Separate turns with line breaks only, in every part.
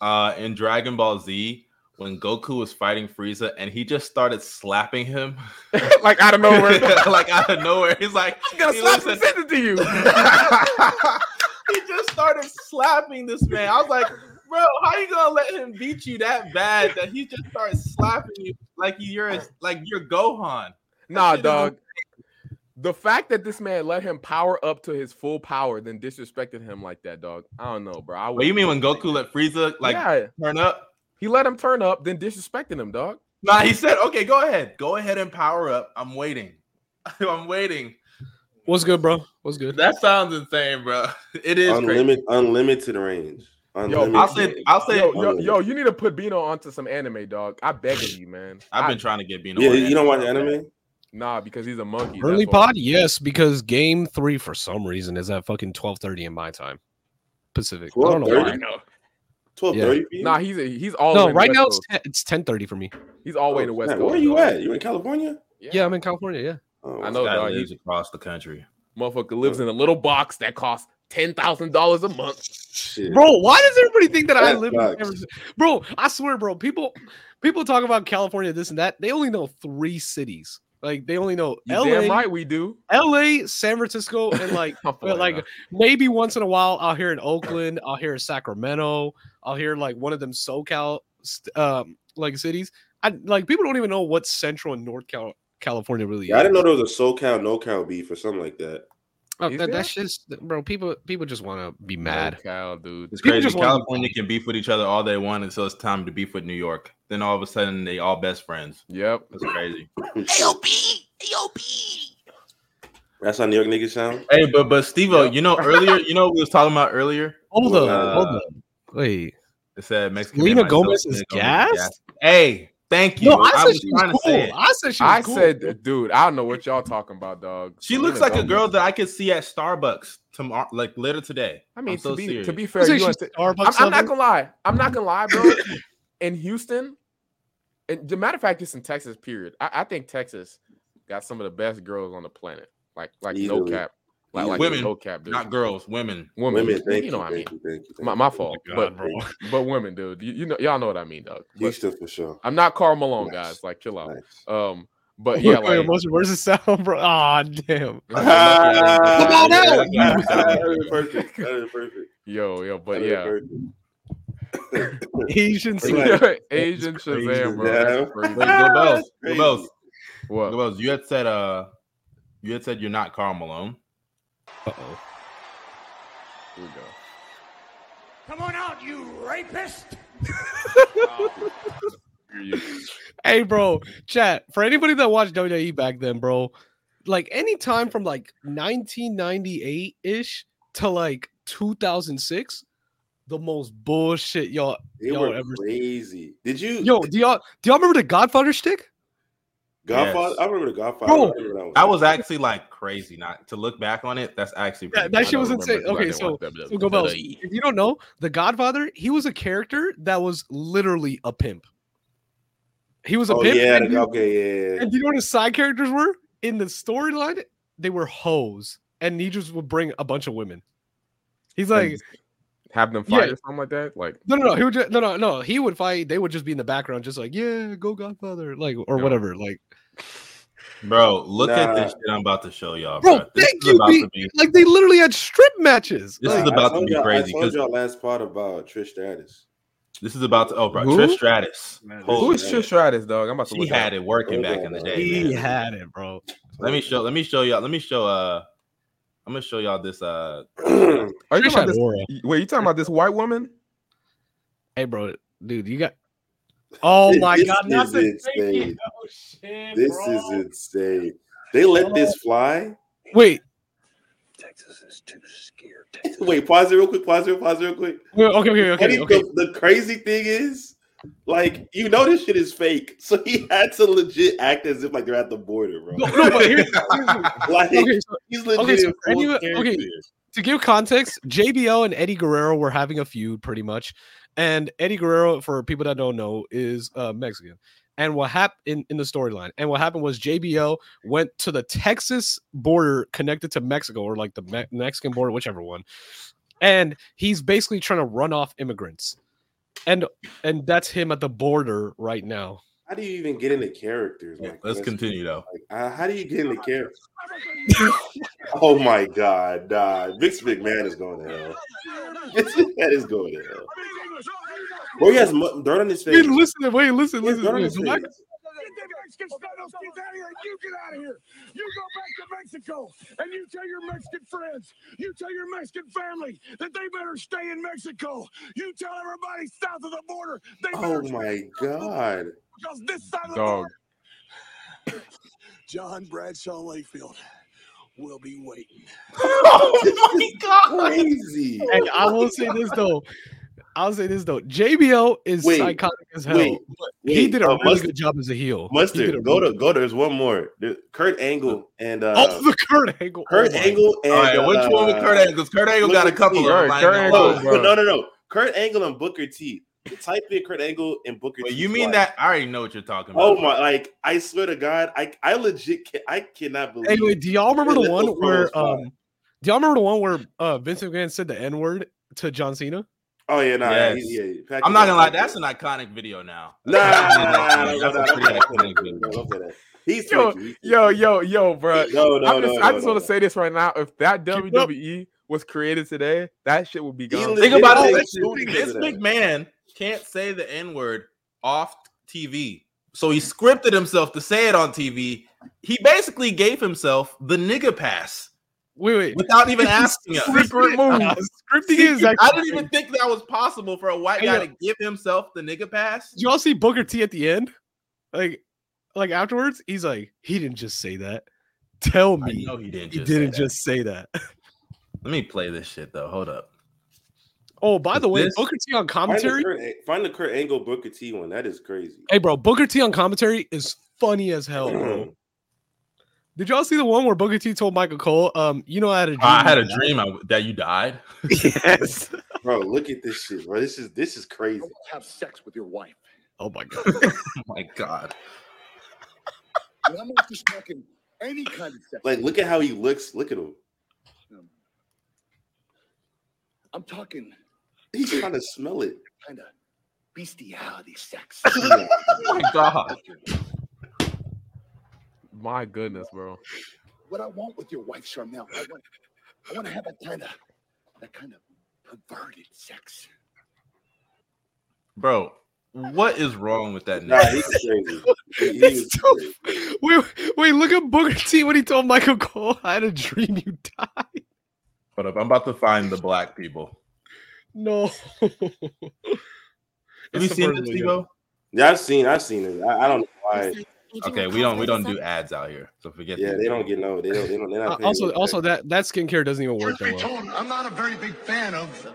uh, in Dragon Ball Z when Goku was fighting Frieza and he just started slapping him
like out of nowhere.
like out of nowhere. He's like,
I'm gonna
he
slap
looks
and send it to you.
at- he just started slapping this man. I was like, bro, how you gonna let him beat you that bad that he just started slapping you like you're a- like you're Gohan?
nah,
shit is
dog. The fact that this man let him power up to his full power, then disrespected him like that, dog. I don't know, bro. I
What you mean when Goku let Frieza like
yeah,
turn up?
he let him turn up, then disrespected him, dog.
Nah, he said, okay, go ahead, go ahead and power up. I'm waiting. I'm waiting.
What's good, bro? What's good?
That sounds insane, bro. It is crazy.
Unlimited, unlimited range. Unlimited.
I'll say, I'll say,
Yo, yo, yo, you need to put Bino onto some anime, dog. I beg of you, man.
I've
I-
been trying to get Bino.
yeah,
on
you don't watch
bro.
anime?
nah because he's a monkey.
Early
that's why.
pod, yes, because game three for some reason is at fucking twelve thirty in my time, Pacific. I don't know why.
12:30? 1230 for you?
Nah, he's a, he's all the way
No,
Oh, in
right
the
now
West
it's ten, it's ten thirty for me.
Coast. he's all the way in the
Oh,
West
snap.
Coast.
Where you
dog.
at? You in California?
Yeah,
Yeah, I'm in California. Yeah.
Oh,
I know,
This guy
dog.
lives
He,
across the country.
motherfucker lives in a little box that costs ten thousand dollars a month.
Shit.
Bro, why does everybody think that I
That
live
sucks.
in San Francisco? Bro, I swear, bro, people people talk about California, this and that. They only know three cities. Like they only know
You
LA,
damn right we do.
LA, San Francisco, and like well, like maybe once in a while I'll hear in Oakland, I'll hear in Sacramento, I'll hear like one of them SoCal st- um like cities. I like people don't even know what central and north Cal- California really
Yeah, I
is.
didn't know there was a SoCal, NoCal beef or something like that.
Oh,
Is
that,
there?
that's just bro, people people just want to be mad.
Cal, dude.
It's
People
crazy.
just wanna be
California can beef with each other all they want until it's time to beef with New York. Then all of a sudden they all best friends.
Yep.
That's crazy.
That's how New York niggas sound.
hey, but but Steve,
Yep.
you know earlier, you know what we was talking about earlier?
Hold
Well,
up, hold
uh,
up. Wait.
It said Mexican.
Selena
man myself,
Gomez is
Selena Gomez is
gassed?
gassed. Hey, thank you.
No, I, said
was
she
trying
was
to say it.
cool. I said she was
I
cool.
said, uh, dude, I don't know what y'all talking about, dog.
She looks
Selena
like a
Gomez.
girl that I could see at Starbucks tomorrow, like later today.
I mean,
I'm so
to be
serious.
to be
I
fair,
said
you
she's
want to-
Starbucks
I'm, I'm not
lover.
gonna lie. I'm not gonna lie, bro. in Houston, and the matter of fact, it's in Texas. Period. I, I think Texas got some of the best girls on the planet. Like, like no
Easily.
cap, like, like
Women,
no cap, dude.
not girls, women.
women.
Women, thank
you know what I mean.
thank you, thank you, thank
My,
you.
Oh my fault,
Oh
but
God, bro.
but women, dude. You, you know, y'all know what I mean, dog. But
Houston for sure.
I'm not Carl Malone,
Nice.
guys. Like, chill out.
Nice.
Um, but
Wait,
yeah,
wait,
like,
what's- where's the sound, bro? Ah, damn.
on
out.
That is perfect. That is perfect.
yo, yo, but
That is
yeah,
perfect.
Asian
It's like-
Asian
crazy,
Shazam, bro.
yeah.
That's
Wait,
crazy.
Gobels,
Crazy.
Gobels,
What?
Gobels, you had said uh, you had said you're not Carl Malone.
Uh-oh.
Here we go.
Come on out, you rapist!
Hey, bro, chat. For anybody that watched WWE back then, bro, like any time from like 1998 ish to like 2006, the most bullshit y'all.
They
Yo,
were
ever-
crazy. Did you?
Yo, do y'all do y'all remember the Godfather stick?
Godfather.
Yes.
I remember the Godfather.
Bro,
I remember one.
That was actually like crazy. Not to look back on it, that's actually
That-
pretty
that
cool.
shit was
I don't
insane.
remember
Okay,
because I
so-
didn't watch
So
WWE.
go Bells. If you don't know, the Godfather, he was a character that was literally a pimp. He was a
Oh
pimp.
yeah.
and
the-
he-
okay. Yeah.
And do you know what his side characters were in the storyline? They were hoes, and he just would bring a bunch of women. He's like,
And have them
Yeah.
fight or something like that. Like,
no, no, no, he would just, no, no, no, he would fight. They would just be in the background, just like, yeah, go Godfather, like or
No.
whatever. Like,
Bro, look at
Nah.
this shit I'm about to show y'all,
Bro,
bro. This
thank
is
you,
about
B.
to be
like they literally had strip matches.
This is
Like,
Nah, I
about to
told
be
y'all-
crazy,
I told
'cause-
y'all last part about Trish Stratus.
this is about to oh bro,
Who?
Trish Stratus.
who
Holy
is
shit.
Trish Stratus, dog? I'm about to
She
look
had it working
Hold
back
on,
in the
bro.
day.
he
Man.
had it, bro.
Let me show let me show y'all. Let me show uh I'm gonna show y'all this uh
show.
Are you
Trish
talking about
had
this?
aura.
Wait, you talking about this white woman?
Hey, bro, dude, you got. Oh
This-
my
this
god, not
is
the
insane.
Oh shit,
This
bro.
is insane. They let this fly.
Wait,
Texas is too scared. Texas.
Wait, pause it real quick. Pause it. real- Pause it real quick.
wait, okay, okay, okay,
Funny-
okay.
The, the crazy thing is, like, you know, this shit is fake. So he had to legit act as if like they're at the border, bro.
No, no, but here's, here's the-
like
okay, so
he's legit.
okay, so
in full
anyway-
character.
okay. to give context, JBL and Eddie Guerrero were having a feud pretty much. And Eddie Guerrero, for people that don't know, is uh, Mexican. And what happened in, in the storyline? And what happened was JBL went to the Texas border connected to Mexico or like the Me- Mexican border, whichever one. And he's basically trying to run off immigrants. and and that's him at the border right now.
How do you even get into characters? Like,
Let's
that's-
continue though.
Like, uh, how do you get into characters? oh my god, nah. Vince McMahon is going to hell. Vince McMahon is going to hell. Bro, he has mu- dirt on his face.
Wait, listen, wait, listen,
He has
listen.
dirt on
listen.
his
Black,
face.
Get them Mexican Spanos kids out of here, and you get out of here. You go back to Mexico, and you tell your Mexican friends, you tell your Mexican family that they better stay in Mexico. You tell everybody south of the border they better
Oh
stay
my god.
because this side of the
Dog.
border. John Bradshaw Layfield will be waiting.
oh my god.
Crazy.
hey, I will say this though. I'll say this though. JBL is
Wait,
psychotic as hell.
Wait,
he
wait,
did
Oh,
a
uh,
really
Mustard-
good job as a heel. He did a
Mustard, go
really
to go to. There's one more. There- Kurt Angle and uh,
Oh, the Kurt Angle.
Kurt
Oh my-
Angle and
All right, which one with
uh,
Kurt Angle? Because Kurt Angle got a
Booker
couple of
T.
them.
Right,
I
Kurt
ain't gonna
Angle,
No,
lie.
bro.
no, no, no. Kurt Angle and Booker T. Type in Kurt Angle and Booker
But
T.
you mean
twice.
that? I already know what you're talking about.
Oh my! Like I swear to God, I I legit can, I cannot believe.
Anyway, do y'all remember the
Little
one
Pro was
where
fine.
um do y'all remember the one where uh Vincent McMahon said the N-word to John Cena?
Oh yeah, nah, yeah,
Yes.
yeah, yeah. Patrick-
I'm not gonna lie, that's an iconic video now.
nah.
That's
nah, nah,
a
nah,
pretty
nah, nah,
iconic
nah, nah,
video.
nah, nah, nah. He's
Yo,
tweaking, he's
Yo, yo, yo, bro.
tweaking. No, no,
I'm
no,
just,
no,
I just
no,
want to say this right now. If that
Keep up.
WWE was created today, that shit would be
no. He
gone.
legit
Think about it,
is
that's
tweaking
Vince
today.
McMahon can't say the N word off TV, so he scripted himself to say it on TV. He basically gave himself the nigga pass
Wait, wait.
without even asking us.
Secret move.
Uh, scripting is
Secret-
actually
I didn't even think that was possible for a white
Hey,
guy
yo.
to give himself the nigga pass.
Did y'all see Booker T at the end? Like like afterwards, he's like, he didn't just say that. Tell
I
me
know he didn't.
he
just say
didn't
that.
just say that.
Let me play this shit though. Hold up.
Oh, by the way,
This-
Booker T on
Find the
commentary.
Kurt Ang- Find the Kurt Angle Booker T one. That is crazy.
Hey bro, Booker T on commentary is funny as hell, bro. Did y'all see the one where Booker T told Michael Cole, um, you know I had a dream.
I had
you
a
died?"
dream I- that you died.
Yes.
Bro, look at this shit, bro. This is this is crazy.
Have sex with your wife.
Oh my god.
Oh my god.
And I'm not just talking any kind of sex.
Like, look at how he looks. Look at him.
I'm talking
He's trying to smell it.
kind of bestiality sex.
Yeah.
Oh my god.
With your-
My goodness, bro.
what I want with your wife, Charmel. I want, I want to have that kind of, that kind of perverted sex.
Bro, what is wrong with that
Nah,
nigga?
he's crazy. He, he
It's
was
so-
crazy.
wait, wait, look at Booker T when he told Michael Cole, I had a dream you died.
But I'm about to find the black people.
No.
Have you
It's
seen this,
supposedly
Tebow?
Yeah, I've seen, I've seen it. I, I don't know why.
Okay, we don't we don't do ads out here, so forget.
Yeah,
that.
they don't get no. They don't. They don't. They're
Uh,
not paying
also,
no
also that that skincare doesn't even work that well.
I'm not a very big fan of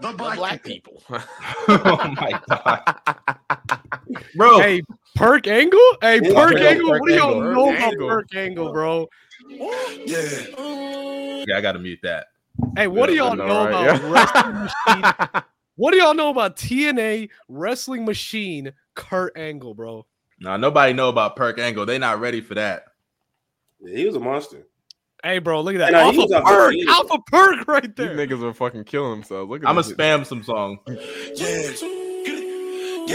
the black,
people.
oh my god, bro.
Hey, perk angle? Hey,
Yeah,
perk
yeah,
angle.
Perk
What do y'all
Angle.
know
Perk
about
Angle.
perk angle, bro?
Yeah.
Okay, I gotta mute that.
Hey, what do
Yeah, I
y'all
know,
know
right?
about
Yeah.
wrestling machine? What do y'all know about TNA wrestling machine Kurt Angle, bro?
Nah, nobody know about Perk Angle. They not ready for that.
Yeah, he was a monster.
Hey, bro, look at that.
Nah, he
alpha
was off the
perk,
team.
alpha perk right
These
there.
niggas were fucking killing themselves. Look at
I'm gonna
this.
spam some songs.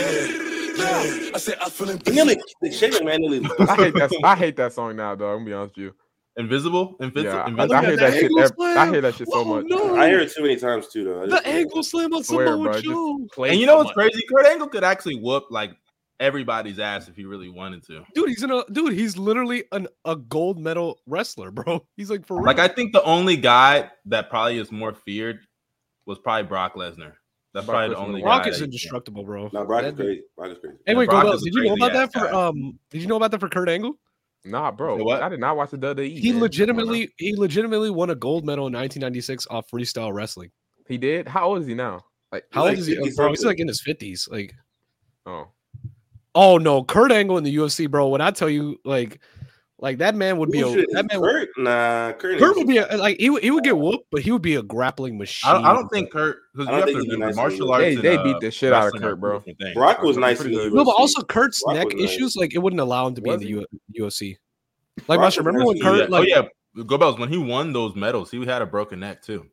I said I feel
He nearly, the Shane McMahon nearly.
I hate that. I hate that song now, though. I'm gonna be honest with you.
Invisible, invisible.
Yeah, I,
invisible.
I hear
that
that shit.
angle
ev- I
slam.
hear that shit so
Whoa,
much.
Oh, no.
I heard it too many times too, though. I just-
The angle slam on
Swear,
Samoa
bro, just-
Joe.
and you know what's crazy? Kurt Angle could actually whoop like everybody's ass if he really wanted to.
Dude, he's in a dude. He's literally an a gold medal wrestler, bro. He's like for real.
Like I think the only guy that probably is more feared was probably Brock Lesnar. That's probably
Brock
the
Lesnar
only
was-
Brock
guy.
is
that-
indestructible, bro.
No, Brock is
That dude-
crazy. Brock is crazy.
Hey,
Yeah,
wait,
Brock
Gobel,
is a
did you know about
crazy-ass
that for
guy.
um? Did you know about that for Kurt Angle?
Nah, bro.
Say what?
I did not watch the WWE.
He
man.
legitimately, he legitimately won a gold medal in 1996 off freestyle wrestling.
He did. How old is he now? Like
How old
He's like
is he, uh,
50
bro? He's
something.
like in his 50s. Like,
Oh,
oh no, Kurt Angle in the UFC, bro. When I tell you, like, like that man would be
Who
a
should-
that man. Would,
Kurt? Nah, Kurt.
Kurt would be a, uh, like he would, he would get whooped, but he would be a grappling machine.
I don't, I don't think Kurt because
I
you have
don't
to
think he'd be
remember
nice
martial
to
arts.
They-
and,
they beat
uh,
the shit outta
wrestling are
Kurt, bro.
two different things.
Brock was nice in
Pretty
the
good.
UFC.
No, but also Kurt's
Rock
neck
was nice.
issues, like it wouldn't allow him to be in
Was
the
he?
U- UFC. Like,
Rock was
Masha, remember
nice
when
in the
Kurt?
Oh, Yeah.
Like,
oh yeah, Gobels. When he won those medals, he had a broken neck too.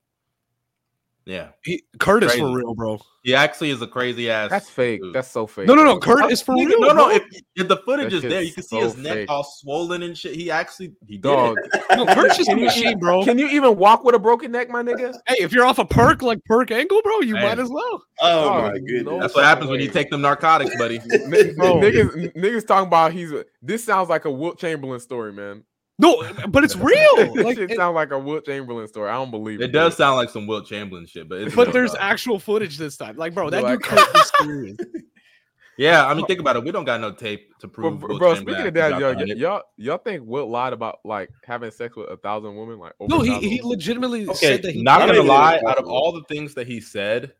Yeah,
He, Kurt is for
Crazy.
real, bro.
he actually is a crazy ass.
That's fake.
dude.
That's so fake.
No, no,
bro.
no. Kurt is for
Nigga,
real.
No, no.
bro.
If, if the footage
That
is
shit's
there, you can see
so
his neck
fake.
all swollen and shit. He actually he did
dog.
it.
No, Kurt's just a
Can you- e,
machine, bro.
Can you even walk with a broken neck, my nigga?
hey, if you're off a perk like perk angle, bro, you
Hey.
might as well.
Oh,
Oh,
my goodness.
That's what happens when
way.
you take them narcotics, buddy.
N-
Bro.
niggas, niggas talking about he's. A, this sounds like a Wilt Chamberlain story, man.
No, but it's real.
this
Like,
shit
it-
sounds like a Wilt Chamberlain story. I don't believe it.
It does sound like some Will Chamberlain shit, but it's
but
real,
there's
dog.
actual footage this time. Like, bro, that
Yo, I
dude Kurt is serious.
yeah. I mean, think about it. We don't got no tape to
Bro,
prove.
bro,
Wilt
bro,
Chamberlain
speaking of
actually
that,
dropped
y'all,
on it.
y'all, y'all think Wilt lied about like having sex with a thousand women? Like, over
No,
a
he,
thousand
he
women?
legitimately
okay,
said that he
not
did
gonna
it.
lie. Out of all the things that he said,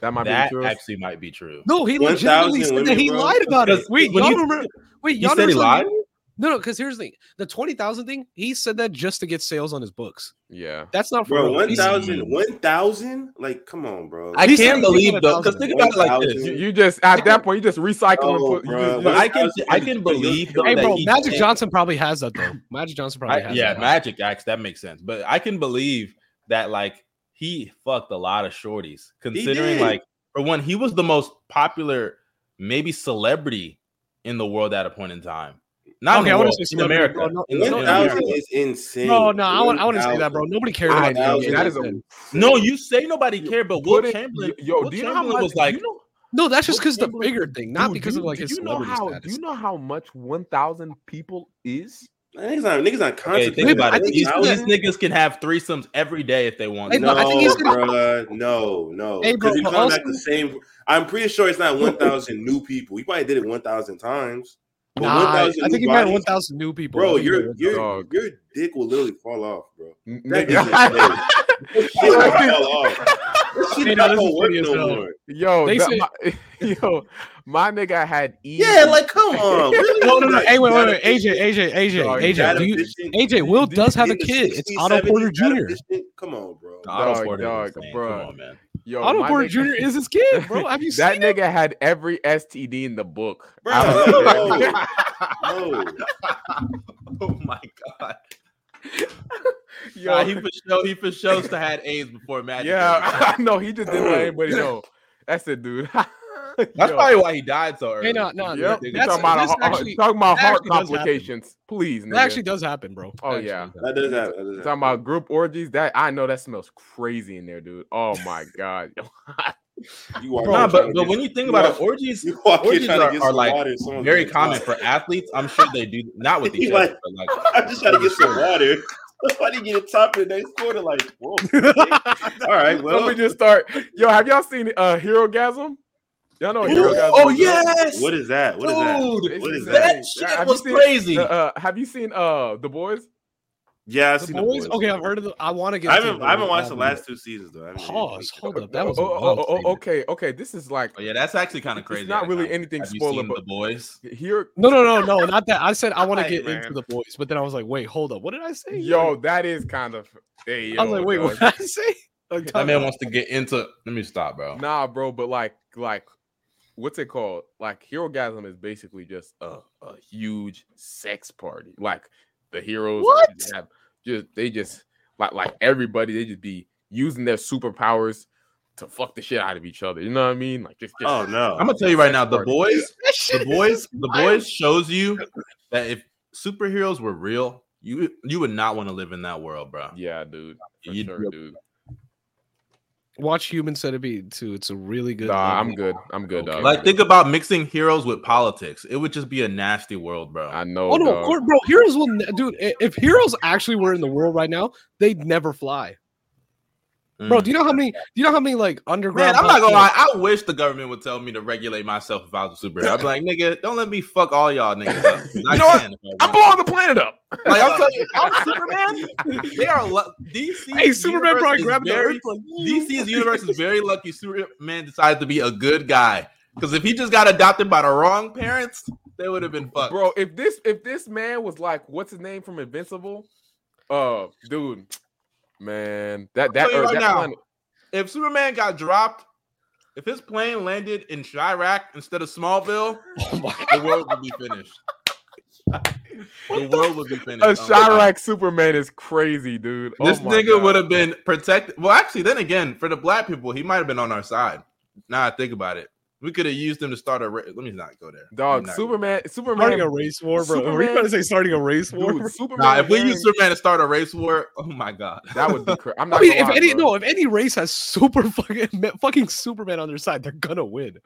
that might
that
be true.
actually might be true.
No, he
1,000
legitimately said that
women,
he
bro.
lied about it.
Because
Wait,
when
y'all
you-
remember? Wait,
He
y'all
said
remember
he lied.
something? No, no, because here's the thing: the twenty thousand thing. He said that just to get sales on his books.
Yeah,
That's not for
Bro,
real. He said-
1,000, 1,000? Like, come on, bro.
I
He said
can't
he thinking
believe
about
though, because
thousand.
think about it like this.
you, you just at that point you just recycle
Oh,
and put. You
bro,
just,
But I can
Thousand.
I can believe though
Hey,
that
bro,
he
Magic
said-
Johnson probably has that though. Magic Johnson probably
I-
has.
yeah,
that.
Magic acts. That makes sense. But I can believe that like he fucked a lot of shorties, considering
did.
like for one, he was the most popular, maybe celebrity in the world at a point in time. Not
Okay,
in,
I
the
wouldn't
world,
say
in America.
celebrity. No,
In-
no,
in
no,
1,000
America.
is insane.
No, no, I want. I want to say
1,000.
that, bro. Nobody cared
I
about
know
thousand.
that is a
that.
No, you say nobody cared, but Will
put it-
Chamberlain.
yo,
Will
do you know how
Chamberlain
much-
was like?
do you know-
No, that's just
Will
because the
Chamberlain-
bigger thing, not
Dude,
because
do
of
you-
like
do
his
you know
celebrity
how do
status.
you know how much one thousand people is?
Niggas not, niggas not
Okay,
concentrating.
think about
I
it.
think
These,
he's-
these
1,000?
niggas can have threesomes every day if they want.
Hey,
to.
no, I think
No,
he's gonna-
bruh, no, no.
Hey, bro, but
Because you're coming back
also-
the same. I'm pretty sure it's not 1,000 new people. You probably did it 1,000 times. But
Nah, I
1,000
think
new
he meant
bodies-
one thousand new people. I
Bro,
think he
your
meant
your
Dog.
your dick will literally fall off, bro.
N-
That
nigga.
is insane. Your shit will fall off. This shit
Hey, no,
not
this
gonna
is
work
funny as
no
hell.
more.
yo,
They
that-
said-
my, yo, my nigga had E, easy.
Yeah, like come on. Really?
No, no, no.
Like,
Hey, wait,
you
wait,
gotta
wait. AJ, AJ, AJ,
Dog,
fish- you
AJ.
gotta
Do you,
fish in-
AJ, Will
in-
does have
in
a
the
kid. It's
60s,
Otto
70s,
Porter
you gotta
Jr.
fish in- Come on, bro.
Otto
Dog,
Porter
dog,
is insane.
bruh.
Come on, man.
yo,
Otto
my
Porter
nigga-
Jr. is his kid, bro. Have you seen
that
it?
nigga had every STD in the book.
Bro,
I was-
no, no.
Oh my god.
yo,
Nah, he for sure, he for sure still had AIDS before Magic.
yeah, I know he just didn't let anybody know. That's it, dude. That's
that's probably why he died so early.
Hey, no, no,
Yep,
Nigga,
you
that's-
talking about, a
this
heart-
actually-
talking about
that
heart
actually does happen.
complications, please.
That
nigga.
actually does happen, bro.
Oh,
Actually
yeah.
does.
That does happen. That does happen.
Talking about group orgies, that I know that smells crazy in there, dude. Oh my god,
You walk
Nah,
in trying
but,
to
but
get-
when you think about it,
Yeah.
orgies
you walk in
orgies
trying to
are-
get
are
some
like
water, someone's
very
like,
common
"Nah."
for athletes. I'm sure they do not with each
He
other,
like-
but like
I'm just trying to get some water. Somebody get a top in the next quarter, like, whoa. okay. All right,
let
well,
me just start. Yo, have y'all seen uh, Hero Gasm? Y'all know what
Ooh,
Hero Gasm?
oh yes,
what is that? What is that?
dude,
What is
that
that?
shit
Have
was
you seen-
crazy.
Uh, uh, have you seen uh the boys?
Yeah, I've
The
seen
boys,
the boys.
okay, I've heard of the. I want to get.
I
to
haven't,
the
I haven't watched the
Robin.
last two seasons though. I haven't really
Pause.
watched
Hold
them.
up. That was. a
Oh, oh,
wild
oh, oh,
statement.
okay, okay. This is like
Oh, yeah, that's actually kind of
It's
crazy.
not
actually.
really anything
Have you
spoiler,
seen
but-
the boys.
here.
No, no, no, no. Not that. I said I want to
Hey,
get
man.
into the boys, but then I was like, wait, hold up. What did I say?
Yo, that is kind of. Hey, yo,
I was like, wait,
dog.
what did I say? Like,
That man wants to get into. Let me stop, bro.
Nah, bro, but like, like, what's it called? Like, herogasm is basically just a, a huge sex party. Like, the heroes
What?
have just they just like like everybody they just be using their superpowers to fuck the shit out of each other. You know what I mean? Like, just, just
Oh no.
I'm gonna tell you right now, the
Party.
boys,
That shit
the
is
boys, the
wild.
boys shows you that if superheroes were real, you you would not want to live in that world, bro.
yeah, dude, for
You-
sure, dude.
Watch Human Centipede too. It's a really good.
Nah,
movie.
I'm good. I'm good, dog.
Like, think about mixing heroes with politics. It would just be a nasty world, bro.
I know.
Oh no,
dog.
of course, bro. Heroes will, ne- dude. i- If heroes actually were in the world right now, they'd never fly,
Mm.
Mm-hmm.
bro. Do you know how many? Do you know how many like
Man,
underground?
I'm not gonna
bunkers-
lie. I wish the government would tell me to regulate myself if I was a superhero. I'd be like, nigga, don't let me fuck all y'all niggas up. 'cause I
You know what?
can if I
I'm
want.
blowing the planet up.
Like, I'm telling you, I'm Superman. They are lu- DC.
Hey, Superman
universe
probably
is
grabbed the
very-
earth. Like,
DC's universe is very lucky Superman decided to be a good guy. Because if he just got adopted by the wrong parents, they would have been fucked.
bro. If this if this man was like, what's his name from Invincible? Uh, dude, man, that
tell
that,
you
Earth-
right
that
now.
planet-
If Superman got dropped, if his plane landed
Oh
in Chirac instead of Smallville, the world would be finished. the world would be finished.
A
Oh my God.
Chirac Superman is crazy, dude. Oh
This
my
nigga
God.
would have been protected. Well, actually, then again, for the black people, he might have been on our side. Now I think about it, we could have used him to start a. Ra- Let me not go there.
dog.
Nah.
Superman, Superman,
Starting a race war, bro. Were you
Superman-
about to say starting a race war?
dude,
bro?
Superman.
Nah, if we
wearing-
use Superman to start a race war, oh my god,
that would be. Cra- I'm not.
I mean,
gonna
if
lie,
any
bro.
no, if any race has super fucking me- fucking Superman on their side, they're gonna win.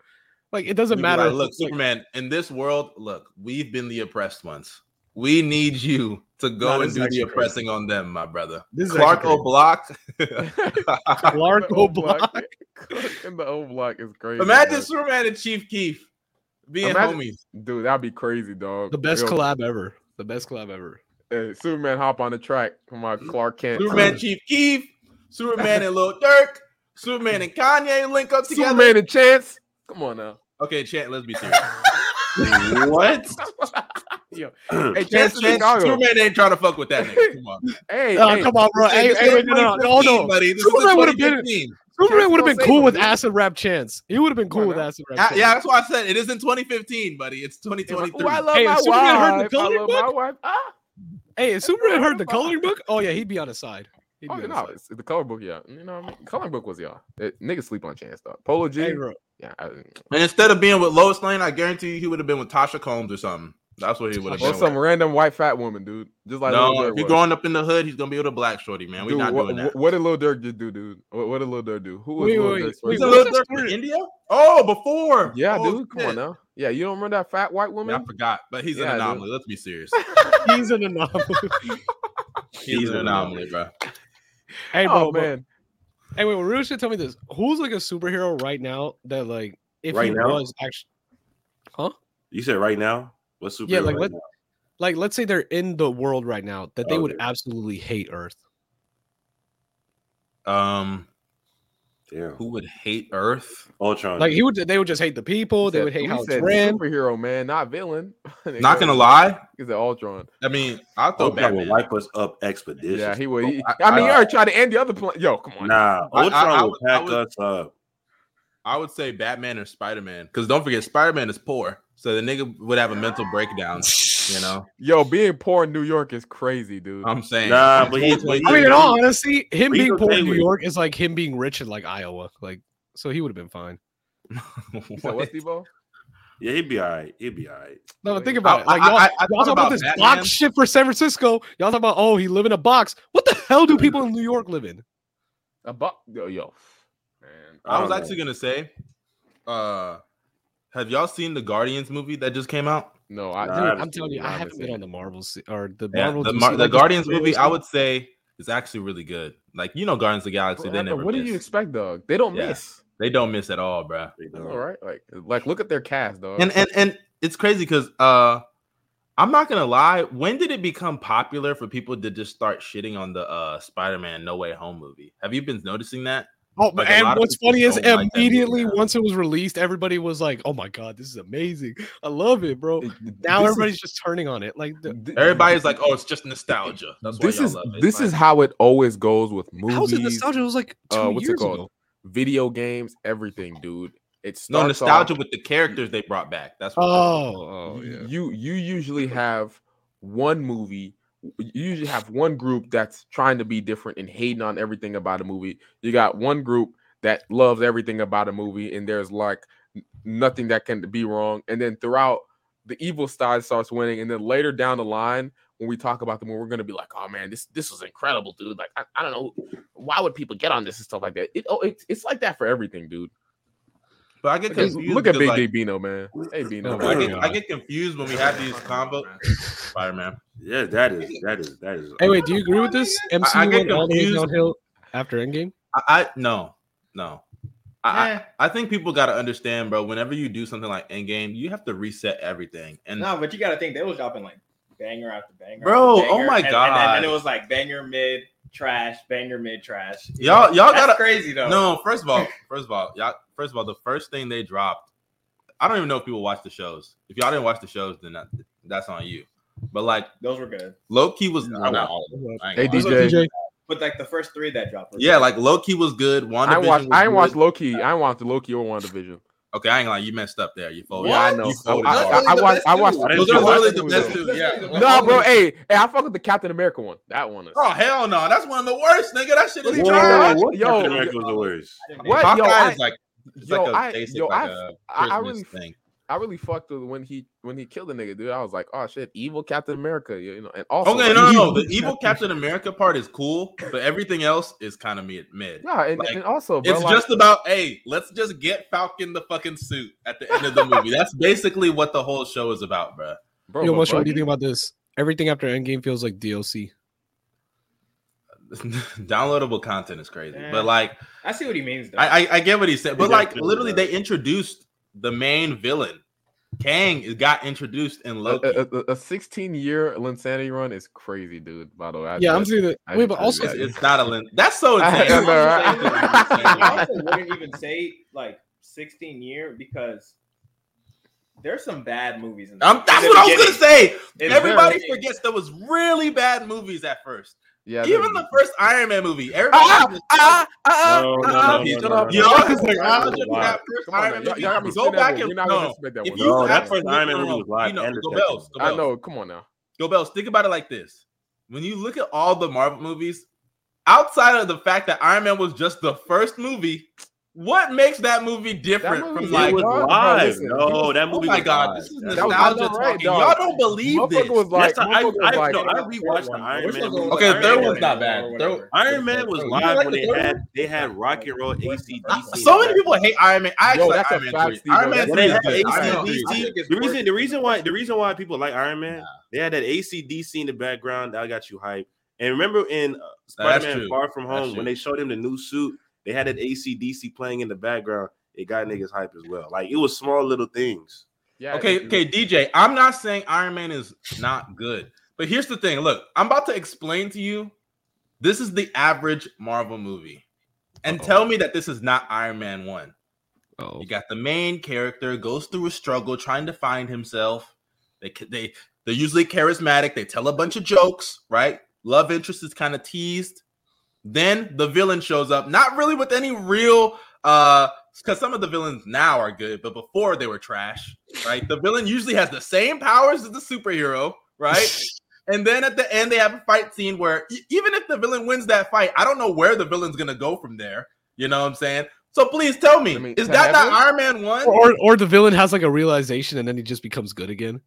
Like it
We'd
doesn't
be
matter.
like,
if-
look,
like,
Superman. In this world, look, we've been the oppressed ones. We need you to go
Nah, this
and
is
do the
actually crazy.
oppressing on them, my brother.
This is
Clark
actually
O'Block.
Clark
The old
O'Block.
Clark in the O block is crazy.
Imagine
bro.
Superman and Chief Keef being
Imagine-
homies.
dude, that'd be crazy, dog.
The best
Yo,
collab ever. The best collab ever.
hey, Superman hop on the track. Come on, Clark Kent.
Superman, Chief Keef, Superman and Lil Durk, Superman and Kanye link up together.
Superman and Chance. Come on now.
Okay, Chance, let's be serious.
what?
Yo, hey, Chance, Uh,
Chance,
in
Chance,
Chicago.
Superman ain't trying to fuck with that nigga. Come on.
Hey,
Oh,
hey,
come on, bro. Hey,
This
hey,
is
wait, no,
Oh,
2015,
no, no, no.
buddy. This is
Superman would've been-
2015.
Superman would have
gonna
been
save
cool
him,
with
dude.
acid rap chance. He would have been cool
on
with
now.
acid rap.
I-
Chance.
yeah, that's why I said it isn't 2015, buddy. It's
Hey, like,
2023.
ooh, I love
Hey, if
my
Superman heard the
wife. I
coloring
love
book-
my wife. Ah,
Hey, if Superman heard the coloring book, oh yeah, he'd be on his side. He'd be
oh,
on his
no,
side.
it's the color book, yeah. You know what I mean? Coloring book was y'all. It, niggas sleep on chance, dog. Polo G.
Hey, bro.
yeah, I,
And instead of being with Lois Lane, I guarantee you he would have been with Tasha Combs or something. That's what he would have
or
been.
some
With.
random white fat woman, dude. Just like Lil
No,
Durk
if you're
was.
growing up in the hood, he's gonna be with a black shorty, man. We're
Dude,
not
what,
doing
what-
that.
what did Lil Durk just do, dude? What, what did Lil Durk do? Who was
Wait,
Lil
wait,
Durk's
wait,
first
Is it
what's
love?
Lil
that
Durk from
story?
India? Oh, before.
Yeah,
Oh,
dude. Come
shit.
on now. Yeah, you don't remember that fat white woman?
Yeah, I forgot, but he's
Yeah,
an
dude.
anomaly. Let's be serious.
He's an anomaly.
He's, an anomaly, bro.
hey, bro,
oh
bro.
man,
Hey, wait, real shit. Tell me this: Who's like a superhero right now that like if
Right
he
now?
was actually
You said right now? What's super?
Yeah, like,
right
let-
now?
like let's say they're in the world right now that they would
Okay.
absolutely hate Earth.
Um,
Damn.
who would hate Earth?
Ultron.
Like he would, they would just hate the people.
He
they
said-
would hate
he
how it's
said
ran.
Superhero man, not villain.
Not gonna lie,
He's an Ultron.
I mean, I'll throw
Ultron will
Batman.
wipe us up expeditious.
Yeah, he would. he-
I-
I, mean,
I-
you already tried to end the other plan. Yo, come on.
Nah,
I- I-
Ultron
I
will
would- I
pack
would-
us up.
I would say Batman or Spider Man, because don't forget Spider Man is poor, so the nigga would have a mental breakdown. You know,
Yo, being poor in New York is crazy, dude.
I'm saying.
Nah, but he- but he-
I mean, in all honesty, him
But he's
being poor
okay
in New
with it.
York is like him being rich in like Iowa. Like, so he would have been fine.
You said what, Steve-O?
Yeah, he'd be all right. He'd be all right.
No, but think
I-
about it. Like,
I-
y'all,
I- I
y'all
thought
talking about,
about
this
Batman.
box shit for San Francisco. Y'all talking about oh, he live in a box. What the hell do people in New York live in?
A bu- yo, yo, man.
I was
I don't
actually gonna say, uh, have y'all seen the Guardians movie that just came out?
No, I,
Nah,
Dude,
I
I'm
haven't
telling you, I haven't been on
the.
the Marvel se- or the
Yeah,
Marvel
the,
DC,
Mar- the
like,
Guardians
superhero
movie, I
stuff.
would say, is actually really good. Like you know, Guardians of the Galaxy, they never
what do you
miss.
expect, dog? They don't
Yeah.
miss.
They don't miss at all, bruh.
They
That's
don't.
all right. Like, like, look at their cast, dog.
And and and it's crazy because uh, I'm not gonna lie. When did it become popular for people to just start shitting on the uh Spider-Man No Way Home movie? Have you been noticing that?
Oh,
Like, a lot
and
of
what's
people
funny is
don't like that movie
immediately
now.
once it was released, everybody was like, "Oh my god, this is amazing! I love it, bro."
It-
Now
this is-
everybody's just turning on it. Like, the,
th-
Everybody's like, "Oh, it's just nostalgia." That's why
this
y'all
is
love it.
this
Like,
is how it always goes with
how's it
movies,
nostalgia? It was like two
uh, what's it
years
called?
ago.
video games, everything, dude. It's
no nostalgia with the characters they brought back. That's what
Oh, oh yeah.
you you usually have one movie you usually have one group that's trying to be different and hating on everything about a movie you got one group that loves everything about a movie and there's like n- nothing that can be wrong and then throughout the evil side starts winning and then later down the line when we talk about them we're going to be like oh man this this was incredible dude like I, I don't know why would people get on this and stuff like that it, oh, it's it's like that for everything dude
But I get
look at,
confused.
look at
because,
big
like,
d bino man hey bino
Oh,
I
man.
get, I get confused when we have these convo. Spider Man.
Yeah, that is that is that is.
Hey, wait, do you agree with this? MCU
I- I get
went all the way
confused.
downhill after Endgame.
I, I no, no. I, I I think people got to understand, bro. Whenever you do something like Endgame, you have to reset everything. And
No, but you got to think they was dropping like banger after banger,
Bro,
after
oh
banger,
my
and- and-
God.
and, then it was like banger mid trash, banger mid trash.
y'all, y'all
That's
gotta
crazy though.
no. First of all, first of all, y'all. First of all, the first thing they dropped. I don't even know if people watch the shows. If y'all didn't watch the shows, then that, that's on you. But like
those were good,
Loki was
No.
not all of them. I ain't
Hey,
gonna lie.
These are-
DJ.
but like the first three that dropped. were
Yeah,
good.
like Loki was good.
I
WandaVision
ain't watched.
was
I ain't
good.
watched Loki. I ain't watched Loki or WandaVision.
Okay, I ain't like you messed up there. You folded.
Oh, Yeah, I know.
You folded
I-
hard.
I- I watched- I watched-
I didn't
Those
see
are
that.
literally
I
the
didn't
best
see
two. Yeah.
No, bro. Hey, hey, I fuck with the Captain America one. That one is.
Oh hell no, that's one of the worst, nigga. That shit is
Whoa,
trash.
what?
Captain
Yo,
America was the worst.
What?
Hawkeye
Yo, I-
is like, it's
yo,
like a
I-
basic,
yo,
like a
I- I- I
Christmas
really-
thing.
I really fucked with when he when he killed the nigga, dude. I was like, oh shit, evil Captain America, you know. And also,
Okay,
like,
no, no, no. The evil Captain America part is cool, but everything else is kind of mid. mid.
Yeah, and,
Like,
and also, bro,
It's
like,
just about hey, let's just get Falcon the fucking suit at the end of the movie. That's basically what the whole show is about, bro.
bro,
Yo,
but
Mushroom, what do
Bucky-
you think about this? Everything after Endgame feels like DLC.
Downloadable content is crazy,
Yeah.
but like
I see what he means though.
I, I I get what he said, but
Yeah,
like
yeah,
literally,
yeah.
they introduced the main villain. Kang is- got introduced in Loki.
a- a- a- a 16 year Linsanity run is crazy, dude. By the way, I-
yeah, I'm
that-
seeing that.
I
Wait,
did
but
too,
also,
yeah.
it's, it's not a Lin. That's so
I-
insane.
I know,
I
right?
also wouldn't even say like 16 year because there's some bad movies. In
I'm, Um, that's what I was gonna say.
It's
Everybody
very-
forgets there was really bad movies at first.
yeah,
Even
that-
the first Iron Man movie. Everybody
Ah, ah, ah,
No, no,
ah,
no,
ah,
no,
shut
no,
up.
no,
Yo,
Y'all
I was
is
like,
like,
I
ah,
looked at
Wow.
that first
Come on,
Iron
y'all-
Man
y'all
movie.
got me
Go
spinning that
back
one.
and
We're not gonna
no.
spin that
If
one.
you
No,
that
that
first
first Iron Man
Iron
movie was live
know,
and the
go
second
bells, go
I
bells.
know. Come on now.
Go Bells, think about it like this. When you look at all the Marvel movies, outside of the fact that Iron Man was just the first movie, what makes that movie different
movie
from
was
like,
it was
bro,
live.
listen, he
no,
was-
that
oh
movie.
my
was
god,
live.
this is
That
was- I
nostalgia
know, right,
talking.
dog.
Y'all don't believe this.
Motherfucker was like,
That's how I, I,
motherfucker was like,
no, I rewatched the Iron Man. movie.
Okay, the
Iron
third
Man.
one's not bad. Third-
Iron Man was
You
live
like
when
the
they
third
had
one?
they had rock and roll ACDC.
So many people hate Iron Man. I
Yo,
actually
that's
like
a
Iron Man
fact,
3.
Steve-O.
Iron Man 3
Well, they
is
had
good. Iron Man 3 is good.
ACDC. The reason the reason why the reason why people like Iron Man, they had that ACDC in the background. I got you hyped. And remember in uh,
That's
Spider-Man
true.
Far From
That's
Home
true.
when they showed him the new suit, they had that ACDC playing in the background. It got niggas hype as well. Like it was small little things.
yeah,
Okay, okay, DJ. I'm not saying Iron Man is not good, but here's the thing. Look, I'm about to explain to you. This is the average Marvel movie, and tell me that this is not Iron Man one.
oh,
You got the main character goes through a struggle trying to find himself. They they they're usually charismatic. They tell a bunch of jokes, right? Love interest is kind of teased. Then the villain shows up, not really with any real uh because some of the villains now are good, but before they were trash, right? The villain usually has the same powers as the superhero, right? And then at the end, they have a fight scene where e- even if the villain wins that fight, I don't know where the villain's gonna go from there. You know what I'm saying? So please tell me,
I mean,
is that not
Thanos?
Iron Man one?
or or the villain has like a realization and then he just becomes good again.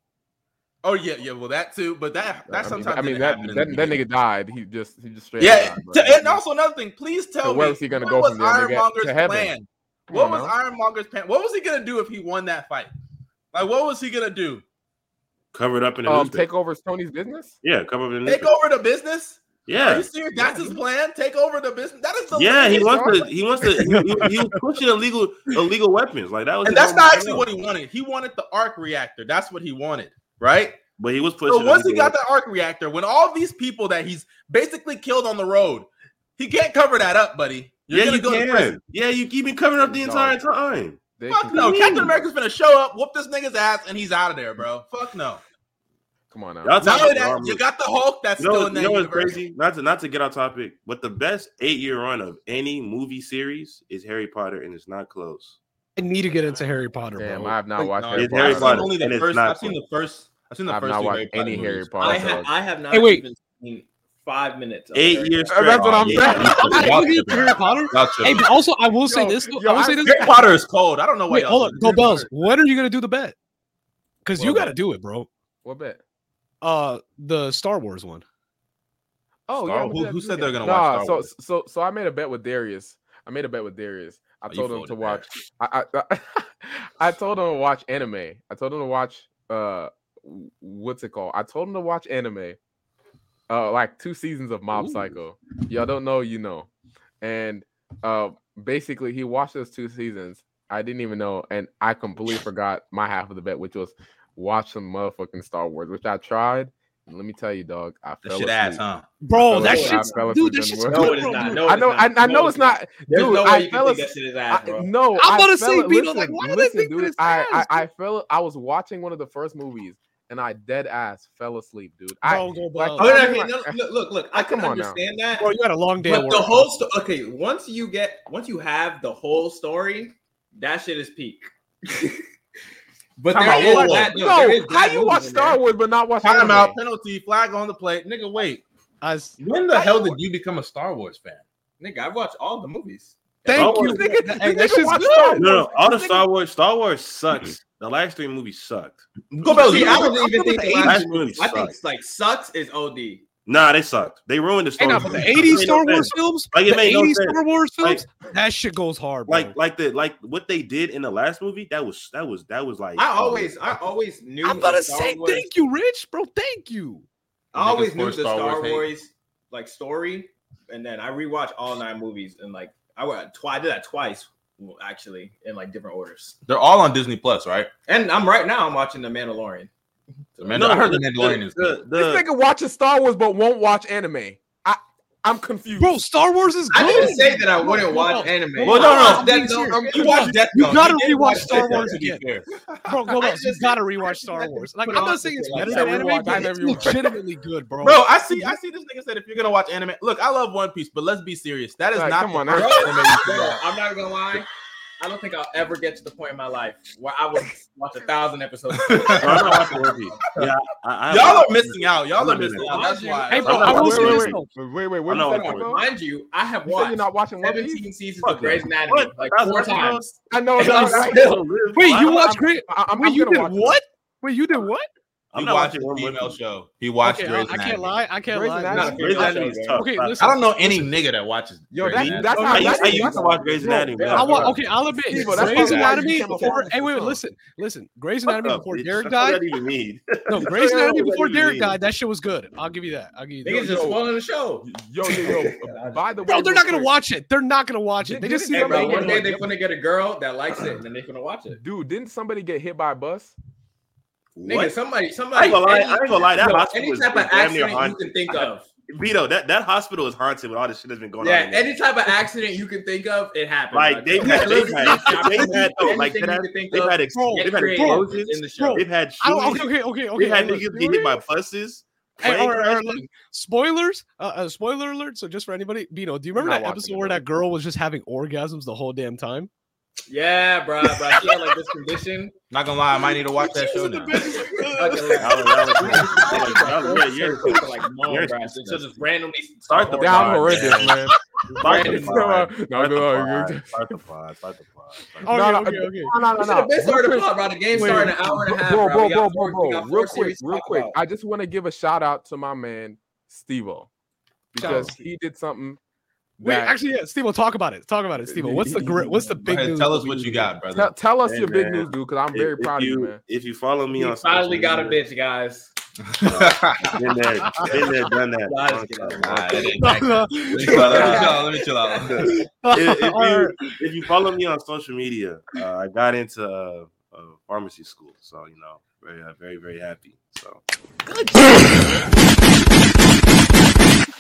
Oh yeah, yeah. Well, that too, but that that
I mean,
sometimes
I mean
didn't
that
happen in the
that, that
beginning.
nigga died. He just he just straight.
Yeah,
up died,
t-
bro.
and also another thing. Please tell
So where
me,
was he gonna
what
go
was
from there, nigga?
Ironmonger's
To heaven.
plan?
Come
What
on
was
now.
Ironmonger's plan? What was he gonna do if he won that fight? Like, what was he gonna do?
Covered up in the
Um,
newspaper.
take over Tony's business.
yeah, covered up in the
Take
newspaper.
over the business? Are
Yeah.
you serious? That's his plan. Take over the business. That is the
Yeah, he
least-
wants to. He wants to. He, he- he was pushing illegal illegal weapons. Like that was.
And
his
that's
whole
not
thing.
actually what he wanted. He wanted the arc reactor. That's what he wanted, right?
But he was pushing.
So once he
illegal
got the arc reactor, when all these people that he's basically killed on the road, he can't cover that up, buddy. You're
yeah,
gonna
you
go to prison.
can. Yeah, you keep me covering up the
No.
entire time.
They
Fuck
can-
no. Captain America's gonna show up, whoop this nigga's ass, and he's out of there, bro. Fuck no.
Come on now.
Y'all
Not
talking
only
about
that,
Marvel.
you got the Hulk that's
You know,
still in
you
that
know what's
universe.
crazy? Not to not to get off topic, but the best eight year run of any movie series is Harry Potter, and it's not close.
I need to get into Harry Potter,
Damn,
bro.
I have not
Like,
watched
no,
Harry
it's Harry
Potter.
Potter.
I've seen only
and
the
it's
first.
not
I've seen the first. I've seen the
I've
first.
not
two
watched
Harry Potter
any
movies.
Harry Potter.
I
so-
have I have not
Hey, wait.
even seen five minutes. of
Eight
Harry
years.
Potter.
Uh, that's what I'm saying.
I
saying.
need Harry Potter.
Y'all
Hey,
tripping.
but also I will say
Yo,
this. though.
yo,
I will
I-
say this.
Harry Potter is cold. I don't know why.
Wait,
y'all
hold up,
do
go
this.
bells. When are you gonna do the bet? Because you
Well,
got to do it, bro.
What bet?
Uh, the Star Wars one.
Oh,
Star-
yeah. we
who-
did-
who
we
said
did.
they're gonna
nah,
watch Star
so,
Wars?
So, so I made a bet with Darius. I made a bet with Darius. I
Oh, you
told him
folded
to
there.
watch. I, I, I, I told him to watch anime. I told him to watch. Uh, w- what's it called? I told him to watch anime. Uh, like two seasons of Mob
Ooh.
Psycho. Y'all don't know, you know. And uh, basically, he watched those two seasons. I didn't even know, and I completely forgot my half of the bet, which was watch some motherfucking Star Wars, which I tried. And let me tell you, dog, I
That
fell
shit
asleep.
ass, huh?
Bro,
fell
that
asleep. I
shit's
fell asleep
dude.
in
That
the
shit's
world.
No,
good,
it is
bro.
not.
dude.
No,
I
it is
know, I,
not.
I
No,
know it's not.
There's
dude,
no way
I
you
fell
can think that
asleep.
shit is ass,
I,
bro.
no,
I'm
I
about to
fell-
say, Vito,
listen,
like, why do they
listen,
think that
dude.
it's
I,
ass,
I, I fell. I was watching one of the first movies, and I dead ass fell asleep, dude. I
Bro, go
like,
Bells.
Oh, no,
I
I
mean,
mean, no,
like,
look, look, look. I can
come on now.
understand that.
Bro, you had a long day. at
But the
work.
whole story, okay, once you get, once you have the whole story, that shit is peak. But
Time
there
out,
is
whoa, whoa.
that- no, there is
No,
that
how you
movie
watch
in
Star
there.
Wars but not watch anime?
Timeout, penalty, flag on the plate. Nigga, wait.
I s-
When the hell did you become a Star Wars fan?
Nigga, I've watched all the movies.
thank
Wars-
you.
This nigga,
Hey,
this
that
nigga
shit's
watch
good.
Star Wars.
No,
No, no, all the
This nigga-
Star Wars, Star Wars sucks. The last three movies sucked.
Go back.
See, I don't even think the last
Last movie
I think
sucked.
like sucks is OD.
Nah, they sucked. They ruined the
Hey,
story.
no, but the 80s Star Wars films,
Like, it
the
made no
80s
sense.
Star Wars
Like-
films, that shit goes hard, bro.
like, like the like what they did in the last movie. That was that was that was like
I always, I always knew.
I'm gonna
the Star
say
Wars-
thank you, Rich, bro. Thank you.
I always
Niggas
knew the
for
Star,
Star Wars
Wars,
hate.
like story, and then I rewatched all nine movies and like I went twice. I did that twice well, actually in like different orders.
They're all on Disney Plus, right?
And I'm right now. I'm watching The Mandalorian.
The
No,
Mandal- I heard the
the-
Mandalorian is good.
the-
This
the-
nigga watches Star Wars but won't watch anime. I, I'm confused.
Bro, Star Wars is
I
good.
didn't say that I wouldn't
no,
watch
no.
anime.
Well, no, no.
I watched Death Note. Um, You watched Death
You
Note.
gotta
did
rewatch
watch
Star
Death Note,
Wars
to be
again.
fair.
bro, go
I
back. You
just-
gotta
I
rewatch
just
Star
had to
Wars.
put
Like,
it
I'm
on
not saying it's
because, like,
better
I
than
said,
anime,
rewatch. I
but
never
it's
rewatched.
legitimately good, bro.
Bro, I see. I see. This nigga said if you're gonna watch anime, look, I love One Piece, but let's be serious. That is
Like,
not
come
the
on,
first
now.
anime you should
Bro,
watch.
I'm not gonna lie. I don't think I'll ever get to the point in my life where I would watch a thousand episodes.
I'm not watching One Piece. Yeah, I, I,
Y'all are missing out. Y'all are missing out. That's
Mind you,
why.
Hey, bro,
I'm not
I will
watching
say
it.
this
wait,
though.
wait, wait, wait.
I
What
know
you
I'm
said,
not
bro?
Mind you, I
You
have
said you're
watched
not watching One Piece.
17 seasons
Fuck
of Grey's Anatomy
What?
like
That's
four
what I'm
times.
I know.
And
that-
I'm
right?
still-
Wait, you
I'm-
watched Great?
I- I'm-
Wait,
I'm
you
gonna
did
watch it.
what? Wait, you did what?
I'm
He
not
watched
watching
a
One
female
Piece.
show. He watched
Okay,
Grey's
I
Anatomy.
can't lie. I can't
Grey's
lie.
Anatomy.
Grey's Anatomy is tough.
Okay,
I-
listen.
I don't know any nigga that watches.
Yo,
Grey's
that-
Anatomy.
that's how-
I used,
that's
I used to watch Grey's
Bro,
Anatomy. when
that's
I
I want,
was
why-
young.
okay, I'll admit.
Steve, that's
Grey's
why I
Anatomy
became a
before.
fan.
Hey, wait, wait, listen, listen. Grey's
Fuck
Anatomy
up,
before
bitch.
Derek
That's what
died.
That even mean.
No,
That's
Grey's
what
Anatomy
that
before
even
Derek
mean.
died. That shit was good. I'll give you that. I'll give you
Niggas
that.
just spoiling the show.
Yo, yo, yo. By the way,
Bro,
real
they're not gonna
quick,
watch it. They're not gonna watch it. They just see
Hey,
Yeah,
bro,
man,
one day
yeah.
it.
they're gonna get a girl that likes it, and then they're gonna watch it.
Dude, didn't somebody get hit by a bus?
Nigga,
What?
somebody,
I
somebody.
ain't gonna lie.
any-
I ain't gonna lie. That
yo,
hospital
any
is
type of
damn near
accident
haunted.
you can think
I-
of.
Vito, that, that hospital is haunted with all this shit that's been going
Yeah,
on. in there.
any type of accident you can think of, it happened.
Like they've had, they've had, they've had, oh, like they've had, they've had, ex-
Bro,
they've had
bro,
explosions.
in the show.
They've had
I don't,
shootings.
okay, okay, okay, okay.
They've had
look.
niggas get hit by buses.
Hey,
plane
all right, all right,
crashes.
look. spoilers. Uh, uh, spoiler alert. So just for anybody, Bino, do you remember
not
that
watching
episode
it,
where
bro.
that girl was just having orgasms the whole damn time?
Yeah, bro, bro. She had like this condition.
Not gonna lie, I might need to watch that show now.
Fucking
Y'all are- y'all
like-
are- y'all are- you're-
Fucking like, no,
you're-
bro. So She'll just randomly
Start the
Yeah, I'm
Nah,
horrendous,
man.
man.
Start the pod.
Right.
No,
Start
Oh,
no,
the
no.
pod. Start the pod. Start the pod. Start the
Okay,
pod.
No, no,
okay, okay.
No, no, no, no.
This is the best
Real
part of the
quick,
pod, bro. The game
Wait,
started an hour and a half.
bro,
bro.
bro,
We got
bro,
four-
bro,
we
bro.
got four
Real quick,
series to
real
talk
quick.
about.
I just want to give a shout out to my man Stevo because he did something.
Wait,
that-
actually, yeah, Steve, talk about it. Talk about it, Steve. What's the gr- what's the
Go
big
ahead,
news?
tell us what you got, brother.
tell, tell us
Hey,
your big
man.
news, dude, because I'm
If-
very
if
proud of you, man.
If you follow me
He
on
finally
social
got a
media-
bitch, guys.
Been there, been there, done that.
Nah, just kidding.
Nah, it ain't
No,
that good.
no.
Let me chill out, let me chill out, let me chill out.
if, if
All right.
you, if you follow me on social media, uh, I got into uh, uh, pharmacy school, so you know, very, uh, very, very happy. So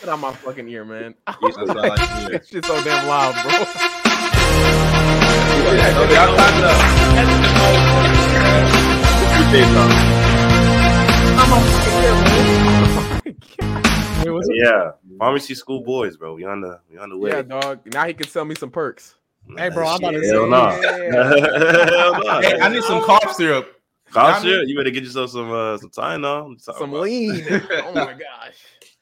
Get out my fucking ear, man.
That's what I like to hear.
That shit's so damn loud, bro.
Okay, I'm time's up.
Wait, what's up?
yeah, pharmacy school boys, bro. We on the, we on the way.
Yeah, dog. Now he can sell me some perks.
Hey, bro, I'm about to
Hell
say-
nah. Hell nah.
Hey, I need some cough syrup.
Cough syrup, You better get yourself some uh, some Tylenol.
Some lean. oh my gosh.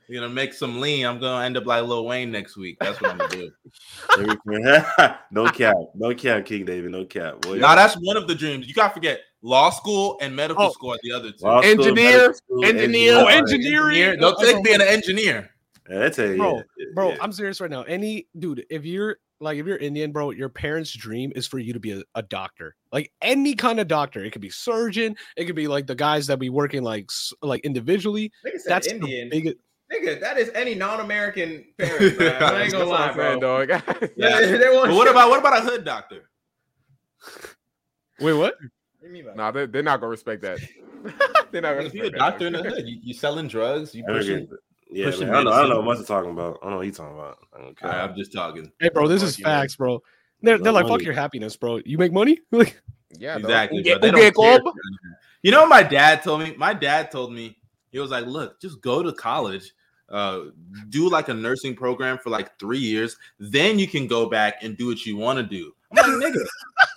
You're gonna make some lean. I'm gonna end up like Lil Wayne next week. That's what I'm gonna do.
no cap, no cap, King David, no cap. Boy,
now that's one of the dreams. You gotta forget law school and medical
Oh.
school are the other two.
Law school,
Engineer,
medical school,
engineer.
Oh,
All right.
engineering.
Engineer. Don't
Oh,
take
no.
being an engineer.
Yeah, that's a
Bro,
yeah,
bro
yeah.
i'm serious right now any dude if you're like if you're indian bro your parents dream is for you to be a, a doctor like any kind of doctor it could be surgeon it could be like the guys that be working like s- like individually
Nigga said
that's
Indian.
the biggest
Nigga, that is any non-American parent. Bro. I ain't
That's
gonna
what
lie,
I'm saying,
bro.
dog.
Yeah.
They- they want
But what about what about a hood doctor?
wait what
What do you mean by that?
nah, they, they're not gonna respect that. they're not gonna
If
respect
you're a
that,
doctor
dog.
in the hood, you, you selling drugs, you
I don't
pushing.
get- yeah,
pushing
man, I don't know. I don't know
medicine.
what you're talking about. I don't know what he's talking about. I don't
All right,
care.
I'm just talking.
hey bro this is
Fuck, yeah.
facts bro they're,
No
they're like fuck
money.
your happiness bro you make money like
Yeah, dog.
Exactly.
Uge-
bro. They
Uge
don't care.
Club?
You know, what my dad told me. My dad told me he was like, "Look, just go to college, uh, do like a nursing program for like three years, then you can go back and do what you want to do." I'm like, nigga.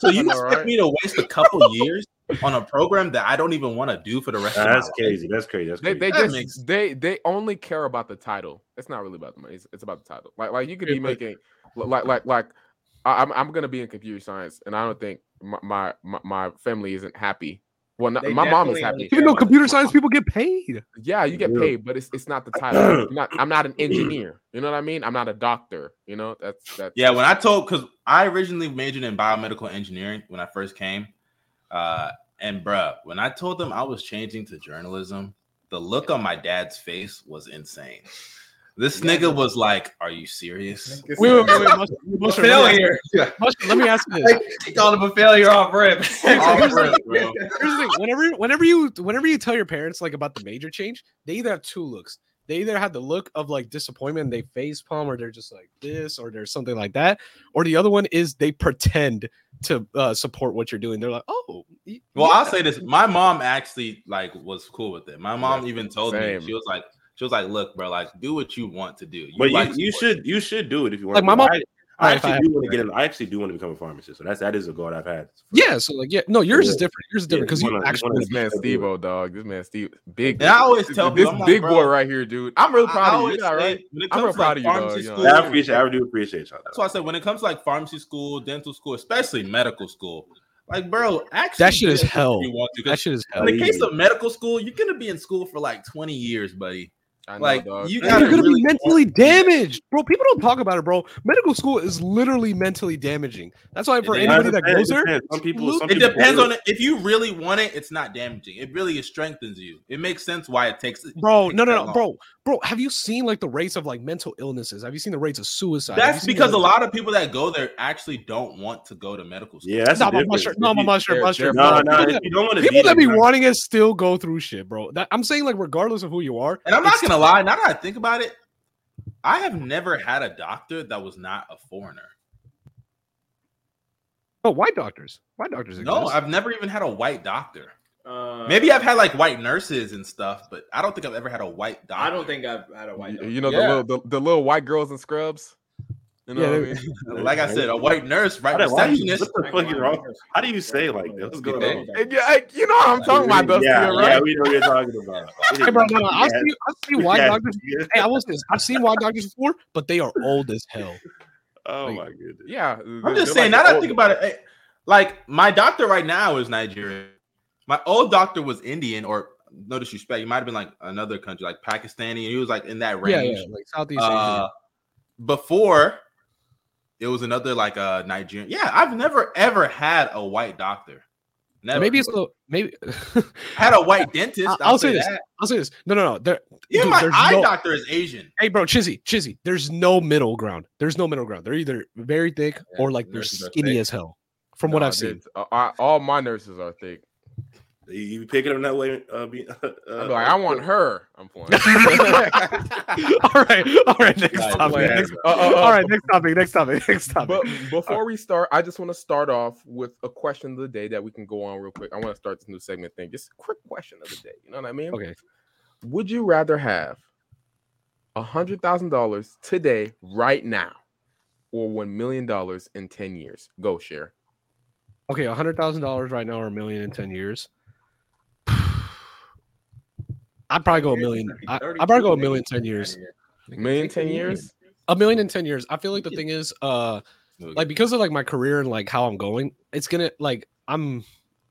So you
I know,
expect
right?
me to waste a couple years on a program that I don't even want to do for the rest of my
That's
life?
crazy. That's crazy. That's
They
crazy.
they
That
just
makes-
they they only care about the title. It's not really about the money. It's, it's about the title. Like like you could
Yeah,
be
but-
making like like like I- I'm I'm gonna be in computer science, and I don't think my my my, my family isn't happy. Well, not,
They
my mom is
definitely only
happy.
care
Even though
about the
computer science people get paid.
Yeah, you get
Yeah.
paid, but it's it's not the title. I'm not I'm not an engineer. You know what I mean? I'm not a doctor. You know that's that's
Yeah, when I told because I originally majored in biomedical engineering when I first came, uh, and bruh, when I told them I was changing to journalism, the look on my dad's face was insane. This nigga was like, "Are you serious?"
Wait, wait, wait, wait. Mush- Mush, let, me ask,
failure.
Mush, let me ask you this.
He called him a failure off rip.
Off rip, bro.
Here's the thing. Whenever, whenever you, whenever you tell your parents like about the major change, they either have two looks. They either have the look of like disappointment, they face palm, or they're just like this, or there's something like that. Or the other one is they pretend to uh, support what you're doing. They're like, oh, y-
Well,
yeah.
I'll say this: my mom actually like was cool with it. My mom even told
Same.
me she was like, she was like, "Look, bro, like do what you want to do. You
But
like
you, you
sports."
should you should do it if you want.
Like,
to
my
do it.
mom-
I, I
Alright,
actually
fine.
do want to get in. I actually do want to become a pharmacist. So that's that is a goal I've had.
yeah. So like, yeah, no, yours is
Yeah.
different. Yours is different
Yeah,
because
you
you
wanna- you
actually
wanna
this man Steve O dog. This man Steve big.
And I always tell
this
people, I'm like,
big boy
bro,
right here, dude. I'm really
I- I
proud of you.
always
you know,
say,
right?
when it
I'm
comes
real
to,
proud
like,
of you, dog,
pharmacy
you know.
school-
I appreciate. I do appreciate y'all.
That's why I said when it comes to like pharmacy school, dental school, especially medical school, like bro, actually
That shit is
do what
hell.
You want to, 'cause
that shit is hell.
in the case of medical school, you're gonna be in school for like 20 years, buddy.
I know,
Like
dog.
you
And
gotta
you're gonna
really
be mentally damaged, bro. People don't talk about it, bro. Medical school is literally mentally damaging. That's why for
It is.
anybody that goes there,
depends. Some people. Some
It
people
depends
do.
on it. If you really want it, it's not damaging. It really strengthens you. It makes sense why it takes.
bro. No,
that
no, no,
long.
bro, bro. Have you seen like the rates of like mental illnesses? Have you seen the rates of suicide? Have you
That's
seen the
because a
rates-
lot of people that go there actually don't want to go to medical school.
Yeah, that's
No,
no,
but mushroom. No, but mushroom.
they're-
mushroom.
no,
bro.
no.
People
If you don't want to
that- people that be
be
wanting it still go through shit, bro. That, I'm saying like regardless of who you are,
And I'm not
it's-
gonna lie, now that I think about it, I have never had a doctor that was not a foreigner.
Oh, white doctors, white doctors. Exist.
No, I've never even had a white doctor.
Uh,
Maybe I've had like white nurses and stuff, but I don't think I've ever had a white doctor.
I don't think I've had a white.
You- you know
Yeah.
the little the, the little white girls in scrubs. You know
Yeah,
what I
they-
mean?
like I said, a white nurse, right?
Why- why do you-
Receptionist.
what the fuck is wrong? How do you say it like that? What's going
Hey,
on?
hey, yeah, hey, you know what I'm talking about, Dusty,
yeah,
right?
yeah, we know what you're talking about.
Hey, bro, no, no, I've
Yeah,
seen, I've seen white
yeah,
doctors.
yeah.
Hey, I will say this. I've seen white doctors before, but they are old as hell.
Oh my goodness.
Yeah,
I'm just saying, now that I think about it, eh, like my doctor right now is Nigerian. My old doctor was Indian, or no disrespect, he might have been like another country, like Pakistani, and he was like in that
Yeah,
range.
yeah, like Southeast Asia.
Uh, before it was another like a uh, Nigerian. Yeah, I've never ever had a white doctor. Never.
Maybe it's a little. Maybe
had a white dentist.
I-
I'll,
I'll
say,
say this.
that.
I'll say this. No, no, no. There,
Yeah,
dude,
my
there's
eye
no-
doctor is Asian.
Hey, bro, Chizzy, Chizzy. There's no middle ground. There's no middle ground. They're either very thick
Yeah,
or like they're
nurses are
skinny
thick.
as hell. From what I've seen,
Uh, all my nurses are thick.
You, you pick it up that way. Uh, be, uh,
I'm like, I want her. I'm playing. Uh,
all right, all right. Next
Right,
topic.
plan.
Next,
Uh, uh, uh,
all right, next topic. Next topic. Next topic.
but before we start, I just want to start off with a question of the day that we can go on real quick. I want to start this new segment thing. Just a quick question of the day. You know what I mean?
okay,
Would you rather have a hundred thousand dollars today, right now, or one million dollars in ten years? Go share.
okay. A hundred thousand dollars right now, or a million in ten years. I'd probably go a million. I, I'd probably go a million in ten years.
Million ten years?
A million in ten years. I feel like the thing is, uh, like because of like my career and like how I'm going, it's gonna like I'm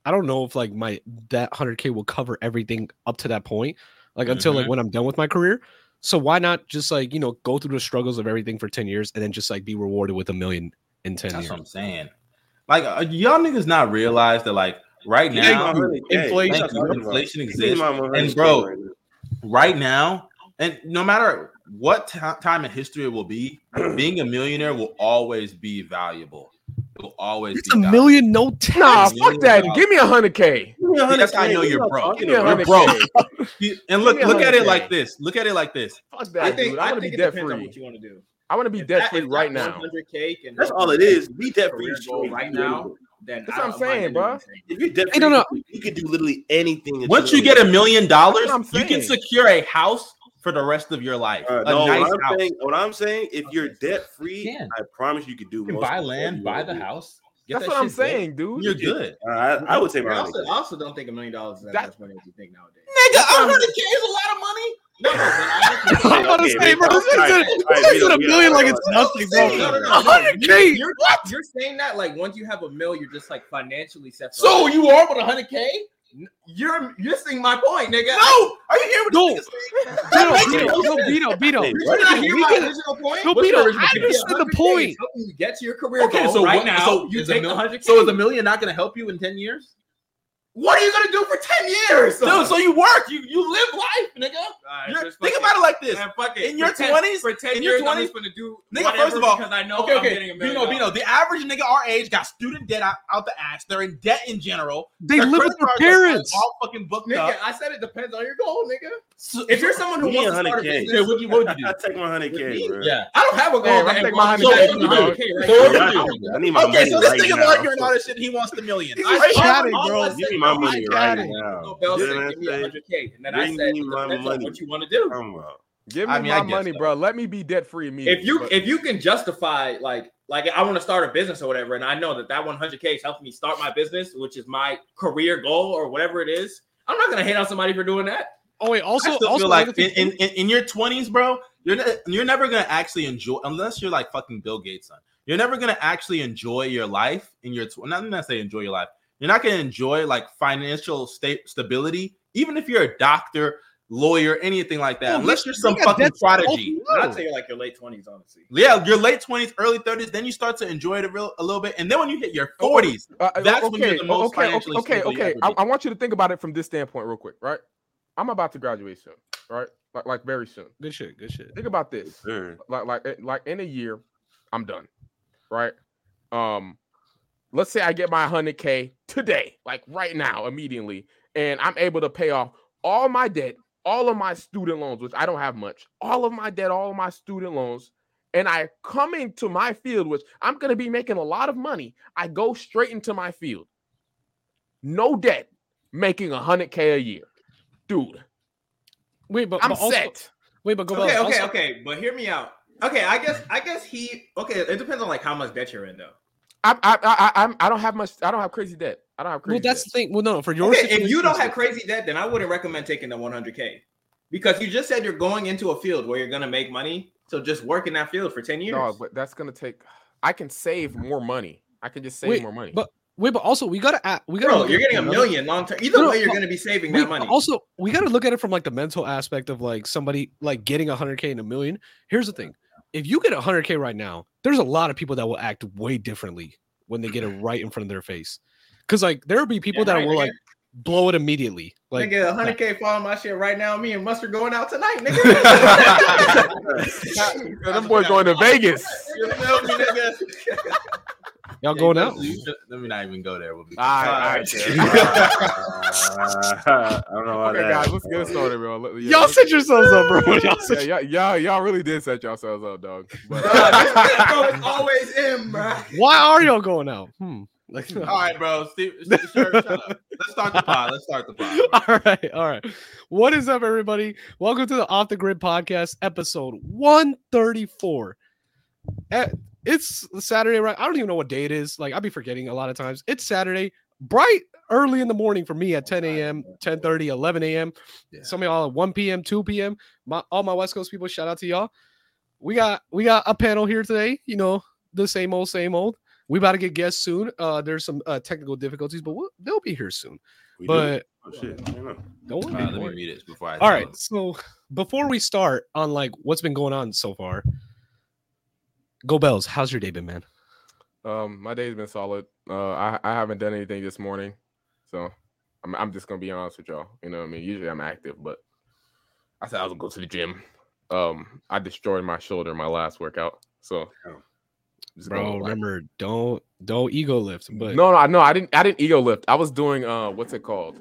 I don't know if like my that 100k will cover everything up to that point, like until like when I'm done with my career. So why not just like you know go through the struggles of everything for 10 years and then just like be rewarded with a million in 10
That's
years?
what I'm saying. Like uh, y'all niggas not realize that like right
Yeah,
now
inflation-
thank you, inflation exists.
And
bro, right now, and no matter what ti- time in history it will be, being a millionaire will always be valuable. It will always
It's a
be valuable.
million, no tax.
Nah,
million
fuck that.
dollars.
Give me a hundred K.
Yes, I know you're broke.
Give me a
You're
hundred
broke.
K.
You- And look,
Give me
look at it
100K.
like this. Look at it like this.
Fuck
I
that,
think
dude. I
I
want to
think
be
it
debt
depends on what
free.
you want to do.
I want to be
If
debt
that-
free
if
right
that
now.
100K can
That's
help
all
you
it is. Be debt
career
free
goal right now, then
That's
I-
what I'm saying,
might
bruh.
do it.
If you're debt
Hey,
free,
no, no.
you could do literally anything. that
Once you
want.
get a million dollars,
That's what I'm
you can
saying.
secure a house for the rest of your life.
All right,
a
no,
nice
what,
house.
I'm saying, what I'm saying, if you're debt free,
You can.
I promise you could do
You can
most
buy
of what
land,
you
buy
wanna
the
do.
house.
Get
That's
that
what I'm
shit, bro.
saying, dude.
You're good.
I, I would take
I
Ronnie.
also, I also don't think a million dollars is that,
That-
much money as you think nowadays.
Nigga, a hundred K is a lot of money.
No, no,
I'm
but I-
about to
okay,
say, bro,
all
this nigga
right,
said- this
all right,
nigga
we
said a
don't- we
million
don't-
like it's nothing,
No,
bro.
no, no, no, no.
100K?
You're,
What?
You're saying that like once you have a mill, you're just like financially separate.
So you are with a hundred K?
you're missing my point, nigga.
No, are you hearing what
No.
this nigga saying?
No,
That makes
Beto,
no
no,
sense.
Beto, Beto.
Hey,
Did you not hear
We
my
can-
original point?
No,
What's
Beto,
your original
I
point?
understood the
100K
point.
is helping you get to your career
Okay,
goal
so
right
what-
now.
so
you
is a
take
mil-
the 100K.
So is a million not gonna help you in ten years?
what are you gonna do for ten years?
No, so you work, you you live life, nigga. You're- think about it like this.
Man, fuck it.
In your
For 10
20s?
for ten
In your
years, I'm
20s?
just gonna do
Nigga,
whatever
first of all-
because I know
Okay,
I'm
okay.
getting a million
Bino, Bino,
dollars.
the average nigga our age got student debt out, out the ass. They're in debt in general.
They
Their
live with
credit
their
cards are
parents.
All fucking booked
Nigga,
up.
I said it depends on your goal, nigga.
So
If you're someone who
Give me
wants to start a
100K.
business,
yeah, what you what would you
I take my hundred k, bro.
Yeah.
I don't have a goal.
Hey,
that
I'm taking
involves-
my
So
100K,
what you
bro.
do, okay, right?
So what
Yeah, I,
you do?
I need my
Okay,
money
so this
right
nigga
now.
arguing all this shit. He wants the million.
He's
I-
just
all-
chatting,
all
bro.
I
He's
Give
said
me my
was, I
money
got
right
it.
now. You
Bell
know
said,
what
give me
I'm saying?
100K. And then
Bring
I said,
me
it
my
depends on
money.
what you want to do.
Come on.
Give me
I mean, I
my
guess
money,
so.
bro. Let me be debt free immediately.
If you
but-
if you can justify like like I want to start a business or whatever, and I know that that 100K is helping me start my business, which is my career goal or whatever it is. I'm not gonna hate on somebody for doing that.
Oh wait,
I
also,
still
also
feel like
another
in,
thing-
in, in, in your 20s, bro, you're ne- you're never gonna actually enjoy unless you're like fucking Bill Gates, son. You're never gonna actually enjoy your life in your. Tw- not I'm not say enjoy your life. You're not gonna enjoy like financial state stability, even if you're a doctor, lawyer, anything like that.
Oh,
unless
he-
you're some
he got
fucking
debts all
prodigy.
through.
I'd say like your late 20s, honestly.
Yeah, your late 20s, early 30s, then you start to enjoy it a real a little bit, and then when you hit your 40s,
Uh,
That's
okay,
when you're the most
okay,
financially
okay,
stable you
okay.
ever
I,
be.
I want you to think about it from this standpoint, real quick, right? I'm about to graduate soon, right? Like, like very soon.
good shit, good shit.
Think about this.
Sure.
Like, like, eh, like in a year, I'm done, right? Um, let's say I get my 100k today, like right now, immediately, and I'm able to pay off all my debt, all of my student loans, which I don't have much, all of my debt, all of my student loans, and I come into my field, which I'm going to be making a lot of money. I go straight into my field, no debt, making 100k a year, dude.
Wait, but,
I'm
but also,
set.
wait, but go
okay,
back.
okay,
also,
okay. But hear me out. Okay, I guess I guess he okay, it depends on like how much debt you're in though.
I, I, I, I, I'm- I don't have much. I don't have crazy debt. I don't have crazy.
Well, that's the
debt.
thing. Well, no, for your
Okay, if you
situation,
don't have crazy debt, then I wouldn't recommend taking the 100K because you just said you're going into a field where you're going to make money. So just work in that field for 10 years.
dog, but that's gonna take. I can save more money. I can just save
Wait,
more money.
but wait, but also we gotta a- we gotta.
Bro,
look
you're
at
getting a
another-
million long term. Either
No,
way, you're
no.
going to be saving
Wait,
that money.
Also, we gotta look at it from like the mental aspect of like somebody like getting 100k and a million. Here's the thing: if you get 100k right now, there's a lot of people that will act way differently when they get it right in front of their face, because like there will be people that
Yeah, right,
will
nigga.
like blow it immediately. Like
nigga, 100K falling my shit right now. Me and Mustard going out tonight, nigga.
Yeah, them boys going to Vegas.
you feel me, nigga?
y'all going
Yeah,
out.
you should- Let me not even go there. We'll be-
All right, all
Alright,
right.
Uh, I don't know about
Okay,
that.
guys, let's get it started, bro. Let- yeah,
Y'all
let's-
set yourselves up, bro. Y'all
yeah,
set
y'all, y'all, y'all really did set yourselves up, dog. But,
Bro, it's always him, bro.
Why are y'all going out? Hmm. Like,
All right, bro. Steve, Steve, sure, shut up. Let's start the pod. Let's start the pod. bro.
all right, all right. What is up, everybody? Welcome to the Off the Grid Podcast, episode 134. Eh, It's Saturday, right? I don't even know what day it is. Like, I'll be forgetting a lot of times. It's Saturday, bright early in the morning for me at 10 a.m., 10 30, 11 a.m.
Yeah.
Some of y'all at 1 p.m., 2 p.m. My all my West Coast people, shout out to y'all. We got we got a panel here today, you know, the same old, same old. We about to get guests soon. Uh, there's some uh, technical difficulties, but we'll, they'll be here soon.
We do.
But
Oh, shit. I don't know.
don't worry.
Uh,
don't
let me
worry.
read it before I.
All right. So before we start on like what's been going on so far, Go Bells, how's your day been, man?
um, my day's been solid. Uh, I, I haven't done anything this morning, so I'm, I'm just gonna be honest with y'all. You know what I mean? Usually I'm active, but I said I was gonna go to the gym. Um, I destroyed my shoulder in my last workout, so just gonna
Bro,
relax.
remember, don't don't ego lift, but
no, no, I- no, I didn't. I didn't ego lift. I was doing uh, what's it called?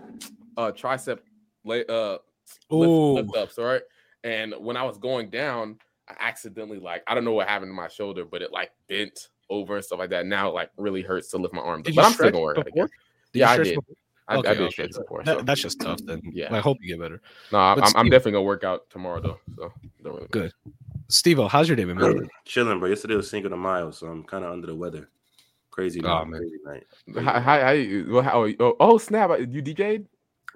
Uh, tricep, la- uh,
Ooh.
lift, lift ups, all right. And when I was going down, I accidentally like I don't know what happened to my shoulder, but it like bent over and stuff like that. Now it like really hurts to lift my arms.
Did
But
you
I'm still
stretch
gonna work.
before? Did you
Yeah, I
stretch
did.
before?
I,
Okay,
I did
okay,
stretch before.
That-
so.
that's just tough then.
Yeah.
I hope you get better.
no, I, I'm,
but
I'm
Steve-
definitely gonna work out tomorrow though. So don't really.
Good. Steve how's your day been, man?
Chilling, bro. Yesterday was Cinco de Mayo, so I'm kind of under the weather.
Crazy
Oh,
night.
man.
Crazy night.
How, how, how, you- well, how you- oh, oh, snap! You DJ'd?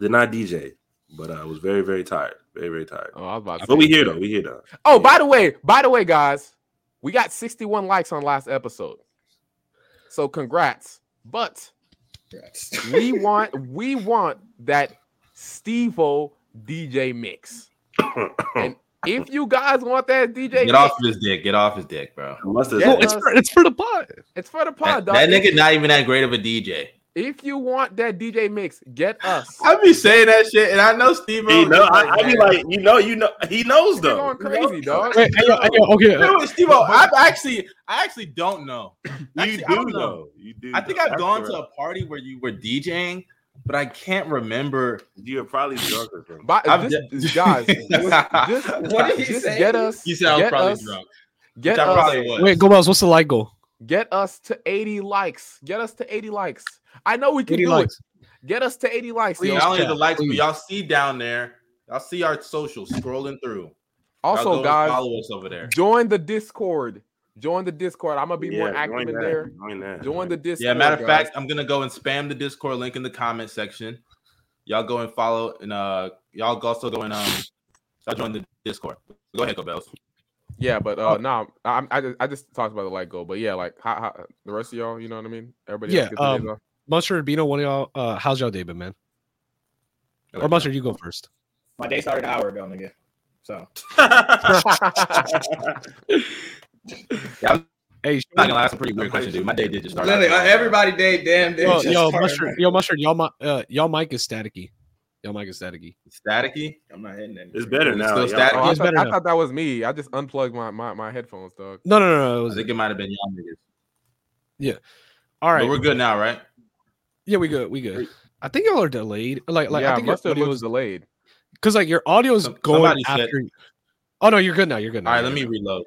Did not DJ, but
uh,
I was very, very tired. Very, very tired.
Oh, I was about to.
But we
say.
here though. We here though.
Oh, by the way, by the way, guys, we got 61 likes on last episode. So congrats. But we want we want that Stevo DJ mix. and if you guys want that DJ
Get
mix,
off his dick. Get off his dick, bro.
Must have
Yeah.
Well, it's for, it's for the pod.
it's for the
That,
pod, dog.
that nigga not even that great of a DJ.
If you want that DJ mix, get us.
I be saying that shit, and I know Steve.
He know, I, I be like, you know, you know, he knows
You're
though.
going crazy, dog.
Wait, hey, yo, hey, yo, okay, uh,
Steve, I
actually, I actually don't know.
You
Actually, I
do
don't know.
know. You do.
I think
know.
I've gone
That's
to a party where you were DJing, but I can't remember.
correct. You're probably drunker. Bro.
By,
I've
just,
de-
guys, just,
What did he
just
say?
get us.
You said I was
get
probably
us-
drunk.
Get
which I
us,
probably was.
uh, wait, go Miles, What's the light goal?
Get us to 80 likes. Get us to 80 likes. I know we can
80
do
likes.
it. Get us to 80 likes. yo.
Not only
chat,
the likes, but
please.
y'all see down there. Y'all see our socials scrolling through. Y'all go
Also,
and
guys,
follow us over there.
join the Discord. Join the Discord. I'm gonna be more
Yeah,
active
join
in
that,
there.
Join that.
Join the Discord.
Yeah, matter of
guys.
fact, I'm gonna go and spam the Discord link in the comment section. Y'all go and follow, and uh, y'all go- also go and um, y'all join the Discord. Go ahead, go bells.
yeah, but
oh.
uh, no, I'm, I just I just talked about the light goal, but yeah, like how, how, the rest of y'all, you know what I mean? Everybody,
Yeah,
else gets their
um,
days off.
Mustard, Bino, one of y'all. Uh, how's y'all day been, man? Or Mustard, you go first.
My day started an hour ago, nigga. So
Hey,
I'm not gonna lie, that's a pretty weird question, dude. My day did just start. out
Literally, uh,
today.
everybody day, damn day.
yo,
just
yo
started.
Mustard, yo, Mustard, y'all, mi- uh, y'all mic is staticky. Y'all mic is staticky.
staticky.
I'm not hitting it.
It's better
It's
now. y'all.
still
Oh,
static.
I,
He's
thought,
better
I
now.
thought that was me. I just unplugged my my, my headphones, dog.
No, no, no, no. It
I
was,
think it might have been y'all niggas.
all
But
right.
we're good now, right?
Yeah, we good. We good. I think y'all are delayed. Like, like
yeah,
I think your
mustard
audio
looks
was
delayed.
because like your audio is
Some-
going
somebody said-
after. Oh no, you're good now. You're good now.
All right,
you're
let
good.
me reload.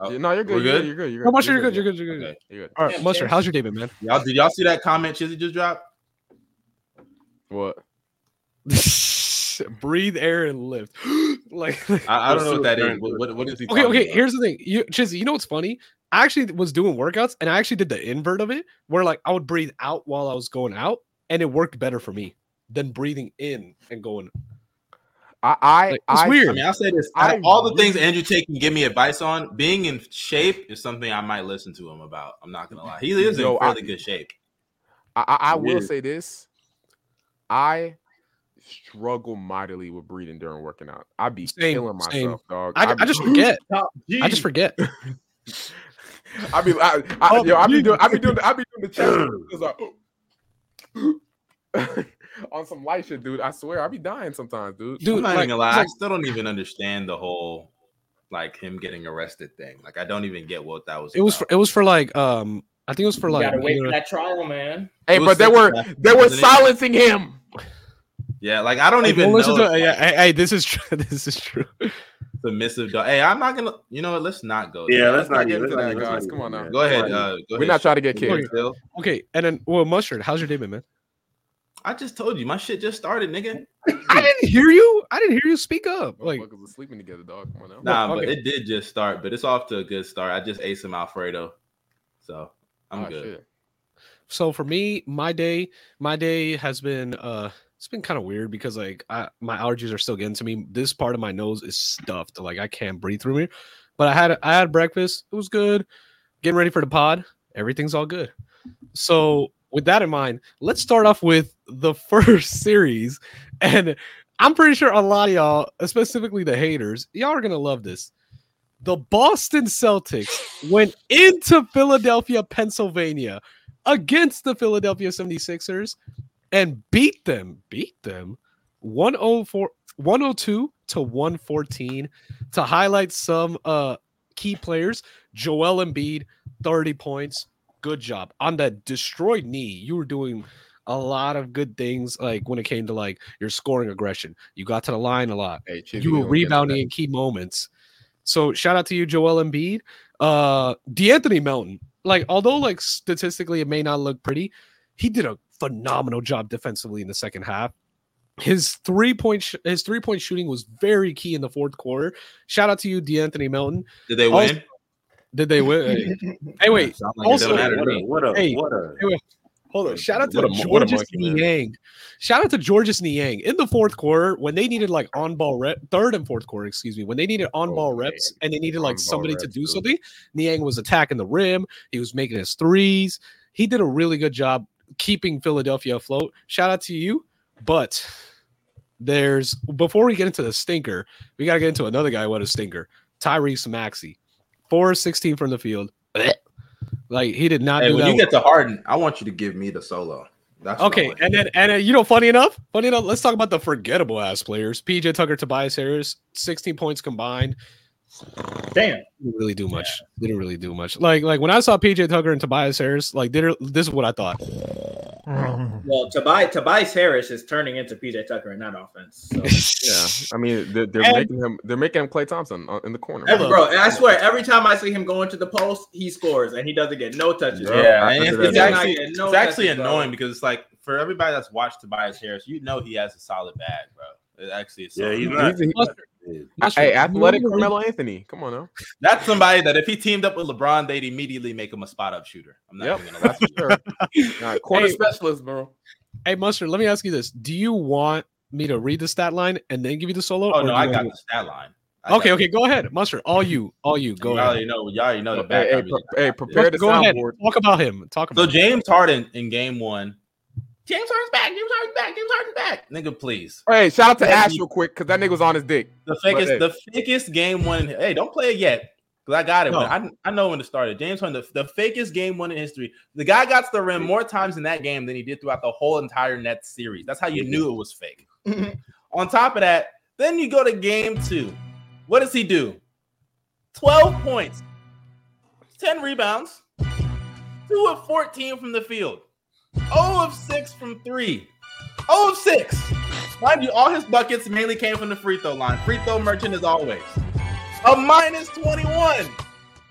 Oh,
Yeah, no, you're good.
we're
You're good.
good?
You're good. You're good.
No, Mustard, you're good. You're good. You're good.
Okay.
You're good.
All right, Mustard, how's your day been, man?
Y'all did y'all see that comment Chizzy just dropped?
What?
Breathe air and lift. like,
I, I don't know what that
Let's
is.
see
What, what, what is he?
okay,
talking
okay.
about?
Here's the thing, you Chizzy. You know what's funny? I actually was doing workouts, and I actually did the invert of it, where like I would breathe out while I was going out, and it worked better for me than breathing in and going.
I I
Like, it's
I,
weird.
I mean, I'll say this:
I
out of all the
really-
things Andrew Tate can give me advice on, being in shape is something I might listen to him about. I'm not gonna lie; he is
Yo,
in
I-
fairly good shape.
I, I, I will
Yeah.
say this. I struggle mightily with breathing during working out. I be
Same,
killing myself,
same.
dog.
I,
be,
I just forget.
Top
I just
G.
forget.
I be, I, I,
Oh,
yo, I be
Jesus.
doing, I be doing, I be doing the chest it's like, uh, on some light shit, dude. I swear, I be dying sometimes, dude.
Dude,
I'm not
like-
even gonna lie; I
like-
still don't even understand the whole like him getting arrested thing. Like, I don't even get what that was.
It was for,
about.
it was for like um I think it was for
You
like
gotta wait
you
for
know-
that trial, man.
Hey,
It
but
was
they
such a
were,
fact,
they were
wasn't it?
silencing him.
Yeah, like I don't
Like,
even
don't
know.
listen to
if,
yeah,
like,
hey, hey, this is true. This is true.
submissive. Dog. Hey, I'm not gonna. You know what? Let's not go.
Yeah,
there.
let's not
get
get
into
let's not
that,
get
guys.
into
Come on
that.
now.
Go ahead.
Come on.
Uh, go
We're
ahead,
not trying to get
Shaq.
kicked.
Phil.
Okay, and then well, mustard. How's your day been, man?
I just told you my shit just started, nigga.
I didn't hear you. I didn't hear you speak up. Like
Motherfuckers are sleeping together, dog. Come on now.
Nah,
okay.
but it did just start, but it's off to a good start. I just ate some Alfredo, so I'm
Oh,
Ah,
good.
shit.
so for me, my day, my day has been uh it's been kind of weird because like I, my allergies are still getting to me. This part of my nose is stuffed. Like I can't breathe through here. But I had I had breakfast. It was good. Getting ready for the pod. Everything's all good. So with that in mind, let's start off with the first series. And I'm pretty sure a lot of y'all, specifically the haters, y'all are gonna love this. The Boston Celtics went into Philadelphia, Pennsylvania against the Philadelphia 76ers and beat them, beat them 104 102 to 114 to highlight some uh key players. Joel Embiid 30 points. Good job. On that destroyed knee, you were doing a lot of good things like when it came to like your scoring aggression. You got to the line a lot
Hey, Chizzy,
you
we gonna get
were
into that.
rebounding in key moments. So shout out to you, Joel Embiid. Uh DeAnthony Melton. Like, although like statistically it may not look pretty, he did a phenomenal job defensively in the second half. His three point sh- his three point shooting was very key in the fourth quarter. Shout out to you, DeAnthony Melton.
Did they
Also-
win?
Did they win? anyway,
Sound like it
Also-
doesn't matter to
what a
me.
what a,
Hey.
what a
Hold on. Shout out to
What a mo- what a
Georges
monkey, man.
Niang. Shout out to Georges Niang. In the fourth quarter, when they needed like on ball rep, third and fourth quarter, excuse me, when they needed on ball
Oh,
reps and they needed
On-ball
like somebody to
reps,
do
dude.
something, Niang was attacking the rim. He was making his threes. He did a really good job keeping Philadelphia afloat. Shout out to you. But there's before we get into the stinker, we got to get into another guy with a stinker Tyrese Maxey. 4 of 16 from the field. Blech. Like he did not
Hey,
do
when
that.
you get to Harden, I want you to give me the solo. That's what I
Okay,
want.
and then and uh, you know, funny enough, funny enough, let's talk about the forgettable ass players. PJ Tucker, Tobias Harris, sixteen points combined.
Damn.
Didn't really do much. Didn't really do much. Like like when I saw PJ Tucker and Tobias Harris, like did this is what I thought.
Well, Tobias, Tobias Harris is turning into PJ Tucker in that offense. So.
Yeah, I mean they're, they're
And-
making him they're making him Clay Thompson on- in the corner.
Every- bro, I swear, every time I see him going to the post, he scores and he doesn't get no touches.
Yeah,
bro.
and
I
it's,
said
it's
that.
actually,
Yeah,
it's
no
actually
touches, bro.
annoying because it's like for everybody that's watched Tobias Harris, you know he has a solid bag, bro. It actually is.
Yeah,
solid.
he's
He's-
not.
he- hey, athletic Carmelo Anthony. Come on now.
That's somebody that if he teamed up with LeBron, they'd immediately make him a spot up shooter. I'm not
Yep,
even gonna lie.
that's for sure. Nah, corner
Hey.
specialist, bro.
Hey Mustard, let me ask you this: Do you want me to read the stat line and then give you the solo?
Oh
or do
no,
you
I
want
got
me-
the stat line. I got
Okay,
it.
okay, go ahead, Mustard. All you, all you, go
y'all
ahead.
already know. Y'all already know the
hey, hey,
background.
pre-
music.
hey, prepare the
Go ahead.
soundboard.
Talk about him. Talk
So
about. him.
James Harden in game one. James Harden's back. James Harden's back. James Harden's back. Nigga, please.
Hey, shout out to
Yeah,
Ash
he-
real quick because that nigga was on his dick.
The fakest,
hey.
the fakest game one. In, hey, don't play it yet because I got it.
No.
I, I know when it started. James Harden, the, the fakest game one in history. The guy got to the rim more times in that game than he did throughout the whole entire net series. That's how you knew it was fake. On top of that, then you go to game two. What does he do? Twelve points, ten rebounds, two of fourteen from the field, zero of six from three, zero of six. Mind you, all his buckets mainly came from the free throw line. Free throw merchant as always. A minus 21.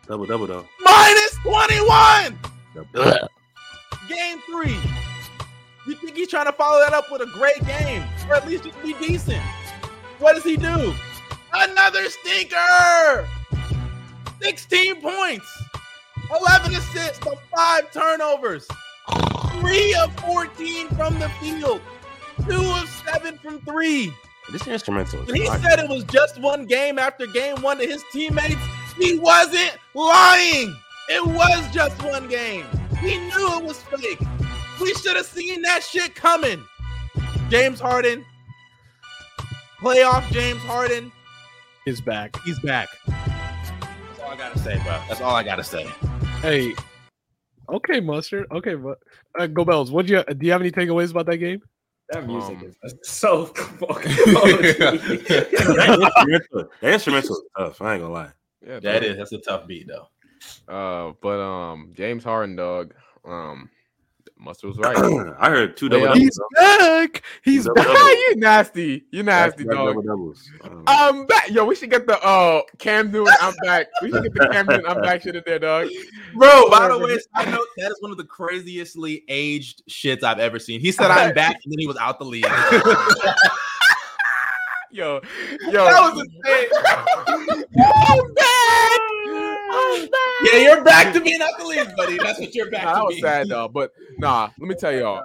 Double double though.
Minus 21!
Double.
Game three. You think he's trying to follow that up with a great game, or at least just be decent? What does he do? Another stinker! 16 points, 11 assists, but five turnovers, three of 14 from the field, two of seven from three.
This instrumental.
When he said it was just one game after game one to his teammates, he wasn't lying. It was just one game. He knew it was fake. We should have seen that shit coming. James Harden, playoff James Harden,
He's back.
he's back. That's all I gotta say, bro. That's all I gotta say.
Hey. Okay, mustard. Okay, but uh, Go Bells. What do you do? You have any takeaways about that game?
That music
Um,
is so fucking OG.
that instrumental, that instrumental is tough. I ain't gonna lie.
Yeah,
That
bro.
is that's a tough beat though.
Uh, but um, James Harden, dog. Um, Mustard was right.
I heard two double
Yeah.
doubles.
He's back. He's
Double,
back.
double.
you nasty. You nasty
Back-to-back
dog. Ah,
Double doubles. Um,
I'm back. Yo, we should get the uh Cam Newton. I'm back. We should get the Cam Newton. I'm back shit in there, dog.
Bro, by the way, I know that is one of the craziestly aged shits I've ever seen. He said I'm back, and then he was out the league.
Yo, yo.
That was insane. I'm back. Yeah, you're back to being out the league, buddy. That's what you're back
Nah, that
to
was
being.
sad though, but nah. Let me tell y'all,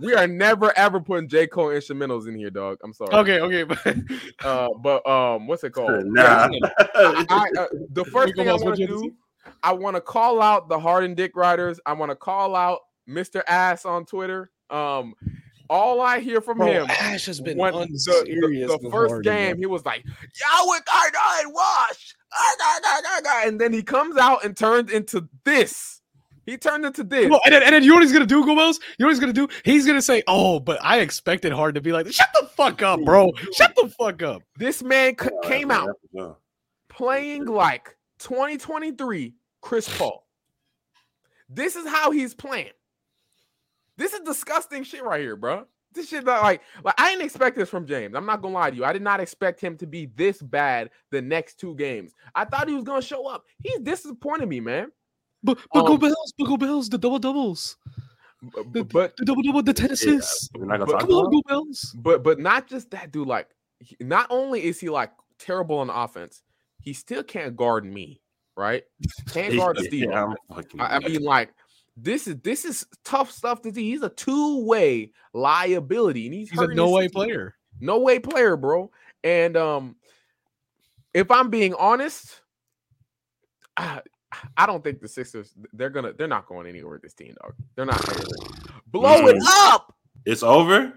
we are never ever putting J Cole instrumentals in here, dog. I'm sorry.
Okay, okay, but
Uh, but um, what's it called?
nah.
I, uh, the first
Rico
thing I
Wells,
want
what'd
to
you have to
do, I want to call out the Harden Dick Riders. I want to call out Mr. Ass on Twitter. Um, all I hear from him
Ash has
when the, the, the first game, he was like, "Y'all with Harden wash," Ah, da, da, da, da," and then he comes out and turns into this. He turned into this.
and, then, and then you know what he's gonna do, Gomez? You know what he's gonna do? He's gonna say, "Oh, but I expected Harden to be like, shut the fuck up, bro. Shut the fuck up."
This man c- came out
Yeah.
playing like 2023 Chris Paul. This is how he's playing. This is disgusting shit right here, bro. This shit not like like I didn't expect this from James. I'm not gonna lie to you. I did not expect him to be this bad the next two games. I thought he was gonna show up. He's disappointed me, man.
But but
Um,
Go Bells, but Go Bells, the double doubles,
B- Uh, b-
The-
But
the double double, the ten
Yeah,
assists.
We're not
But-
gonna talk
Come on,
about it.
Go Bells.
but but not just that, dude. Like he- not only is he like terrible on offense, he still can't guard me. right? Can't guard Steve.
Yeah, I'm fucking.
I, I mean, like this is this is tough stuff to do. He's a two way liability, and he's,
He's a
hurting
no
his
way
team.
player.
no way player, bro. And um, if I'm being honest, I, I don't think the Sixers they're gonna they're not going anywhere with this team, dog. They're not. gonna do it. Blow it
Mm.
up.
it's over.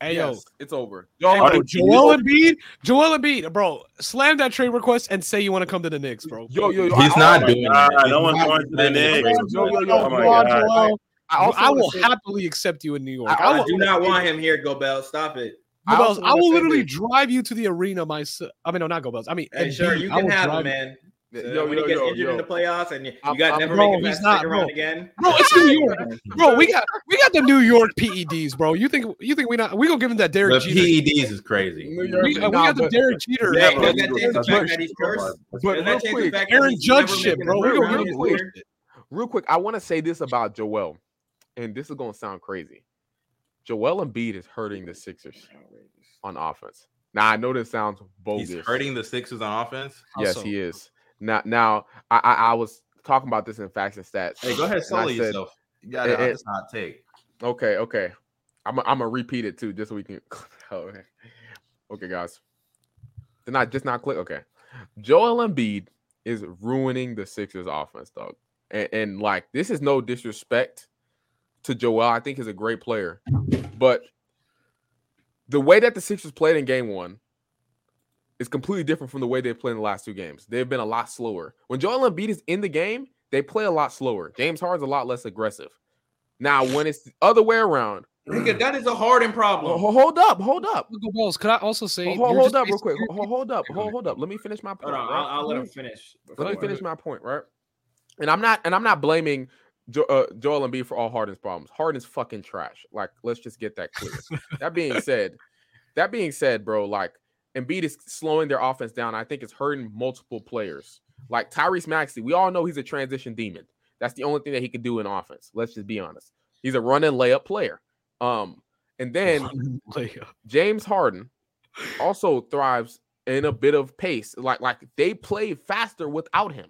Hey
yes,
yo,
it's over.
Hey,
Y'all
Are
are,
bro,
they-
Joel Embiid, Joel Embiid, bro, slam that trade request and say you want to come to the Knicks, bro.
yo, yo, yo,
He's
I-
not
I-
doing
God,
that.
no one's
not
going to the
doing that.
Knicks.
Yo, yo, yo,
Oh my
Joel,
God.
Joel,
I,
I,
also wanna
will
say-
happily accept you in New York.
I-
I,
I
will,
do not want him here, Gobel. Stop it.
I
Gobels,
also
I
wanna
will
say
literally
this.
drive you to the arena myself. I mean, no, not Gobels. I mean,
Hey, sure,
Embiid,
you
I
can
will
have him,
drive-
man.
Yo,
So
yo,
when he gets
yo,
injured
yo.
in the playoffs, and you,
I'm-
you guys
I'm-
never
bro,
make it
he's
back
not-
second
bro.
round again.
Bro, it's New York, bro. We got we got the New York PEDs, bro. You think you think we not? We gonna give him that
The
Derek Jeter?
E
PEDs is crazy.
New York-
we, uh, we
Nah,
got the
but-
Derek Jeter.
Hey,
bro.
does that change the
Derek
fact
Jeter.
that he's cursed?
But
Does
real
that change the
quick,
fact that
Aaron
he's never
Judge shit,
making
bro.
the
We
first
gonna
round
give
this
him
year?
real quick, I want to say this about Joel, and this is gonna sound crazy. Joel Embiid is hurting the Sixers on offense. Now I know this sounds bogus.
He's hurting the Sixers on offense.
How
Yes,
so?
he is. Now, now I, I, I was talking about this in facts and stats.
Hey, go
and I
ahead, solo
said-
yourself. You got it.
Eh, eh.
It's not take.
Okay, okay. I'm, gonna- I'm gonna repeat it too, just so we can. okay, okay, guys. Did not just not click. Okay, Joel Embiid is ruining the Sixers offense, dog. And, and like, this is no disrespect to Joel. I think he's a great player, but the way that the Sixers played in Game One is completely different from the way they played in the last two games. They've been a lot slower. When Joel Embiid is in the game, they play a lot slower. James Harden's a lot less aggressive. Now, when it's the other way around,
Nigga, that is a Harden
Ho-
problem.
ho- Hold up, hold up.
Go Bulls. Could I also say?
Ho- ho-
you're
Hold
just
up, real quick.
basically-
Ho- ho- Hold up, Ho- hold up. Let me finish my point.
Hold on,
right?
I'll, I'll let him finish.
Let me finish my point, right? And I'm not, and I'm not blaming jo- uh, Joel Embiid for all Harden's problems. Harden's fucking trash. Like, let's just get that clear. that being said, that being said, bro, like Embiid is slowing their offense down. I think it's hurting multiple players. Like Tyrese Maxey, we all know he's a transition demon. That's the only thing that he can do in offense. Let's just be honest. He's a run and layup player. Um, and then James Harden also thrives in a bit of pace. Like like they play faster without him.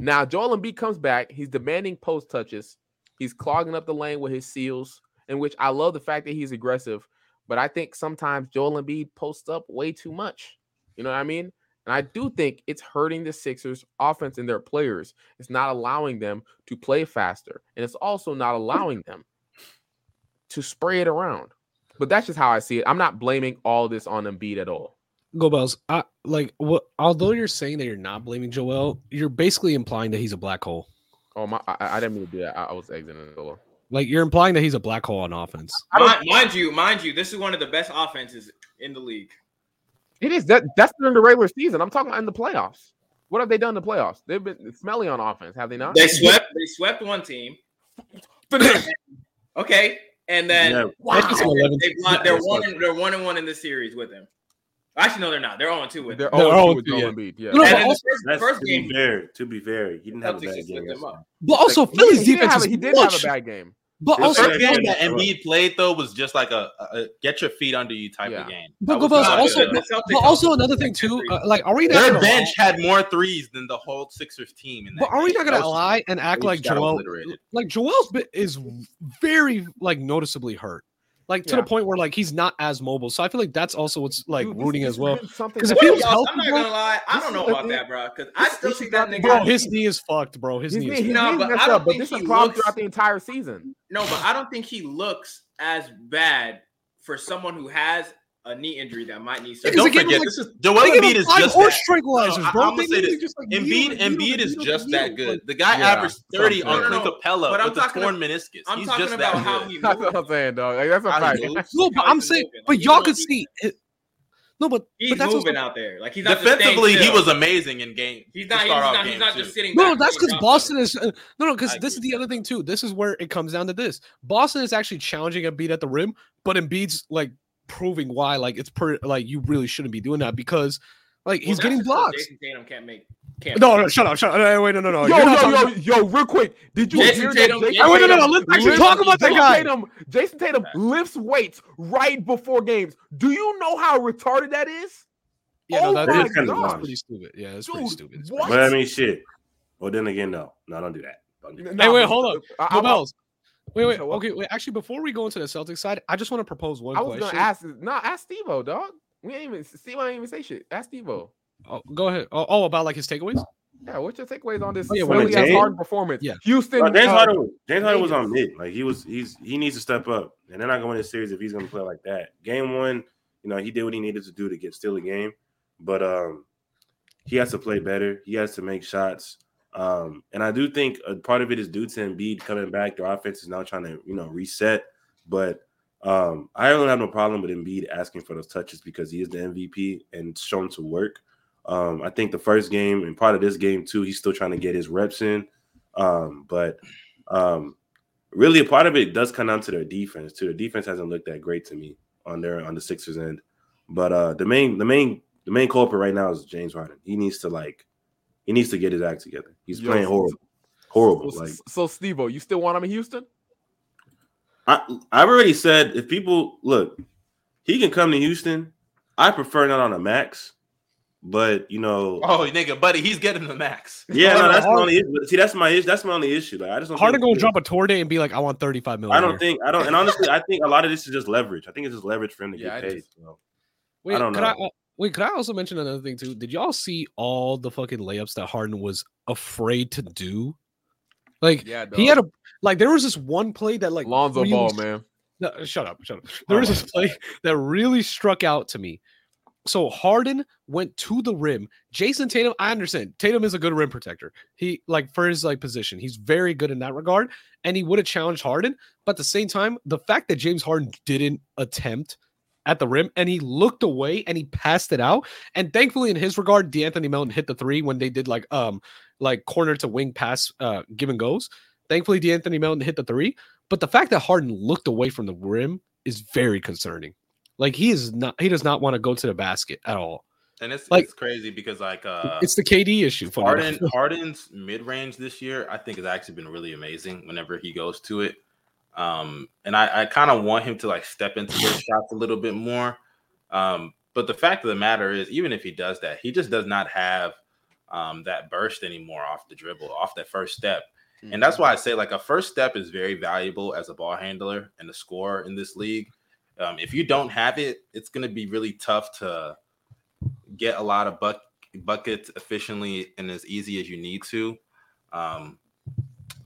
Now Joel Embiid comes back. He's demanding post touches. He's clogging up the lane with his seals, in which I love the fact that he's aggressive. But I think sometimes Joel Embiid posts up way too much. You know what I mean? And I do think it's hurting the Sixers' offense and their players. It's not allowing them to play faster, and it's also not allowing them to spray it around. But that's just how I see it. I'm not blaming all this on Embiid at all.
Go Bulls. I like what. Although you're saying that you're not blaming Joel, you're basically implying that he's a black hole.
Oh my! I, I didn't mean to do that. I, I was exiting the door.
Like you're implying that he's a black hole on offense.
Mind, mind you, mind you, this is one of the best offenses in the league.
It is that. That's during the regular season. I'm talking about in the playoffs. What have they done in the playoffs? They've been smelly on offense, have they not?
They swept. They swept one team. Okay, and then
Yeah,
That's just an 11
they blocked, they're one. and- They're one and one in the series with him. Actually, no, they're not. They're on two with him.
They're all
all
with
three,
Joel
yeah.
Embiid. Yeah.
No, but
And in the
also-
first,
That's
first
to
game,
be fair. To be fair, he didn't have a
Celtics
bad
just
game.
lit them up.
But also,
He
Philly's
did- he did
defense
have a-
is
He did have a
clutch.
bad game.
But
This
also,
Second
First game
game,
that
that's
Embiid played though was just like a, a, a get your feet under you type
Yeah.
of game.
But
That was
Gobert
not
also-
a-
the Celtics
but also
offense
another
was
thing
like
too.
three.
uh, like, are we not?
their
gonna-
bench had more threes than the whole Sixers team. In that
But are we
game.
not gonna
That was-
lie and act
they
like
just got
Joel?
obliterated.
Like Joel's bit is very like noticeably hurt, like to the
Yeah.
point where like he's not as mobile. So I feel like that's also what's like
Dude, this-
rooting
this
as
has
well.
been something
'Cause
that-
if he was
Y'all, I'm
healthy,
not
bro,
gonna lie. I don't know about that, bro. Because I
This-
still
this
see
is
that
not-
nigga.
Bro, his knee is fucked, bro. His
his knee,
knee. is
his
fucked.
No,
knee
but
messed
I don't
up, but
think
this is a
he
problem
looks-
throughout the entire season.
No, but I don't think he looks as bad for someone who has a knee injury that might need
Because
Don't
they gave
surgery.
forget,
him, like-
this is Joel
They gave
Embiid
him
is
five
just
horse
that.
tranquilizers,
No, I-
bro.
I'ma
They
say
literally
this.
just, like, needle
Embiid,
it, needle
Embiid
it,
is
needle it,
just
needle
that
it.
good.
Like,
The guy
Yeah,
averaged thirty on
sometimes.
Clint Capella
But I'm
with a
talking-
torn meniscus.
I'm
He's
talking
just
about
that
how
good.
he
That's what
moves.
I'm saying, dog. Like, that's a
How
fact.
he moves.
no, but
How
I'm
he's
saying,
moving.
but
He's
y'all
on
could
defense.
see. It. No, but
He's
but that's also,
moving out there. Like he's not just staying
Defensively, he
still.
was amazing in game.
He's
to
not. He's
start off
not, he's
game
not
two.
just sitting.
No,
back
that's
playing
because
top
Boston is uh, no, no.
I
Because
agree
this is
with
the
that.
other thing too. This is where it comes down to this. Boston is actually challenging Embiid at the rim, but Embiid's like proving why like it's per like you really shouldn't be doing that because like
Well,
he's
that's
getting
just 'cause
blocks.
Jason Tatum can't make. Can't
No, no, shut up, shut up. Hey, Wait, no, no, no.
Yo,
You're not
yo,
talking-
yo, yo, real quick. Did you
Jason
hear that
Tatum-
Jason
Hey, wait, no, no, no,
let's actually
lifts-
talk about that
Jason
guy.
Tatum, Jason Tatum lifts weights right before games. Do you know how retarded that is?
Yeah, no,
Oh
that,
my
that's,
God.
that's pretty stupid. Yeah, that's pretty
Dude,
stupid. It's
what?
pretty-
But I mean, shit. Well, then again, no, no, don't do that. Don't do that.
Hey, wait, hold on.
I, I-
What else? Wait, wait.
So what?
Okay, wait. Actually, before we go into the Celtics side, I just want to propose one
I was
question.
gonna ask. No, ask Steve-O, dog. We ain't even Steve. I ain't even say shit. Ask Steve-O.
Oh, go ahead. Oh, oh, about like his takeaways.
Yeah, what's your takeaways on this
Oh, yeah,
yeah,
what
silly
about
ass
James?
hard performance?
Yeah.
Houston.
No, James
uh,
Harden, James Harden was
Vegas.
on mid. Like he was, he's he needs to step up, and they're not going to win this series if he's going to play like that. Game one, you know, he did what he needed to do to get still a game, but um, he has to play better. He has to make shots, um, and I do think a part of it is due to Embiid coming back. Their offense is now trying to you know reset, but um, I don't have no problem with Embiid asking for those touches because he is the MVP and it's shown to work. Um, I think the first game and part of this game too, he's still trying to get his reps in. Um, but um, really, a part of it does come down to their defense too. Their defense hasn't looked that great to me on their on the Sixers end. But uh, the main the main the main culprit right now is James Harden. He needs to like he needs to get his act together. He's
Yo,
playing horrible, horrible.
So,
Like
so Steve-O, you still want him in Houston?
I, I've already said if people look, he can come to Houston. I prefer not on a max, but you know,
Oh, nigga, buddy, he's getting the max.
yeah, no, that's my
Harden-
only issue. See, that's my issue. That's my only issue. Like I just don't
Harden
think-
gonna drop a tour day and be like, "I want thirty-five million."
I don't
here."
think I don't, and honestly, I think a lot of this is just leverage. I think it's just leverage for him to
Yeah, I
get paid.
just-
so.
Wait,
don't
could
know.
I, al- wait, could I also mention another thing too? Did y'all see all the fucking layups that Harden was afraid to do? Like
Yeah,
he had a like there was this one play that like
Lonzo
really
Ball, man.
No, shut up, shut up. There was this play that really struck out to me. So Harden went to the rim. Jason Tatum, I understand. Tatum is a good rim protector. He like for his like position, he's very good in that regard. And he would have challenged Harden, but at the same time, the fact that James Harden didn't attempt at the rim and he looked away and he passed it out. And thankfully, in his regard, DeAnthony Melton hit the three when they did like um like corner to wing pass uh give and goes. Thankfully, DeAnthony Melton hit the three. But the fact that Harden looked away from the rim is very concerning. Like he is not he does not want to go to the basket at all.
And it's,
Like-
it's crazy because like uh
it's the KD issue. funny
Harden
enough.
Harden's mid range this year, I think, has actually been really amazing whenever he goes to it. Um, and I, I kind of want him to like step into those shots a little bit more. Um, but the fact of the matter is, even if he does that, he just does not have um, that burst anymore off the dribble, off that first step. And that's why I say like a first step is very valuable as a ball handler and a scorer in this league. Um, if you don't have it, it's going to be really tough to get a lot of buck- buckets efficiently and as easy as you need to. Um,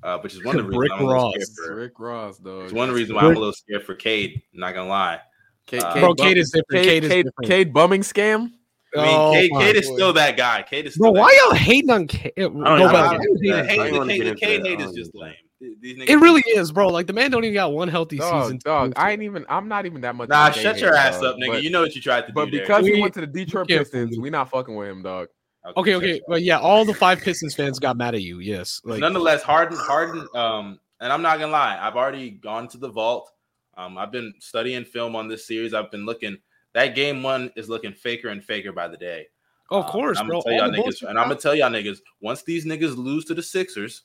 uh, which is one of the reasons
Rick
I'm a little
Ross.
scared for.
Rick Ross, dog.
It's one reason why I'm a little scared for Cade. Not gonna lie.
Cade,
Uh,
Bro,
Bum-
Kate is different. Kate,
Cade,
is
Cade,
different.
Cade bumming scam.
I mean,
Oh,
Cade,
my
Cade is
boy.
still that guy. Cade is
Bro,
still
why
that
y'all hating on uh, Kate?
I don't
guy.
y'all-
The
Yeah, I
hate-
don't
the
wanna
hate-
get
the
into
Cade
that. I
hate is
don't
just
get
lame.
into
These niggas-
It really is, bro. Like the man don't even got one healthy season.
Dog,
to
dog.
prove to
I
it.
ain't even. I'm not even that much. of a
Nah,
Cade
shut
hater,
your ass
dog,
up, nigga.
but-
you know what you tried to
But
do. there.
because
We-
he went to the Detroit
can't fool
Pistons,
me.
we not fucking with him, dog.
Okay,
shut your
okay, but yeah, all the five Pistons fans got mad at you. Yes, like
nonetheless, Harden, Harden, um, and I'm not gonna lie, I've already gone to the vault. Um, I've been studying film on this series. I've been looking. That game one is looking faker and faker by the day.
of
Um,
course,
and I'm
bro.
Gonna tell
all
y'all
the
niggas,
bullshit-
and I'm gonna tell y'all niggas, once these niggas lose to the Sixers,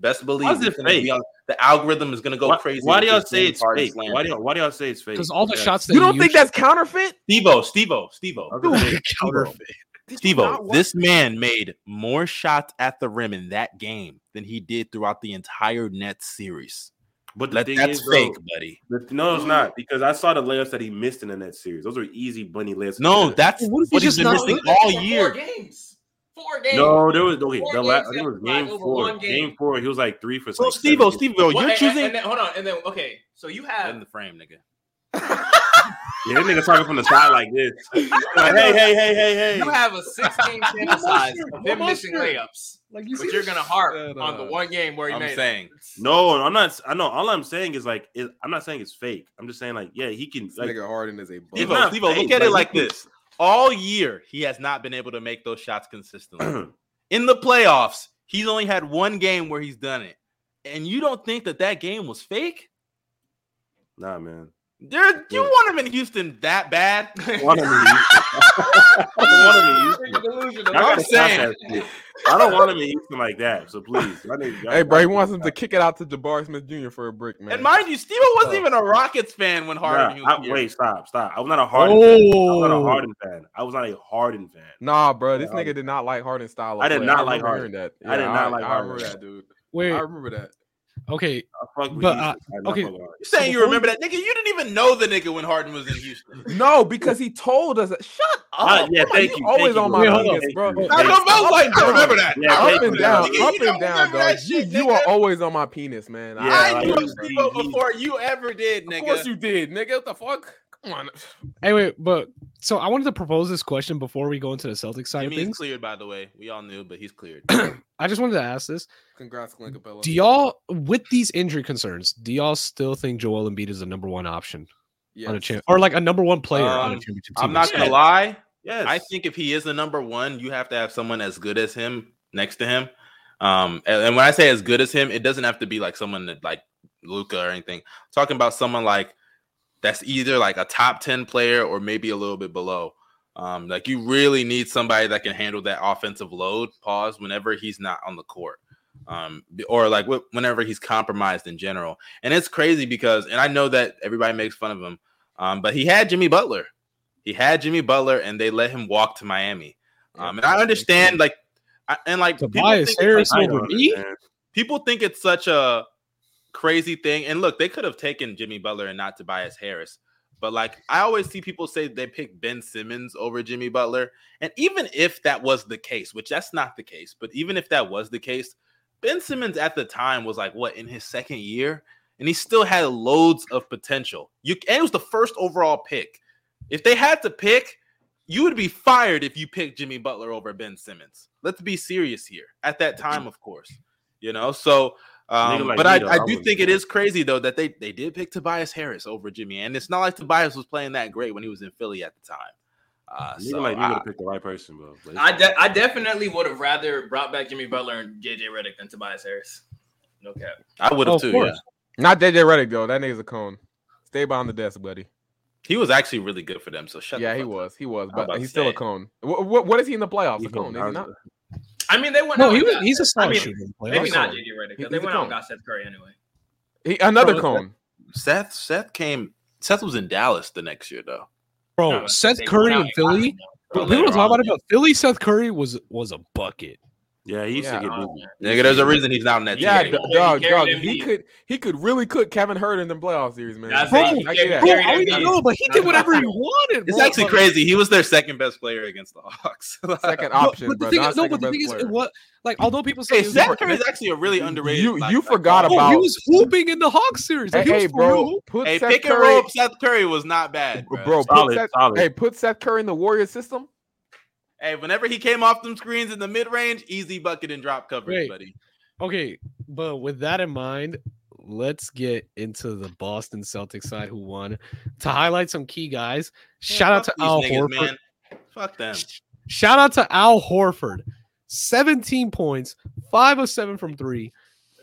best believe
How's it
it's gonna be
fake?
on- the algorithm is gonna go
why,
crazy.
Why
with
do y'all
this
say
James
it's
Harden
fake?
slander.
Why do y'all, why do y'all say it's fake?
'Cause all the
Yeah.
shots that
You don't think
used-
that's counterfeit?
Stevo, Stevo, Stevo,
Other than-
counterfeit?
Did you not
Stevo.
watch-
This man made more shots at the rim in that game than he did throughout the entire Nets series.
But the
Let-
thing
that's
is, bro,
fake, buddy.
the- no, it's not because I saw the layups that he missed in the net series. Those were easy bunny layups.
No, that's
What
what,
if
he's
he's just
been
not-
missing
Look at
all
it for Four
year.
games. Four games.
no, there was okay.
Four
The last,
games
I think it was
that applied
game
over
four.
one
Game.
game.
four, he was like three for.
So
like
Steve O,
seven.
Steve O,
Well,
you're
and-
choosing
And, and then, hold on, and then okay, so you
in
have
the frame, nigga.
Yeah, that nigga talking from the side like this. Like, hey, hey, hey, hey,
you
hey.
have a six game sample size of him missing layups,
Like you
but you're gonna harp
Shut
on the
up.
one game where he
I'm
made. it.
saying.
No, I'm not. I know. All I'm saying is like, it, I'm not saying it's fake. I'm just saying like, yeah, he can.
This
Like,
nigga Harden is a
Steve
bum.
O,
not
Steve O, look
fake,
at it
like,
like
you can-
this. All year, he has not been able to make those shots consistently. in the playoffs, he's only had one game where he's done it. And you don't think that that game was fake?
nah, man.
There, you want him in Houston that bad?
One of them. I don't want him in Houston.
Freaking delusional.
Y'all gotta
I'm
stop
saying.
that shit. I don't want him in Houston like that. So please, y'all need- y'all-
Hey, bro, he wants him to kick it out to Jabari Smith Jr. for a brick, man.
And mind you, Steven wasn't even a Rockets fan when Harden
Nah, I-
was here.
wait, stop, stop. I was not a Harden. Fan. I was not a
Oh,
Harden fan. I was not a Harden fan.
nah, bro, this
Yeah,
nigga did not like Harden's style. Of
I did
play.
not like
remember hearing That.
I did
Yeah,
not like
I
Harden.
remember that, dude. I
wait.
remember that.
Okay,
I fuck with
But, uh,
Houston. I not
okay.
fuck with Harden.
You saying you remember that nigga? You didn't even know the nigga when Harden was in Houston.
No, because he told us. That, shut
Ah,
up.
yeah,
bro,
thank
you
you.
Always
thank
on
you,
my
Wait,
bro.
hold on.
niggas,
Thank
bro.
you,
Up
thank you.
Mel's like,
I remember that.
Yeah,
I
thank
remember
and
you,
down,
Nigga, you
up
don't
and down,
remember that
dog. You,
shit,
you are
nigga.
always on my penis, man.
Yeah,
I-
I
like,
knew
he-
of Stevo
he-
before you ever did, nigga.
of course you did, nigga. What the fuck? Come on.
anyway, but so I wanted to propose this question before we go into the Celtics side of
Jimmy is
things.
cleared, by the way. We all knew, but he's cleared.
I just wanted to ask this:
Congrats, Clint Capella.
Do y'all, with these injury concerns, do y'all still think Joel Embiid is the number one option on a
Yes.
champ or like a number one player on a
Um,
championship team?
I'm not
next
gonna
year?
lie.
Yes,
I think if he is the number one, you have to have someone as good as him next to him. Um, and, and when I say as good as him, it doesn't have to be like someone that, like Luca or anything. talking about someone like that's either like a top ten player or maybe a little bit below. Um, like you really need somebody that can handle that offensive load. Pause whenever he's not on the court, um, or like wh- whenever he's compromised in general. And it's crazy because, and I know that everybody makes fun of him, um, but he had Jimmy Butler. He had Jimmy Butler, and they let him walk to Miami. Um, and I understand, like, I, and like people think
Tobias
it's, like,
Harris
I
over
don't
me.
understand.
people think it's such a crazy thing. And look, they could have taken Jimmy Butler and not Tobias Harris. But like I always see people say they pick Ben Simmons over Jimmy Butler. And even if that was the case, which that's not the case, but even if that was the case, Ben Simmons at the time was like what in his second year? And he still had loads of potential. You and it was the first overall pick. If they had to pick, you would be fired if you picked Jimmy Butler over Ben Simmons. Let's be serious here. At that time, of course you know. So, um,
Nigga like
but
me,
I,
though, I
I do
wouldn't
think
do
it
that.
is crazy though that they they did pick Tobias Harris over Jimmy, and it's not like Tobias was playing that great when he was in Philly at the time. Uh,
Nigga
so
like me
I-
would have picked the right person, bro. But it's
I,
fine.
de- I definitely would have rather brought back Jimmy Butler and JJ Redick than Tobias Harris. No cap.
I would
Oh,
have
of
too.
course.
Yeah.
Not JJ Reddick though. That nigga's a cone. Stay behind the desk, buddy.
He was actually really good for them. So shut.
yeah,
the
he
fuck up.
was. He was,
I'm
but
about to
he's still a
say.
cone. What, what, what is he in the playoffs?
He's
A cone, is he
gonna-
not?
I mean, they went.
No,
out
he
and
was.
got-
He's a
I
solid
mean,
shooter. in the
Maybe
playoffs.
not
He-
JJ Redick
he's
because they
a
went out
cone.
and got Seth Curry anyway.
He, another
Bro, it's
cone.
Seth. Seth came. Seth was in Dallas the next year though.
Bro,
No,
Seth
they
Curry
went out
in
and got
Philly.
him,
People
though. Bro,
were
later
talking
on,
about it, but Philly Seth Curry was was a bucket.
Yeah, he used
Yeah.
to get
uh,
busy.
Nigga, there's a reason he's not in that
Yeah,
team.
d-
anymore.
He
dog,
carried
dog.
him
He
deep.
could, he could really cook Kevin Hurd in the playoff series, man.
That's
Bro,
it.
I
He
get
carried-
that.
Bro, I
Carried him
don't
deep.
even know, but he did whatever he wanted.
It's
bro.
actually
Like,
crazy. He was their second best player against the Hawks.
Second
but-
option,
But the
bro.
thing
Not
is, no,
second
but
best
the thing is,
player.
it was like although people say
Hey,
it was-
Seth Curry is actually a really underrated.
you
like-
you
like,
forgot
Bro,
about
Oh, he was hooping in the Hawks series. Like,
hey,
he was for real
bro.
hoop-
Put
Hey,
Seth
pick and
Curry,
roll. Seth Curry was not bad,
bro.
bro.
put
Solid,
Seth,
solid.
hey, put Seth Curry in the Warriors system.
Hey, whenever he came off them screens in the mid range, easy bucket and drop coverage,
Wait.
buddy.
Okay, but with that in mind, let's get into the Boston Celtics side who won. To highlight some key guys, shout out to
Fuck these
Al
niggas,
Horford.
man. Fuck them.
Shout out to Al Horford. 17 points, 5 of 7 from 3.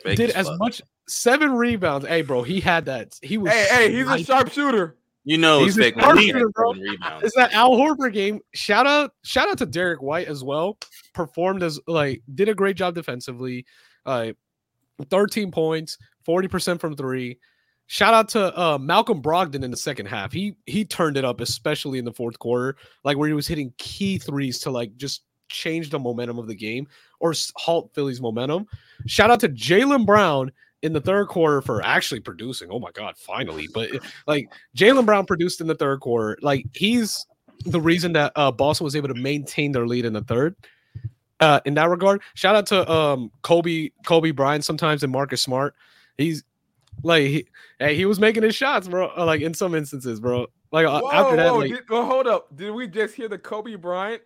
Fake
did
as
as
fuck.
much 7 rebounds. Hey bro, he had that. He was
Hey, hey, he's a
sniping.
sharpshooter.
You know, it's
He's a
fake when he
sharpshooter,
had
bro.
seven rebounds.
It's that Al Horford game. Shout out, shout out to Derek White as well. Performed as like did a great job defensively. Uh, 13 points, 40% from three. Shout out to uh, Malcolm Brogdon in the second half. He he turned it up, especially in the fourth quarter, like where he was hitting key threes to like just change the momentum of the game or s- halt Philly's momentum. Shout out to Jalen Brown in the third quarter for actually producing. Oh my God, finally! But like Jalen Brown produced in the third quarter. Like he's the reason that uh, Boston was able to maintain their lead in the third. Uh, in that regard, shout out to um, Kobe, Kobe Bryant sometimes and Marcus Smart. He's like he, hey, he was making his shots, bro. uh, Like in some instances, bro. Like uh,
Whoa,
after that,
whoa,
like,
did, well, hold up. Did we just hear the Kobe Bryant?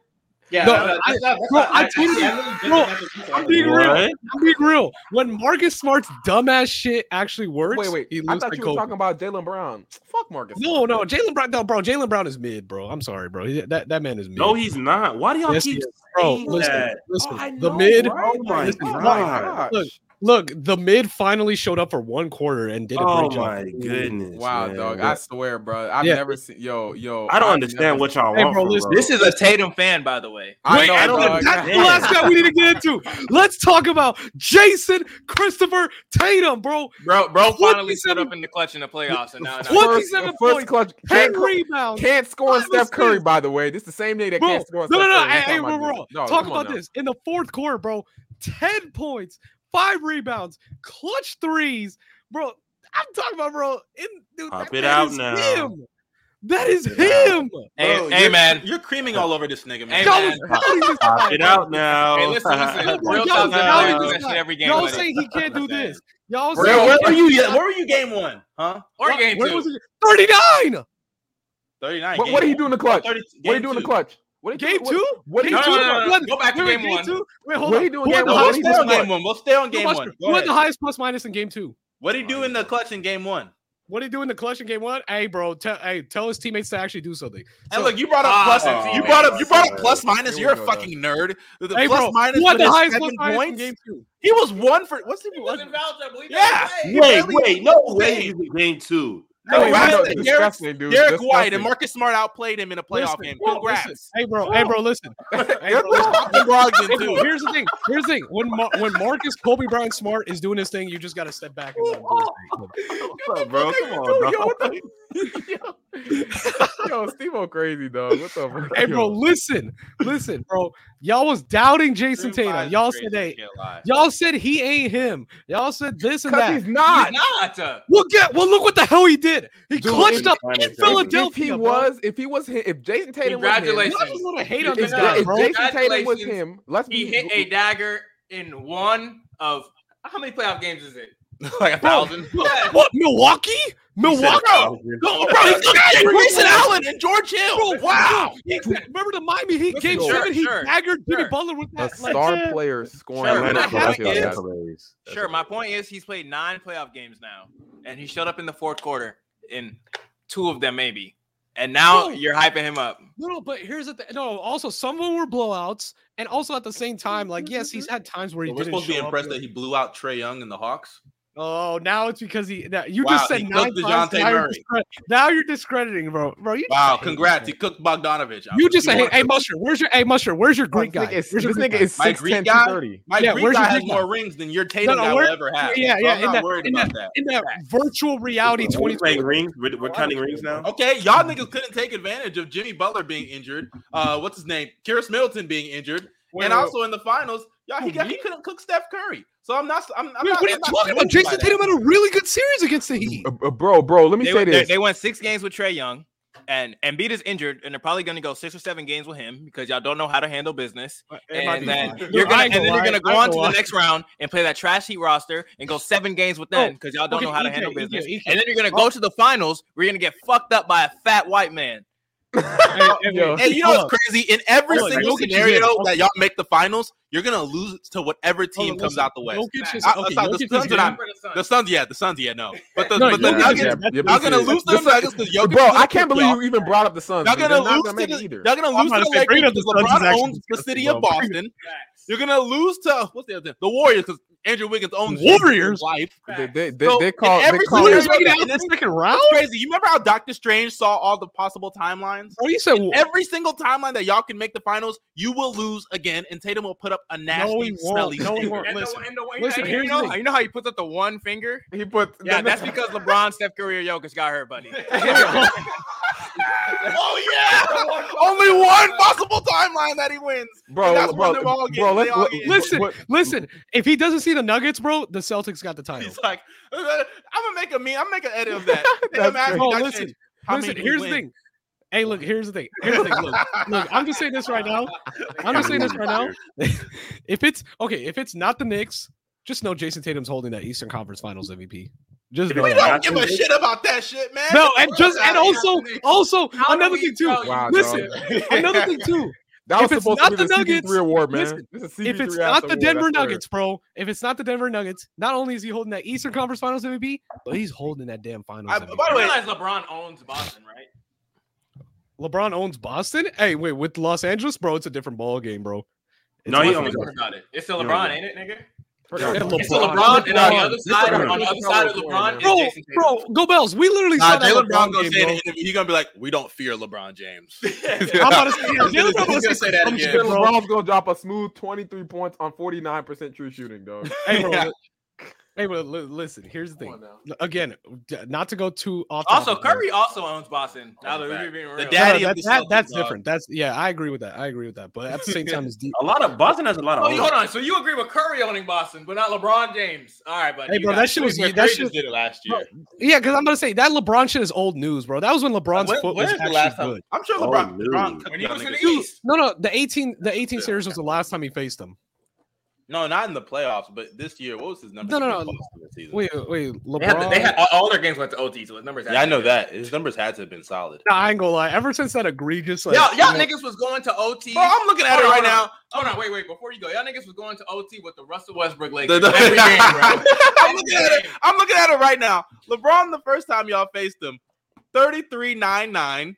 Yeah,
No,
that's-
I-
that's not- that's
bro,
not-
I
that's-
told you-
that's-
bro,
that's-
I'm being
What?
real. I'm being real. When Marcus Smart's dumbass shit actually works,
Wait, wait.
he
I
loses
thought
to
you
Kobe.
were talking about Jalen Brown. Fuck Marcus.
No, no, Jalen Brown. No, bro, Jalen Brown is mid, bro. I'm sorry, bro. He, that that man is mid.
No, he's not. Why do y'all
Yes, he
keep
is. bro.
saying
Listen,
that?
listen.
I
the
know,
mid.
right?
Oh my
Listen,
god.
my gosh.
Look, Look, the mid finally showed up for one quarter and did a
Oh
great job.
my goodness!
Wow,
man.
dog! I swear, bro. I've
Yeah.
never seen yo, yo.
I don't
I've
understand
never-
what y'all
Hey,
want.
bro,
from
listen.
us.
This is a Tatum fan, by the way.
I
Wait,
know,
I don't-
dog.
that's the
Yeah.
last guy we need to get into. Let's talk about Jason Christopher Tatum, bro.
Bro, bro finally
47
stood up in the clutch in the playoffs, and now, now
What?
First,
27
first
points.
clutch.
Ten
Can't,
rebounds.
can't score on
Five
Steph Curry,
assists.
by the way. This is the same day that
Bro,
can't score on
No, no,
Steph
no.
Curry. We
Hey,
talking
hey,
about
we're
this.
wrong.
No,
Talk
come on
about
now.
this. In the fourth quarter, bro, 10 points, five rebounds, clutch threes. Bro, I'm talking about, bro. In, dude,
Pop
it
that
out
is
now.
Him. That is
it out.
him.
Hey,
Bro,
hey,
you're-
man.
You're creaming all over this nigga, man.
Hey,
Y'all
man.
was doubting this guy.
Pop it out now.
Hey, listen, listen.
Y'all
Oh. Real
was
talk,
doubting
man.
this
That shit
guy.
every game.
Y'all
buddy.
saying he can't do this. Y'all
Bro, where
saying
were you? Where were you game one? Huh?
Or game
Where
two.
was he? 39.
39.
What,
game
what do you
one.
do in the clutch? What
30
do you
game
do in the
two.
clutch? What do you
Game
what-
two?
What do you
No,
do?
no,
in the
no,
clutch?
no,
One-
Go back to
wait, wait,
game one.
Two? Wait, hold
What
on.
do you do in
Who had
game
the
No, we'll
one? What do
highest
you
stay
do in
on
the
game
clutch?
one. We'll stay on
Who
game
watched-
one.
who
Go
had the
ahead.
highest plus minus in game two?
What do you do in the clutch in game one?
What did he do in the clutch in game one? Hey, bro, tell hey, tell his teammates to actually do something.
Hey, look, you brought up
Ah,
plus.
oh,
you brought up. You brought up plus
Here
minus.
we
You're
go,
a fucking nerd. The the
hey,
plus
bro,
minus
who had
with
the
his
highest plus
seven
minus in
points?
game two?
He was one for. What's he?
He was in Val's, I believe.
Yeah.
Hey,
Wait,
Really?
wait, no
Wait.
way. Game two.
No,
Hey,
wait,
I know,
wait,
it's
Derek-
disgusting, dude.
Derek
Disgusting.
White and Marcus Smart outplayed him in a playoff
Listen,
game.
bro, listen.
Congrats.
Hey, bro, hey, bro, listen. Hey, bro, listen.
Malcolm Brogdon
Hey, bro,
too.
here's the thing. Here's the thing. When Mar- when Marcus Kobe Bryant Smart is doing his thing, you just got to step back and let him do his thing. Look,
What's up, bro? Come
Dude,
on,
yo,
dog.
what the? yo, Steve-O crazy, dog. What the fuck?
Hey, bro,
yo?
listen, listen, bro. Y'all was doubting Jason
Drew
Tatum.
Fives
Y'all
is
said,
crazy,
hey,
can't lie.
y'all said he ain't him. Y'all said this and
Because
that.
he's not.
He's not. uh,
Look at well, look what the hell he did. He
Dude,
clutched
it's
up
kinda
in
crazy.
If
Philadelphia.
he
bro.
was, if he was, him, if Jason Tatum was him,
Congratulations.
Y'all just want to hate on
if,
this
if,
guy,
if
bro.
Jason Tatum was
Congratulations.
him, let's
He
be
hit a dagger in one of how many playoff games is it?
like a
Bro,
thousand.
Yeah.
What Milwaukee? Milwaukee? No, bro, he got
Hey, Grayson
Grayson Allen.
Allen and George Hill.
Bro, wow. He, remember the Miami Heat game
Sure,
seven? He
sure,
daggered Jimmy
sure.
Butler with
a
that. Like,
star player scoring.
Sure,
on
my
the
point
field.
is-
That's-
hilarious. That's
Sure. My
hilarious.
point is he's played nine playoff games now, and he showed up in the fourth quarter in two of them maybe. And now
Bro.
you're hyping him up.
no, no, but here's the thing. No, also some of them were blowouts, and also at the same time, like yes, he's had times where he
We're
didn't
supposed to be
show up.
impressed that he blew out Trey Young and the Hawks.
Oh, now it's because he. That, you
Wow,
just said
he
nine
cooked
times.
DeJounte
Now you're,
Murray.
discre- now you're discrediting, bro. Bro, you.
Wow,
just a hater,
congrats.
man.
He cooked Bogdanovich. out.
You just a
He
hate.
wanted
Hey,
to-
Musher, where's your? Hey, Musher, where's your Greek
This
guy?
nigga is,
Where's your
this
Greek
nigga
guy?
is
My
6'10",
Greek guy?
230.
My
Yeah,
Greek
where's your
guy has
Greek guy?
more rings than your Tatum
no,
guy
where-
will ever have.
yeah,
So
yeah,
I'm
in
not
that-
worried
in
about that.
in that virtual reality
Are we
2020.
playing rings? We're, we're counting rings now.
Okay, y'all niggas couldn't take advantage of Jimmy Butler being injured. Uh, what's his name? Kyrus Middleton being injured,
Wait,
and
wait,
also in the finals, y'all he,
Who,
got,
me?
he couldn't cook Steph Curry. So I'm not. I'm, I'm
Wait,
not
what are you
I'm not
talking about?
moved by
Jason
that.
Tatum had a really good series against the Heat.
Uh, uh, bro, bro, let me
They,
say
went- they,
this.
they won six games with Trey Young, and Embiid is injured, and they're probably going to go six or seven games with him because y'all don't know how to handle business. And then you're gonna, and then you're gonna go on to the next round and play that trash heat roster and go seven games with them because y'all don't
okay,
know how to
EK,
handle
EK,
business.
EK.
And then you're gonna go to the finals. We're gonna get fucked up by a fat white man.
Yo.
Hey, you know what's crazy? In every
Hold on,
single
Jokic is
scenario
in.
that y'all make the finals, you're gonna lose to whatever team comes out the West. I- I thought the Suns are not- The Suns, yeah, the Suns, yeah, no, but the,
No,
but the
Jokic
Nuggets,
is-
y'all gonna
serious.
lose to the
This-
Nuggets because Jokic.
bro,
is gonna
I can't
cook
believe
y'all.
you even brought up the Suns.
Y'all
dude.
gonna
They're not
lose
gonna
to
make it
the,
either.
y'all gonna
I'm
lose
about
to
to
the
say, bring
Lakers
up the
because
Suns is
LeBron
actually
owns the
disgusting,
city
bro.
of Boston. You're gonna lose to what's the other thing? The Warriors because Andrew Wiggins owns
Warriors?
his wife.
They, they, they,
So,
they
in
call they
every
call
scenario-
it
Warriors made it out in the second round.
Crazy. You remember how Doctor Strange saw all the possible timelines?
Oh, you said
Every single timeline that y'all can make the finals, you will lose again, and Tatum will put up a nasty,
no, he
smelly.
won't. No, he
stinker.
won't.
And the-
Listen,
and the-
listen,
you,
here's the
know,
thing.
you know how he puts up the one finger?
he put
Yeah, that's because LeBron, Steph Curry, or Jokic got hurt, buddy.
oh yeah! Only one possible timeline that he wins.
bro,
That's
bro,
when them all get-
bro,
they
let's-
all
let-
get-
Listen,
what-
listen. If he doesn't see the Nuggets, bro, the Celtics got the title.
He's like, I'm gonna make a meme. I'm gonna make an edit of that.
That's
Tatum asked
crazy.
Bro,
Dr.
listen,
Strange, how many
Listen,
do you
here's the
win?
thing. Hey, look, here's the thing. Here's the thing. Look, look, I'm just saying this right now. I'm just saying this right now. if it's okay, if it's not the Knicks, just know Jason Tatum's holding that Eastern Conference Finals MVP. Just
We
know
We
that.
don't give a shit about that shit, man.
no, and just and also also
How do
another
we
thing too.
tell you-
Wow,
Listen,
dog.
another thing too.
that was
if it's
supposed
not
to be
the
the
Nuggets-
CP3 award, man.
listen,
this is
If it's
CP3 ass
not the
award,
Denver
I swear.
Nuggets, bro, if it's not the Denver Nuggets, not only is he holding that Eastern Conference Finals MVP, but he's holding that damn Finals.
I-
MVP.
by the
You
way,
realize LeBron owns Boston, right?
LeBron owns Boston. Hey, wait, with Los Angeles, bro, it's a different ball game, bro. It's
No, he
much
owns
Oh,
different.
Think about it. It's still
You
LeBron,
know.
ain't it, nigga? It's a LeBron, and on the other side, on the other side of LeBron is
Bro,
Jason Tatum.
bro, go bells. We literally
Nah,
saw that
Jalen Brown
LeBron
gonna
game,
say in
bro.
an interview, he's gonna be like, "We don't fear LeBron James."
I'm about to say, yeah,
He's gonna-
Jalen Brown
he's
was
gonna
just
say that
dumb
again.
shit, bro.
LeBron's gonna drop a smooth 23 points on 49% true shooting, dog.
Hey, bro.
Yeah.
Hey, but li- listen. Here's the
Come
thing.
on now.
Again, d- not to go too off.
Also,
topic, bro.
Curry also owns Boston. Now that
Fact.
we're being real,
The
No, no,
daddy of
that-
the
that-
Celtics,
that's
dog.
different. That's yeah. I agree with that. I agree with that. But at the same time, it's deep.
A lot of Boston has a lot of.
Oh, you-
owners.
hold on. So you agree with Curry owning Boston, but not LeBron James? All right, buddy.
Hey,
you
bro,
got
that
it.
shit was
Curry
that
just
shit.
did it last year.
Yeah, because I'm gonna say that LeBron shit is old news, bro. That was when LeBron's
When-
foot
when
was
is the
actually
last time-
good.
I'm sure
Oh,
LeBron.
no.
LeBron cooked
when he
y'all
was in
niggas.
the East.
No, no, the 18, the 18 series was the last time he faced him.
No, not in the playoffs, but this year. What was his number?
No, no, no. Wait, wait,
They had,
LeBron.
they had all, all their games went to OT, so his numbers.
Yeah, I know that his numbers had to have been solid.
Nah, I ain't gonna lie. Ever since that egregious, like,
Y'all, y'all niggas was going to OT.
Bro, I'm looking at
Hold
it
on,
right
hold
now.
on. Hold on, wait, wait. Before you go, y'all niggas was going to OT with the Russell Westbrook
The-
Lakers.
the-
Every game, bro.
I'm looking at it.
I'm looking at it right now. LeBron, the first time y'all faced him, 33 9 9,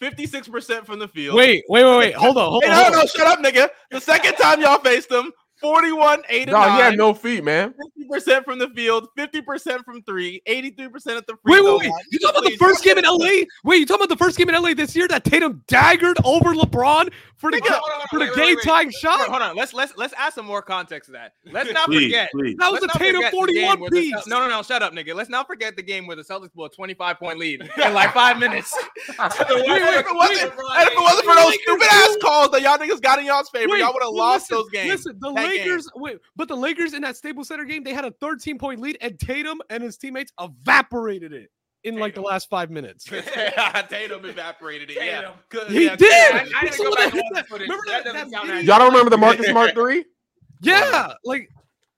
56% from the field.
wait, wait, wait, wait. Hold on, hold
Hey,
on. Hold
no,
on.
no, shut up, nigga. The second time y'all faced him, 41 8 and
No, he
9,
had no feet, man.
50% from the field, 50% from three, 83% at the free
Wait,
throw
wait, wait.
line.
You talking about the
Please,
first game in
don't-
LA? Wait, you talking about the first game in LA this year that Tatum daggered over LeBron for the
Hold on, hold on, hold on,
for the
wait, wait,
game
wait.
tying
Hold on,
shot?
Hold on, let's let's let's add some more context to that. Let's not
Please,
forget.
please.
That was
Let's
a
not
Tatum
forget the game
41
where the
piece.
Cel- No, no, no, shut up, nigga. Let's not forget the game where the Celtics blew a 25 point lead in like five minutes.
And if it wasn't- and if it wasn't for those stupid ass calls that y'all niggas got in y'all's favor,
Wait,
y'all would have
well,
lost
listen,
those games.
Listen, the
That game.
Lakers, wait, but the Lakers in that Staples Center game, they had a 13 point lead, and Tatum and his teammates evaporated it in like the last five minutes.
Tatum evaporated it. Yeah,
Tatum.
He
yeah,
did.
I, I need to go
Someone
back
hit
and watch
that-
the footage.
remember that-
That doesn't
that
count
video?
Y'all don't remember the Marcus Smart three?
Yeah, like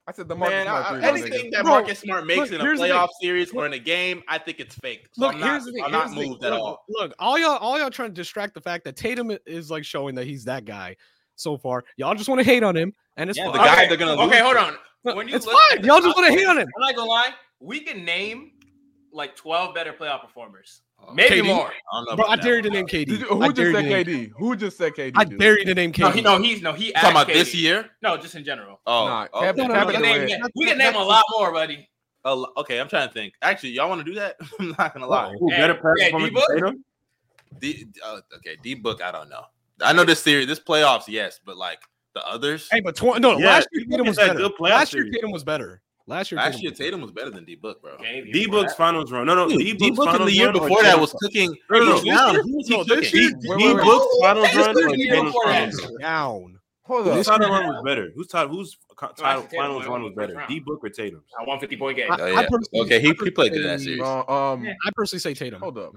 I said the
Man,
Marcus
I- I-
Smart three. my nigga.
anything that
Bro,
Marcus Smart makes
look,
in a
here's the thing.
playoff series or in a game, I think it's fake. So
Look,
I'm not,
here's the thing.
I'm not
here's the thing.
moved at
look,
all.
Look, all y'all, all y'all trying to distract the fact that Tatum i- is like showing that he's that guy so far. Y'all just want to hate on him, and it's
Yeah, the
fine.
guy they're gonna lose
Okay, hold
to.
on.
Look,
When you
it's
look at
fine.
the
Y'all just
top
want to
four-
hate on him.
I'm not gonna lie. We can name like 12 better playoff performers,
Oh,
maybe
KD?
more.
I don't know.
Bro,
about
I
that
dare you
one,
to
though.
name KD.
Did you-
I
who
dare
just said
you to name-
KD? Who just said KD?
I
dude?
dare you to name KD.
No,
No, he, no, he's no, he.
Talking
asked
about this
KD.
year?
No, just in general.
Oh,
Nah,
oh,
Cap-
No, no,
Cap is
no, no,
We can
the
name,
way-
we can name a lot more, buddy.
oh, okay. I'm trying to think. Actually, y'all want to do that? I'm not gonna lie.
Who
Hey,
better pass
hey,
performance
D-Book?
than Tatum?
D, uh, okay, D book. I don't know. I know this series, this playoffs, yes, but like the others.
Hey, but tw- no,
Yeah,
last year
he
Tatum
had
was
that
better.
good playoff
Last year
series.
Tatum was better. Last year,
Last
Tatum
year
was
Tatum was better than D book, bro.
D Book's finals run. No, no. D
Dude, D book
Book's
in the
finals
year
run or
before that
Tatum's-
was cooking.
No, no, no.
He was down.
year-
He was-
no,
he
this
cooking.
year-
Wait,
D
wait, wait.
Book's finals
Hey,
run
this
or
is the year
Tatum's
before
finals
that.
run?
down.
Hold
Whose
up.
final run was better? Who's title? Whose co- title,
Tatum
finals
won
run
the
was
first
better?
round.
D Book or Tatum?
A 150 point game.
I-
Oh,
I
yeah.
personally-
Okay, he,
I
he played good in that
personally-
series.
Uh, um,
I personally say Tatum.
Hold up.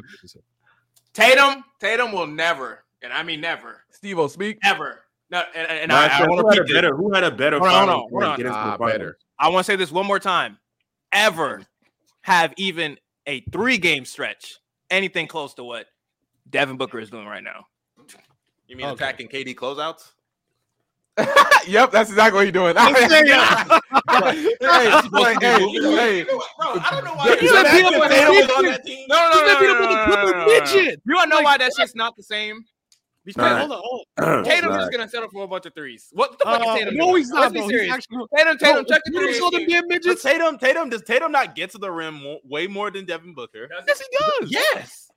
Tatum, Tatum will never, and I mean never,
Steve O speak.
ever. No, and, and, and
Nah,
I,
so
I
who,
want
had
to
a better, who had a better
Hold on, hold
finals
on, hold
run
on.
getting to the
Nah,
finals?
better.
I want to say this one more time. Ever have even a three game stretch anything close to what Devin Booker is doing right now?
You mean
Okay.
attacking KD closeouts?
yep, that's exactly what he's doing. hey, boy, hey, hey.
I don't know
Yeah,
You said
back
beat up
when
on
Tatum was
the
on
midget.
that team.
No, no,
You
no,
said
no,
beat
no,
up
no,
on the
no, no,
Clipper
no, no, no.
midget.
You want to know
Like,
why that shit's not the same? Because
Nah.
Hold on, hold on.
Tatum's just
Nah.
gonna settle for a bunch of threes. What the fuck is
Uh,
Tatum?
no,
doing?
he's not,
Let's be
bro. He's
serious.
actually
Tatum,
Bro,
Tatum, check the
you
three.
never saw them damn
Does
midgets.
Tatum, Tatum, does Tatum not get to the rim mo- way more than Devin Booker?
Yes, he does.
Yes.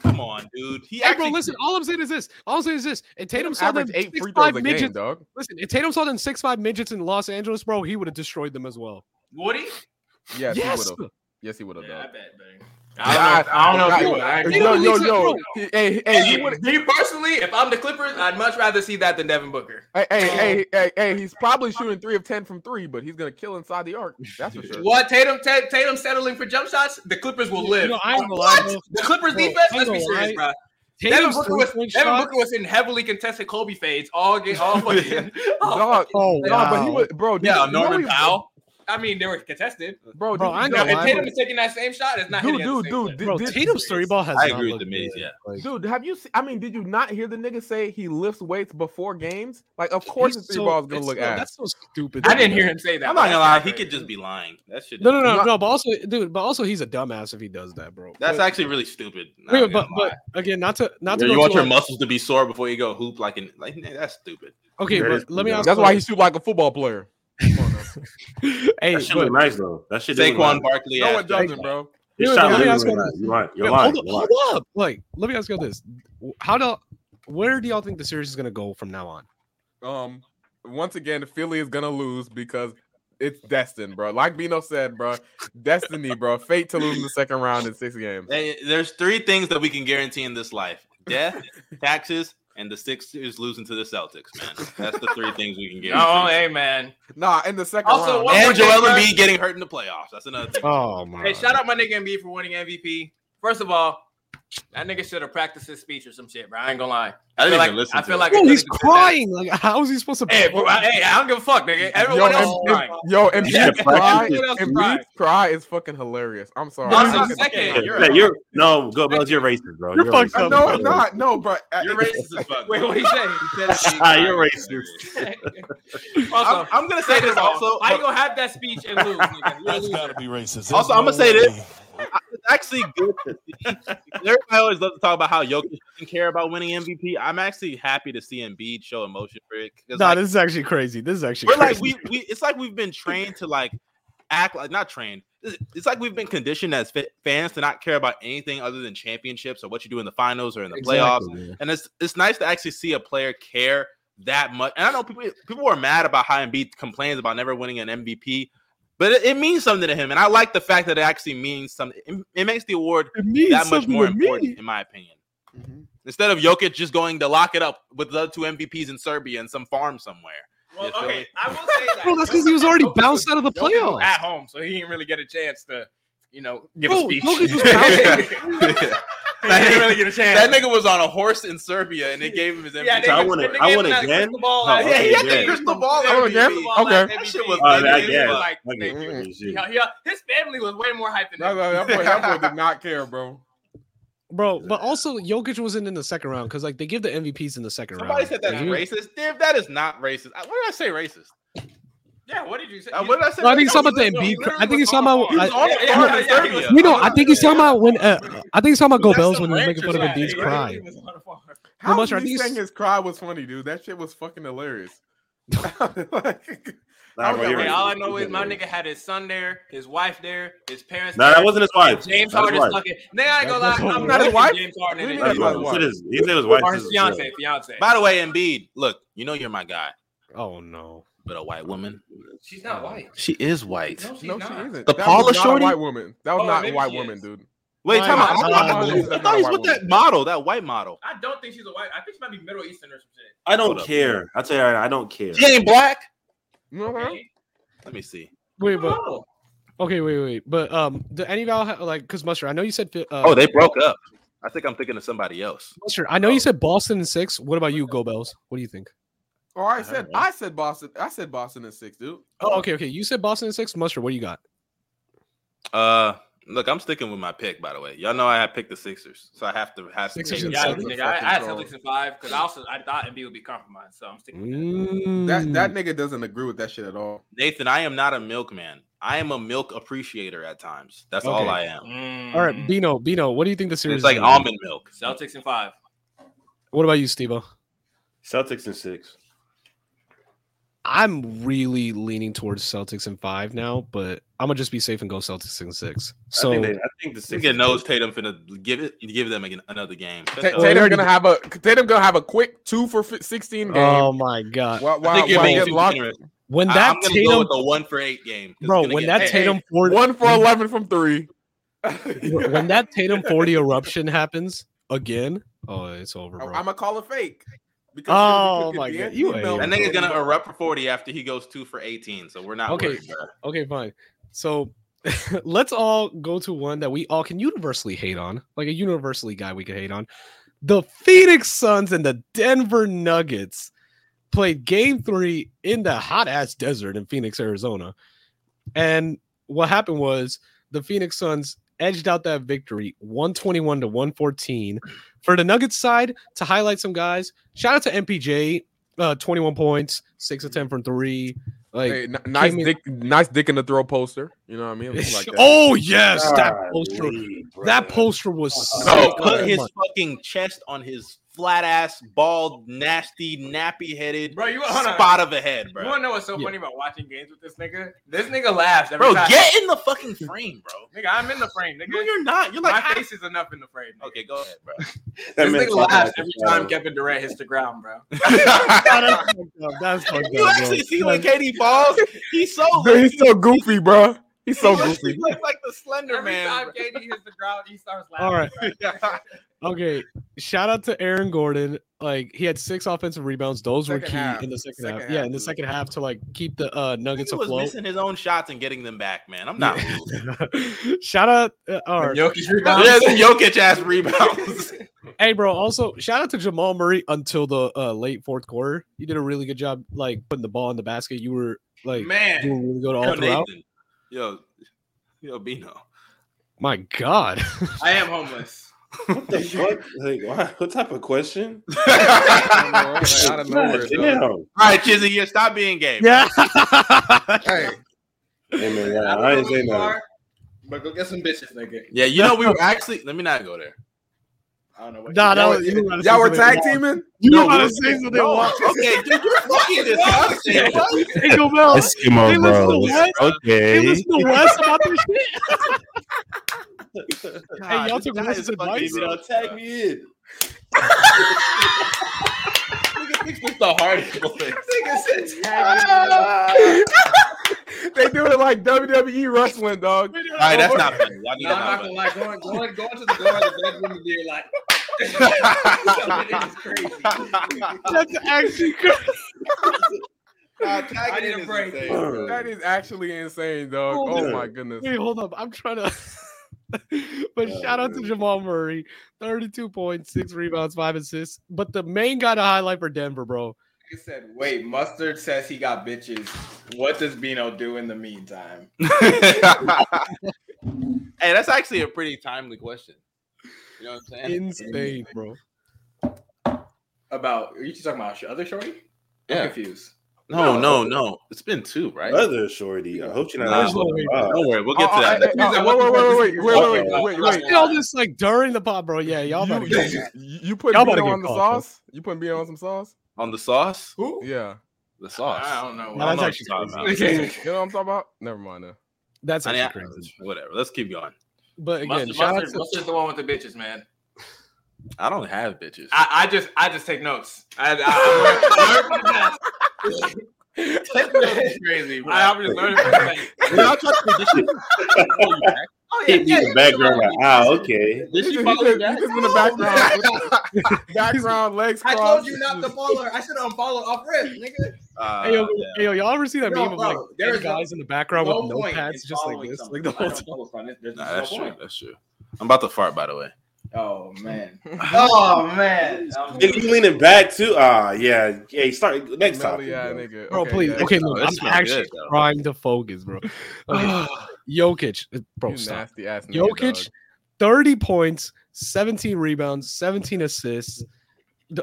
Come on, dude. He
Hey,
actually.
bro, listen. All I'm saying is this. All I'm saying is this. If Tatum saw them
averaged eight
six
free throws
five
a
midgets,
game, dog.
listen. If Tatum saw them six five midgets in Los Angeles, bro, he would have destroyed them as well.
Woody?
Yes,
yes.
he would have. Yes, he would have,
Yeah, I
dog.
bet, buddy. I don't know. I don't know if
God,
he would. I
Tatum
Yo, yo,
leads it,
yo.
bro.
He- Hey, hey, he
Hey,
would've-
me personally, if I'm the Clippers, I'd much rather see that than Devin Booker.
hey, hey, hey, hey, hey, he's probably shooting three of ten from three, but he's gonna kill inside the arc. That's for sure.
What Tatum Ta- Tatum settling for jump shots? The Clippers will
You
live.
know, I ain't gonna
what?
lie, bro.
the Clippers
Bro,
defense?
I ain't
Let's be
gonna
serious, bro. Devin
Tatum's
Booker was
three-point
Devin
shot-
Booker was in heavily contested Kobe fades all game, all fucking. all-
Dog,
Oh
dog, but he
wow.
would, bro. dude,
yeah,
you know
Norman
he-
Powell.
I mean, they were contested.
bro.
Bro,
dude,
I ain't
No,
dog,
gonna
if
lie,
Tatum
bro.
is taking that same shot, it's not
Dude,
hitting at the
dude,
same
dude,
clip.
dude.
Bro,
did-
Tatum's three ball has.
I
not
agree with
looked
the Miz,
good.
yeah.
Like,
Dude, have you? Se- I mean, did you not hear the nigga say he lifts weights before games? Like, of course, the
he's
three
so-
ball's gonna
it's
look
so-
ass.
That's so stupid.
I
though,
didn't
bro.
hear him say that.
I'm not gonna
That's
lie. He
crazy.
could just be lying. That shit.
No, no, no,
Not-
no. But also, dude. But also, he's a dumbass if he does that, bro.
That's
but,
actually really stupid. Not
wait,
gonna
but
lie.
but again, not to not to
you
go
want
too
your
much-
muscles to be sore before you go hoop like an like nah, that's stupid.
Okay,
That
but
is
let me
dumb.
ask.
That's
you-
why he shoot like a football player. Come on now.
hey,
That shit
look,
look nice though. That shit doesn't
Saquon
look
Barkley.
No
ass
one
does
doesn't, bro.
nice. His
Dude,
shot
let
look
me
really
ask you
nice. You're lying. You're
man,
lying.
hold,
You're
up,
lying.
hold up. Like, let me ask you this: How do, where do y'all think the series is gonna go from now on?
Um, once again, Philly is gonna lose because it's destined, bro. Like Bino said, bro, destiny, bro. Fate to lose in the second round in six games.
Hey, there's three things that we can guarantee in this life: death, taxes, and the Sixers losing to the Celtics. Man, that's the three things we can guarantee.
Oh, hey man.
Nah, in the second
Also,
round.
one more
and Joel
thing, bro.
Embiid getting hurt in the playoffs. That's another thing.
Oh my!
Uh,
Hey, shout out my nigga MB for winning MVP. First of all, that nigga should have practiced his speech or some shit, bro. I ain't gonna lie.
I didn't
feel
even
like,
listen
I
to
feel
it.
like I
Yo, he's
could've just said that.
crying. Like, how is he supposed to?
Hey, bro, I- hey, I don't give a fuck, nigga. Everyone
yo,
else is
and,
crying.
and, yo, and
Yeah,
Embiid's
practice
cry,
is- Everyone else
Embiid's cry is fucking hilarious. I'm sorry.
Also,
I'm not-
second,
Yeah,
you're-
yeah, you're no go Bells. You're racist, bro. You're,
fucked
racist.
up.
no, it's not. No, bro.
You're racist as fuck.
Wait, what he say? He said
you're racist.
also,
I'm, I'm gonna say this also.
How you gonna have that speech and lose? Nigga? You're a loser.
be racist.
Also, I'm gonna say this. It's actually good to see. Everybody always loves to talk about how Jokic doesn't care about winning MVP. I'm actually happy to see Embiid show emotion for it. 'Cause,
No,
like,
this is actually crazy. This is actually
we're
crazy.
like we, we it's like we've been trained to like act like not trained. It's it's like we've been conditioned as fa- fans to not care about anything other than championships or what you do in the finals or in the playoffs. And it's it's nice to actually see a player care that much. And I know people people were mad about how Embiid complains about never winning an MVP, but it, it means something to him. And I like the fact that it actually means something. It, it makes the award
It means
that much
something
more
to
important,
me.
in my opinion. Instead of Jokic just going to lock it up with the other two MVPs in Serbia in some farm somewhere.
Well,
You feel
okay,
me?
I will say that.
Bro, that's because he was already
Jokic-
bounced out of the
Jokic was
playoffs.
at home, so he didn't really get a chance to, you know, give a
Bro,
speech.
Jokic was
he didn't really get a chance.
That nigga was on a horse in Serbia and they gave him his MVP.
yeah,
So I
nigga-
wanna-
nigga
I
gave
wanna
him that
again?
crystal ball,
Oh,
like,
okay,
yeah, he
yeah.
had the crystal ball.
Oh, again? Okay.
That
shit was-
Oh,
that-
yeah.
Like,
I get
nigga,
what you
he-
see.
he- his family was way more hyped than
No,
that.
no, that boy, that boy did not care, bro.
Bro, but also Jokic wasn't in the second round because like they give the MVPs in the second
Somebody
round.
said that's
Like,
racist. Div, that is not racist. I- What did I say racist?
Yeah, what did you say?
Uh, what did I say?
No, I think it's
racist?
talking about the
No,
Embiid.
literally
I think it's
was on
talking
a farm. He was on a
about-
I-
farm in
yeah, yeah, yeah, he was
Serbia.
on
You know, I think he's talking about when uh, I think he's talking about Go
That's
Bells
some
when he was making
ranchers
fun of
right
Embiid's
there.
cry.
How
much
much
are
he
these-
saying his cry was funny, dude? That shit was fucking hilarious. Like,
Nah, bro, you're
Hey,
racist.
all I know is my nigga had his son there, his wife there, his parents.
Nah,
there.
that wasn't his wife.
James
That was wife.
Harden's fucking. Nigga, I ain't gonna lie.
That was
I'm
his
not
wife?
wife. James Harden.
What do
in
you
Nah,
it.
mean
he wasn't.
wife.
He said his- He said his wife. is
Or his
his
fiance, fiance.
By the way, Embiid, look, you know you're my guy,
Oh no.
but a white woman,
She's not white.
she is white.
No, she's
no,
not.
she isn't.
The
that
Paula
was not
Shorty?
a white woman. That was
Oh,
not a
maybe
white
she
women,
is.
dude.
Wait,
Why
time out. I
not?
thought,
Why not?
I thought he's with that model, that white model.
I don't think she's a white. I think she might be Middle Eastern or some shit.
I don't
Hold up.
care. I tell you, I don't care.
She ain't black.
You know what I'm saying?
Let me see.
Wait,
I
but
don't know.
okay, wait, wait. But um, do any of y'all have, like because Mustard? I know you said fi- uh,
Oh, they broke up. I think I'm thinking of somebody else.
Mustard. I know you said Boston in six. What about you, Go Bells? What do you think?
Or Oh, I said, I said Boston. I said Boston in six, dude.
Oh, okay, okay. You said Boston in six. Mustard, what do you got?
Uh, look, I'm sticking with my pick. By the way, y'all know I had picked the Sixers, so I have to have to
Sixers
take
and
it.
Yeah, I,
Celtics.
nigga, I, I had Celtics in five because I also I thought Embiid would be compromised, so I'm sticking. with
Hmm.
That that nigga doesn't agree with that shit at all.
Nathan, I am not a milkman. I am a milk appreciator at times. That's all
Okay.
I
that.
am.
Mm.
All right, Bino, Bino, what do you think the series?
It's
is
like
gonna be?
almond milk.
Celtics in five.
What about you, Stevo?
Celtics in six.
I'm really leaning towards Celtics in five now, but I'm gonna just be safe and go Celtics in six.
I
So
think, they, I think the
This
six.
nigga knows Tatum finna give it, give them again another game. That's
Ta-
all.
they
Tatum
already-
gonna have a Tatum gonna have a quick two for fi- sixteen game.
Oh my god!
Why-
I
why-
think it
why
means
get
he's
locked?
gonna-
When
I-
that
I'm gonna go
Tatum,
with a one for eight game. It's
bro,
gonna
when
get-
that
hey,
Tatum
hey,
forty,
One for eleven from three.
when when that Tatum forty eruption happens again, oh, it's over, bro.
I'm gonna call it fake. Because
Oh
we could
my
be
God,
in
you
female
that
ain't- That
nigga's gonna erupt for forty after he goes two for eighteen. So we're not
Okay.
worried, bro.
okay, fine. So let's all go to one that we all can universally hate on, like a universally guy we could hate on. The Phoenix Suns and the Denver Nuggets played game three in the hot ass desert in Phoenix, Arizona. And what happened was the Phoenix Suns edged out that victory 121 to 114. For the Nuggets side, to highlight some guys, shout out to MPJ, uh, 21 points, six of 10 from three. Like,
Hey, n- nice
came in-
dick, nice dick in the throw poster. You know what I mean? Like that.
oh yes, that poster.
Golly, bro.
That poster was
Oh,
sick.
Bro, put
Oh
his
my-
fucking chest on his flat ass, bald, nasty, nappy headed
Bro, you hold on.
spot of a head,
You wanna
bro.
know what's so
Yeah.
funny about watching games with this nigga? This nigga laughs every
Bro,
time.
get in the fucking frame, bro.
Nigga, I'm in the frame,
No,
nigga.
you're not. You're like,
My face is enough in the frame. nigga.
okay, go ahead, bro.
That
this
man's
nigga laughs
talking
every
like a
time
child.
Kevin Durant hits the ground, bro.
That's fucked up. That's fucked up,
You
bro.
actually see when Katie falls, he's so
Dude, he's so goofy, bro. He's so goofy.
looks like the Slender
Every
Man.
time KD hits the ground, he starts laughing.
All right.
Yeah.
Okay. Shout out to Aaron Gordon. Like he had six offensive rebounds. Those were
Second
key
half.
in the second,
Second
half.
half,
Yeah, in the
dude.
second half to like keep the uh Nuggets
He was
afloat.
missing his own shots and getting them back, man. I'm not.
shout out uh, all right.
Jokic rebounds.
yeah, some Jokic ass rebounds.
Hey, bro. Also, shout out to Jamal Murray until the uh, late fourth quarter. You did a really good job, like putting the ball in the basket. You were like
Man.
doing really good all
Yo,
throughout.
Nathan. Yo, yo, Bino.
My God,
I am homeless.
What the fuck? Like, why? What type of question?
All
out of nowhere,
God
though.
damn.
right, Chizzy, yeah, stop being gay. bro.
yeah.
Hey,
Hey man, yeah,
I don't
I
know
ain't
who
say
you
nothing.
are, but go get some bitches, nigga.
Yeah, you know we were actually. Let me not go there.
I don't know what.
Nah, that
Y'all-
was, you were about to say
Y'all were
something
tag
wild.
teaming?
You
No,
were about
we
to say something
No,
wild.
okay, dude, you're fucking disgusting.
Jingle bells.
Eskimo
They listen to
Bros.
Wes. They
Okay.
listen to Wes about this shit.
God,
y'all
this
took
guy
Wes's
is fucking
advice?
gross,
Y'all tag
bro.
me in.
Nigga thinks it's the hardest bullet.
They do it like WWE wrestling, dog.
All right, that's not funny. Y'all need
No, I'm not
to
gonna lie. Going, going, going to the door of the bedroom and being like,
not
"This is crazy.
That's actually crazy. Uh,
I need a break."
That is actually insane, dog.
Hold
Oh
on.
my goodness.
Wait, hold up. I'm trying to. but
Oh,
shout out to
man.
Jamal Murray, 32 points, six rebounds, five assists. But the main guy to highlight for Denver, bro.
He said, "Wait, mustard says he got bitches. What does Bino do in the meantime?"
funny. hey, that's actually a pretty timely question. You know what I'm saying?
Insane, bro.
About are you just talking about your other shorty?
Yeah.
I'm confused.
No, no, no. It's been two, right?
Other shorty. I hope you're
Nah.
not. Ah,
There's no way.
Wow.
Don't worry, we'll get
Oh,
to that.
oh, oh, oh, wait, wait, wait, wait, wait, wait, wait,
I
wait,
did all this like during the pod, bro. Yeah, y'all about
wait.
to
You,
get
you, you putting
Y'all about to
beer
get
on the
caught,
sauce? You putting beer on some sauce?
On the sauce?
Who?
Yeah.
The sauce.
I don't know.
No,
I don't know
that's
what
actually
you're talking
crazy.
about.
You know what I'm talking about? Never mind. Now.
That's
I
actually
mean, I-
crazy.
whatever. Let's keep going.
But again,
Mustard,
shout
mustard,
out
mustard's the one with the bitches, man.
I don't have bitches.
I, I just, I just take notes. I, I, I learn from the best. This is crazy, bro. I, am just learning from the best.
Did y'all touch the- did she-
Oh yeah,
Hit me
yeah,
in the background. Like, ah, okay.
did
He
she
just,
follow
he
you
just-
back?
he just in the background, with- background legs
I
crossed.
told you not to follow her. I should have unfollowed off rip, nigga.
Uh,
to hey, yo, hey, yo, y'all ever see that
No,
meme of
bro,
like
there
dead
is no-
guys in the background with
point in
notepads just like
following
this, like
something.
the
I
whole
don't
time?
follow from it. There's
nah,
just
that's
no
true.
point.
That's true. I'm about to fart, by the way.
Oh man. Oh man. I'm-
Nigga, you leaning back too? Ah, yeah. Yeah, start next time.
Smelly eye nigga.
Bro,
Okay,
please.
yeah.
Okay, look,
Oh,
I'm
this smells
actually
good, though.
trying to focus, bro. Okay. Jokic, bro,
you
stop.
nasty ass nigga.
Jokic, 30 points, 17 rebounds, 17 assists. D-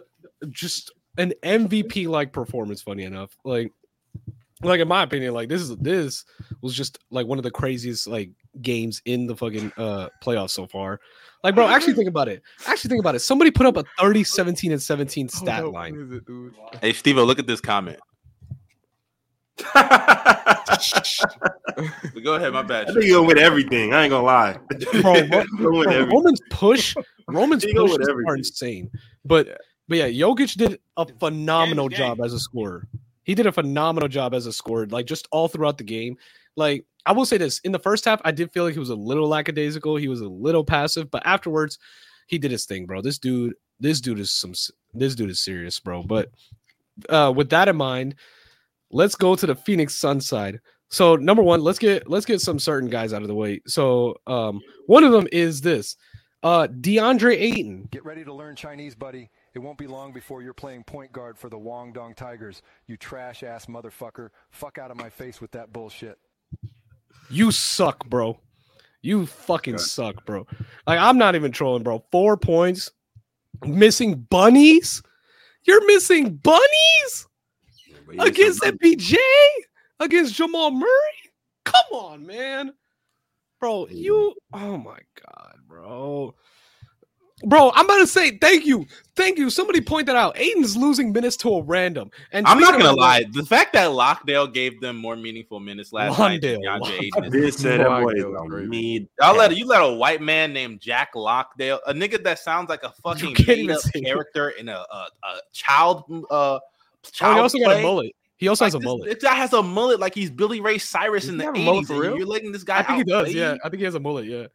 Just an MVP like performance, funny enough. Like, like in my opinion, like this is this was just like one of the craziest like games in the fucking uh playoffs so far. Like, bro, actually think about it. Actually think about it. Somebody put up a 30, 17, and 17
Oh,
dog.
stat
Hold up,
line.
what is it, dude?
Hey, Steve, look at this comment. But go ahead, my bad.
I think you're gonna win everything. I ain't gonna lie.
Bro,
You're gonna win
Bro,
everything.
Roman's push, Roman's
He go with
pushes are
everything.
insane. But but yeah, Jokic did a phenomenal job as a scorer. He did a phenomenal job as a scorer, like just all throughout the game. Like I will say this: in the first half, I did feel like he was a little lackadaisical. He was a little passive, but afterwards, he did his thing, bro. This dude, this dude is some. s- This dude is serious, bro. But uh, with that in mind, let's go to the Phoenix Sun side. So number one, let's get let's get some certain guys out of the way. So um, one of them is this, uh, DeAndre Ayton.
Get ready to learn Chinese, buddy. It won't be long before you're playing point guard for the Wong Dong Tigers. You trash ass motherfucker. Fuck out of my face with that bullshit.
You suck, bro. You fucking suck, bro. Like I'm not even trolling, bro. Four points, missing bunnies. You're missing bunnies against MPJ against Jamal Murray. Come on, man, bro. You. Oh my god, bro. Bro, I'm about to say thank you. Thank you. Somebody point that out. Aiden's losing minutes to a random. And
I'm not
speaking
gonna
of-
lie. The fact that Lockdale gave them more meaningful minutes last night. than
Lawndale.
DeAndre Ayton is-
This said that
My
boy
God,
is
crazy.
me.
Y'all let you let a white man named Jack Lockdale, a nigga that sounds like a fucking
can't even
made-up
say it.
character in a, a, a child uh
Oh,
child
he also got a
play.
mullet. He also
Like,
has a
this-
mullet.
This guy has a mullet like he's Billy Ray Cyrus
Does
in
he
the
have a mullet
eighties.
for
And
real?
you're letting this guy.
I think he does.
outplay
Yeah,
you.
I think he has a mullet. Yeah.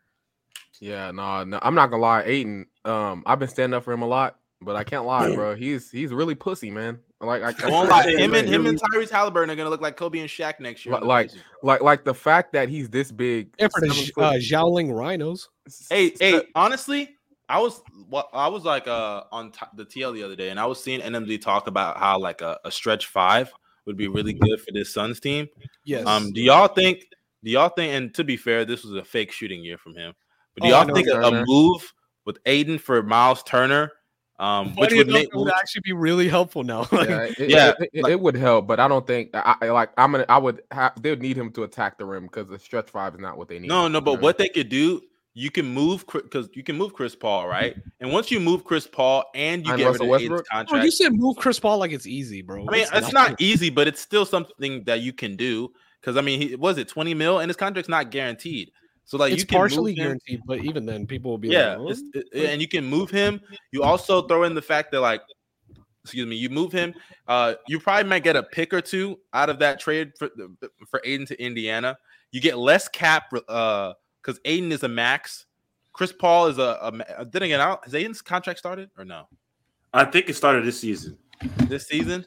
Yeah, no, no, I'm not gonna lie, Aiden. Um, I've been standing up for him a lot, but I can't lie, bro. He's he's really pussy, man. Like I,
I won't lie. Him and
like,
him and Tyrese Halliburton are gonna look like Kobe and Shaq next year. on the
Like-
Blazers.
like like the fact that he's this big.
And for the
seven
Zh-
foot-
uh, Xiaoling rhinos.
Hey, hey, honestly, I was wa- I was like uh on t- the TL the other day, and I was seeing NMD talk about how like a, a stretch five would be really good for this Suns team.
Yes.
Um, do y'all think? Do y'all think? And to be fair, this was a fake shooting year from him. But do
Oh, I
y'all
know
think a, a
Turner.
move with Aiden for Miles Turner, um, which
Funny
would
enough,
make
it would actually be really helpful now. Like,
Yeah, it, it-
Yeah,
it, it-
like-
it would help, but I don't think I, I like. I'm gonna. I would have. They would need him to attack the rim because the stretch five is not what they need.
No, no,
you
but
know?
what they could do, you can move because you can move Chris Paul, right? And once you move Chris Paul and you
And
get
Russell
rid of Aiden's
Westbrook?
contract,
Bro, Oh, you said move Chris Paul like it's easy, bro.
I mean, it's
nothing.
not easy, but it's still something that you can do. Because I mean, he, was it twenty mil, and his contract's not guaranteed. So like,
It's
you can move
partially
him-
guaranteed, but even then, people will be
Yeah,
like, "Oh."
it's- it- it- and you can move him. You also throw in the fact that like, excuse me, you move him. Uh, you probably might get a pick or two out of that trade for for Aiden to Indiana. You get less cap uh because Aiden is a max. Chris Paul is a, a ma- then again. I don't, has Aiden's contract started or no
I think it started this season.
this season?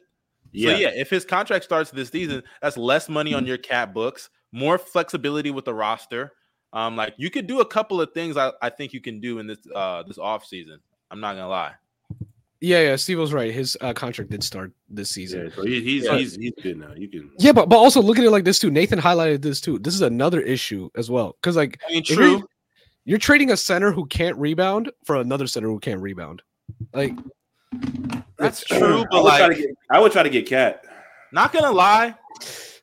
Yeah.
So yeah, if his contract starts this season, that's less money on your cap books, more flexibility with the roster. Um, like you could do a couple of things I, I think you can do in this uh this off season. I'm not gonna lie.
yeah, yeah. Steve was right. His uh, contract did start this season.
yeah. So he, he's,
Yeah.
he's he's good now. You can.
Yeah, but but also look at it like this too. Nathan highlighted this too. This is another issue as well, because like
I mean,
If
true.
you- you're trading a center who can't rebound for another center who can't rebound. Like
That's
uh, I
true,
would
but
try to
like,
get- I would try to get Cat.
not gonna lie.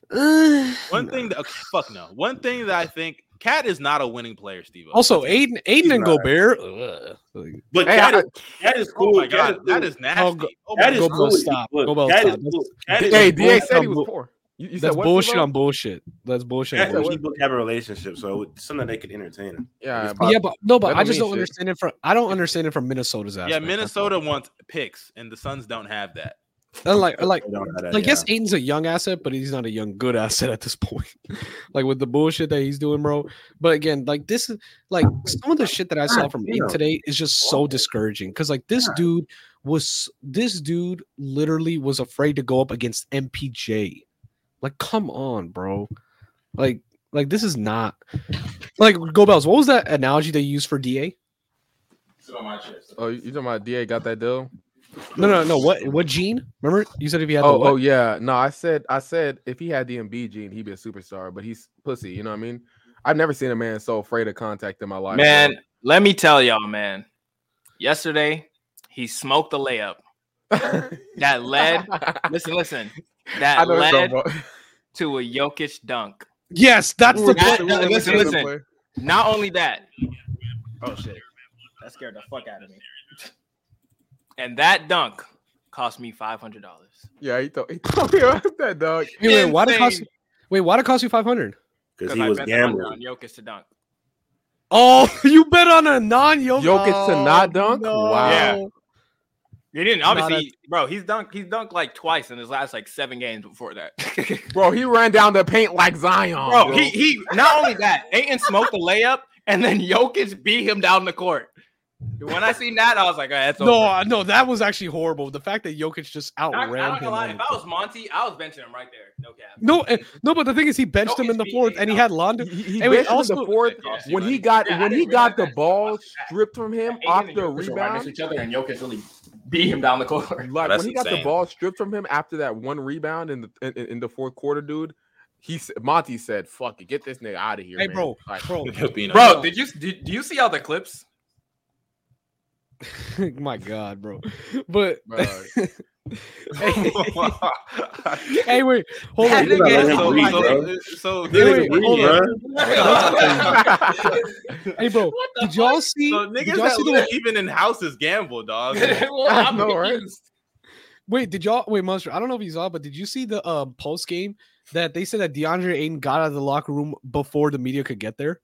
One
no.
thing that okay, fuck no. One thing that I think Cat is not a winning player, Steve.
also Aiden Aiden and
not.
Gobert. ugh. Like,
But
Hey,
Cat,
I-
is, Cat is
oh
cool.
my
Cat
god, that
cool.
is nasty.
go-
oh my
Cat is
Go
god.
cool.
Bo, stop.
Look,
Go Bo,
Cat
stop.
is cool. Cat is
Hey,
cool.
Da said he
Cat
was poor. You, you
That's
said what,
bullshit
Devo?
on bullshit. That's bullshit. on
Cat is
bullshit.
cool. people have a relationship, so it's something they could entertain him.
Yeah,
Yeah, but no, but
That
I
don't
just
mean
don't
shit.
understand it from I don't understand it from Minnesota's aspect.
Yeah,
that's all.
Minnesota wants picks, and the Suns don't have that.
And like and like
They don't have that,
like
Uh, yeah.
yes, Aiden's a young asset, but he's not a young good asset at this point. like with the bullshit that he's doing, bro. But again, like this is like some of the shit that I saw from Aiden today is just so discouraging. Cause like this dude was this dude literally was afraid to go up against MPJ. Like, come on, bro. Like, like this is not like Go Bells. What was that analogy they used for DA?
Oh, you you talking about Da got that deal?
No, no, no. What what gene? Remember you said if you had the
Oh,
what?
oh yeah. No, I said I said if he had the MB gene, he'd be a superstar. But he's pussy. You know what I mean? I've never seen a man so afraid of contact in my life. bro.
Man, let me tell y'all, man. Yesterday, he smoked a layup that led. listen, listen.
I
That
know it's
led
wrong, bro.
to a Jokic dunk.
yes, that's the
That-
play.
that- listen, listen. Not only that. Oh shit. That scared the fuck out of me. And that dunk cost me five hundred dollars.
Yeah, he told, he told me about that dog.
Wait, wait, why did it cost?
Insane.
Wait, why did it cost you five hundred?
because he was
on
gambling.
Jokic to dunk.
Oh, you bet on a non Jokic.
Jokic to not dunk? Wow.
Yeah. He didn't
Not
obviously, bro. He's dunked. He's dunked like twice in his last like seven games before that.
Bro, he ran down the paint like Zion.
Oh,
bro, he he. Not only that, Aiton smoked the layup, and then Jokic beat him down the court. When I seen that, I was like, "All right, that's
No,
over."
I- no, that was actually horrible. The fact that Jokic just
Not- I'm
outran
not
him.
gonna lie.
on
If
the
I
court.
was Monty, I was benching him right there. No cap.
No, eh, no, but the thing is, he benched him
Jokic
in the
beat
fourth,
me.
and he had Lonzo.
he, he
Hey, wait,
bitched in
also-
the fourth
Yeah,
when he
buddy.
got
Yeah, I
when he
didn't
got the
realize that.
ball
Watch that.
stripped from him
Aiden
after
and
the
Jokic were right next
rebound,
to each other, and Jokic really beat him down the court.
like
That's
when he got the
insane.
ball stripped from him after that one rebound in the in, in- in the fourth quarter, dude. He s- Monty said, "Fuck it, get this nigga out of here,
Hey,
man."
Oh, bro,
Like,
bro,
Filipino.
Bro, did you do, do you see all the clips?
My God, bro. But
Bruh.
hey, wait, hold
That
on.
You're not letting him
so,
breathe,
so-
bro.
so-
Hey, wait,
Breathe,
hold on.
bro.
Hey, bro,
What the
did y'all see?
so
did
niggas
y'all
that
see the
live even in houses gamble, dog.
Well, I'm
know, right?
confused.
Wait, did y'all wait, Monster? I don't know if you saw, but did you see the uh, post game that they said that DeAndre Ayton got out of the locker room before the media could get there?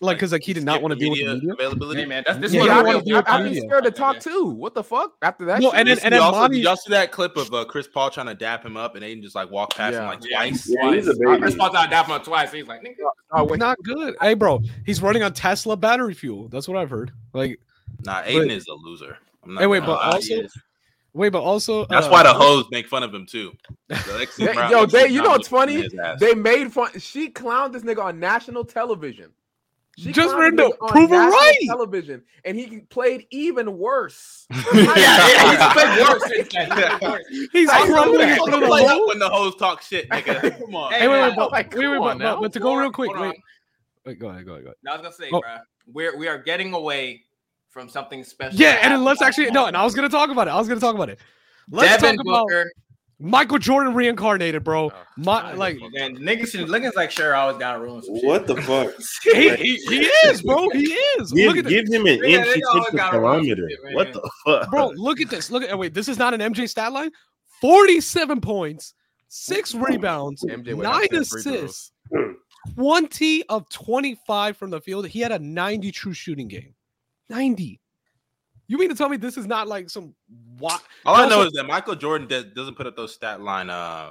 Like, because like he did not want to deal with the media.
availability.
Hey man, that's this
Yeah,
is
you
what
don't
I
wanna
feel.
deal with
I'd be
media.
scared to talk too. What the fuck? After that,
No,
shit?
and then
Did
and
you
then
also,
Monty,
did y'all see that clip of uh, Chris Paul trying to dap him up and Aiden just like walk past him
Yeah.
like
Yeah.
twice?
Yeah, he's a
I just
baby.
thought I dapped him twice. He's like, nigga,
Oh, wait.
not good. Hey, bro, he's running on Tesla battery fuel. That's what I've heard. Like,
Nah, Aiden is a loser. I'm not
Hey, wait,
uh,
gonna
but
lie, he
also-
is.
wait, but also
that's
uh,
why the hoes make fun of him too.
They- yo, they- you know what's funny? They made fun. She clowned this nigga on national television.
Just
clowned
Randall,
this nigga on
prove her
national
right.
Television, and he played even worse.
he's
I know
crumbling in
that.
front of the
Play
hole.
up when the hoes talk shit, nigga. Come on.
Hey, wait, wait,
man.
but,
Like,
wait, wait,
come
but,
on now.
but, but to go real quick,
Hold on.
wait, wait, go ahead, go ahead, go ahead.
I was gonna say,
Oh.
bruh, we're we are getting away from something special.
Yeah,
that
and then
happened
let's
last
actually no,
night.
and I was gonna talk about it. I was gonna talk about it. Let's
Devin
talk about
Booker,
Michael Jordan reincarnated, bro.
Oh,
My like
man, niggas should niggas like sure always gotta ruin some shit.
What the fuck?
he, he, he is, bro. He is. Look
Give,
at this.
give him an
Yeah,
inch.
they
He
all
takes the
got around
kilometer.
shit, man.
What the fuck?
bro. Look at this. Look at wait. This is not an MJ stat line. Forty-seven points, six rebounds,
MJ went out
nine
there free
assists, twenty of twenty-five from the field. He had a ninety true shooting game. Ninety. You mean to tell me this is not like some what?
All I
Also-
know is that Michael Jordan does, doesn't put up those stat line uh,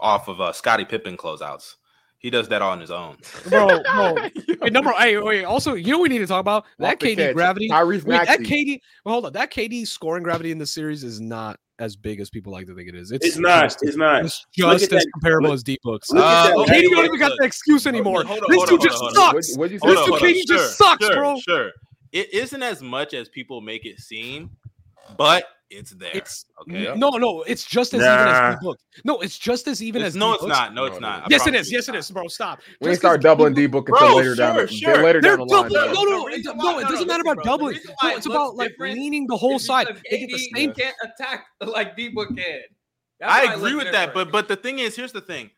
off of uh, Scottie Pippen closeouts. He does that on his own.
bro, bro. Wait, number hey, wait. Also, you know what we need to talk about that
Off the
KD
catch.
gravity.
Tyrese
Wait, that
Maxey.
KD. Well, hold on. That KD scoring gravity in the series is not as big as people like to think it is. It's
It's not.
just-
It's not.
It's
Look
just
at
as
that-
comparable
look-
as D books.
Look at that.
Uh,
Katie
KD
Hold
don't
on,
even got the excuse anymore.
hold on,
this
hold
dude
on,
just
hold on,
What,
sucks.
what'd you say?
Hold Mr. on,
hold
Katie just sucks, bro.
Sure, it isn't as much as people make it seem, but it's there.
It's
okay.
no, no. It's just as even as
Nah.
D books. No, it's just as even
It's-
as
no,
D
it's
books.
not. No, it's
No,
not. I
Yes, it
promise
is.
you
Yes,
it's
it
not.
is, bro. Stop.
We ain't
Just
start
'cause
doubling
D
D
Book-
book
Bro,
until later down.
sure,
the-
sure.
Later
They're
down the line.
doubling. No,
yeah.
no, no.
The
It,
reason
no,
why-
it
no, no,
doesn't matter
listen,
about
bro. The
doubling.
reason why
No,
it
it's
looks
about like
different
leaning the whole
It's
side.
because
They get the
KD
same.
can't attack like D Book can. That's why
I
it
agree
looks
with that,
different.
but but the thing is, here's the thing: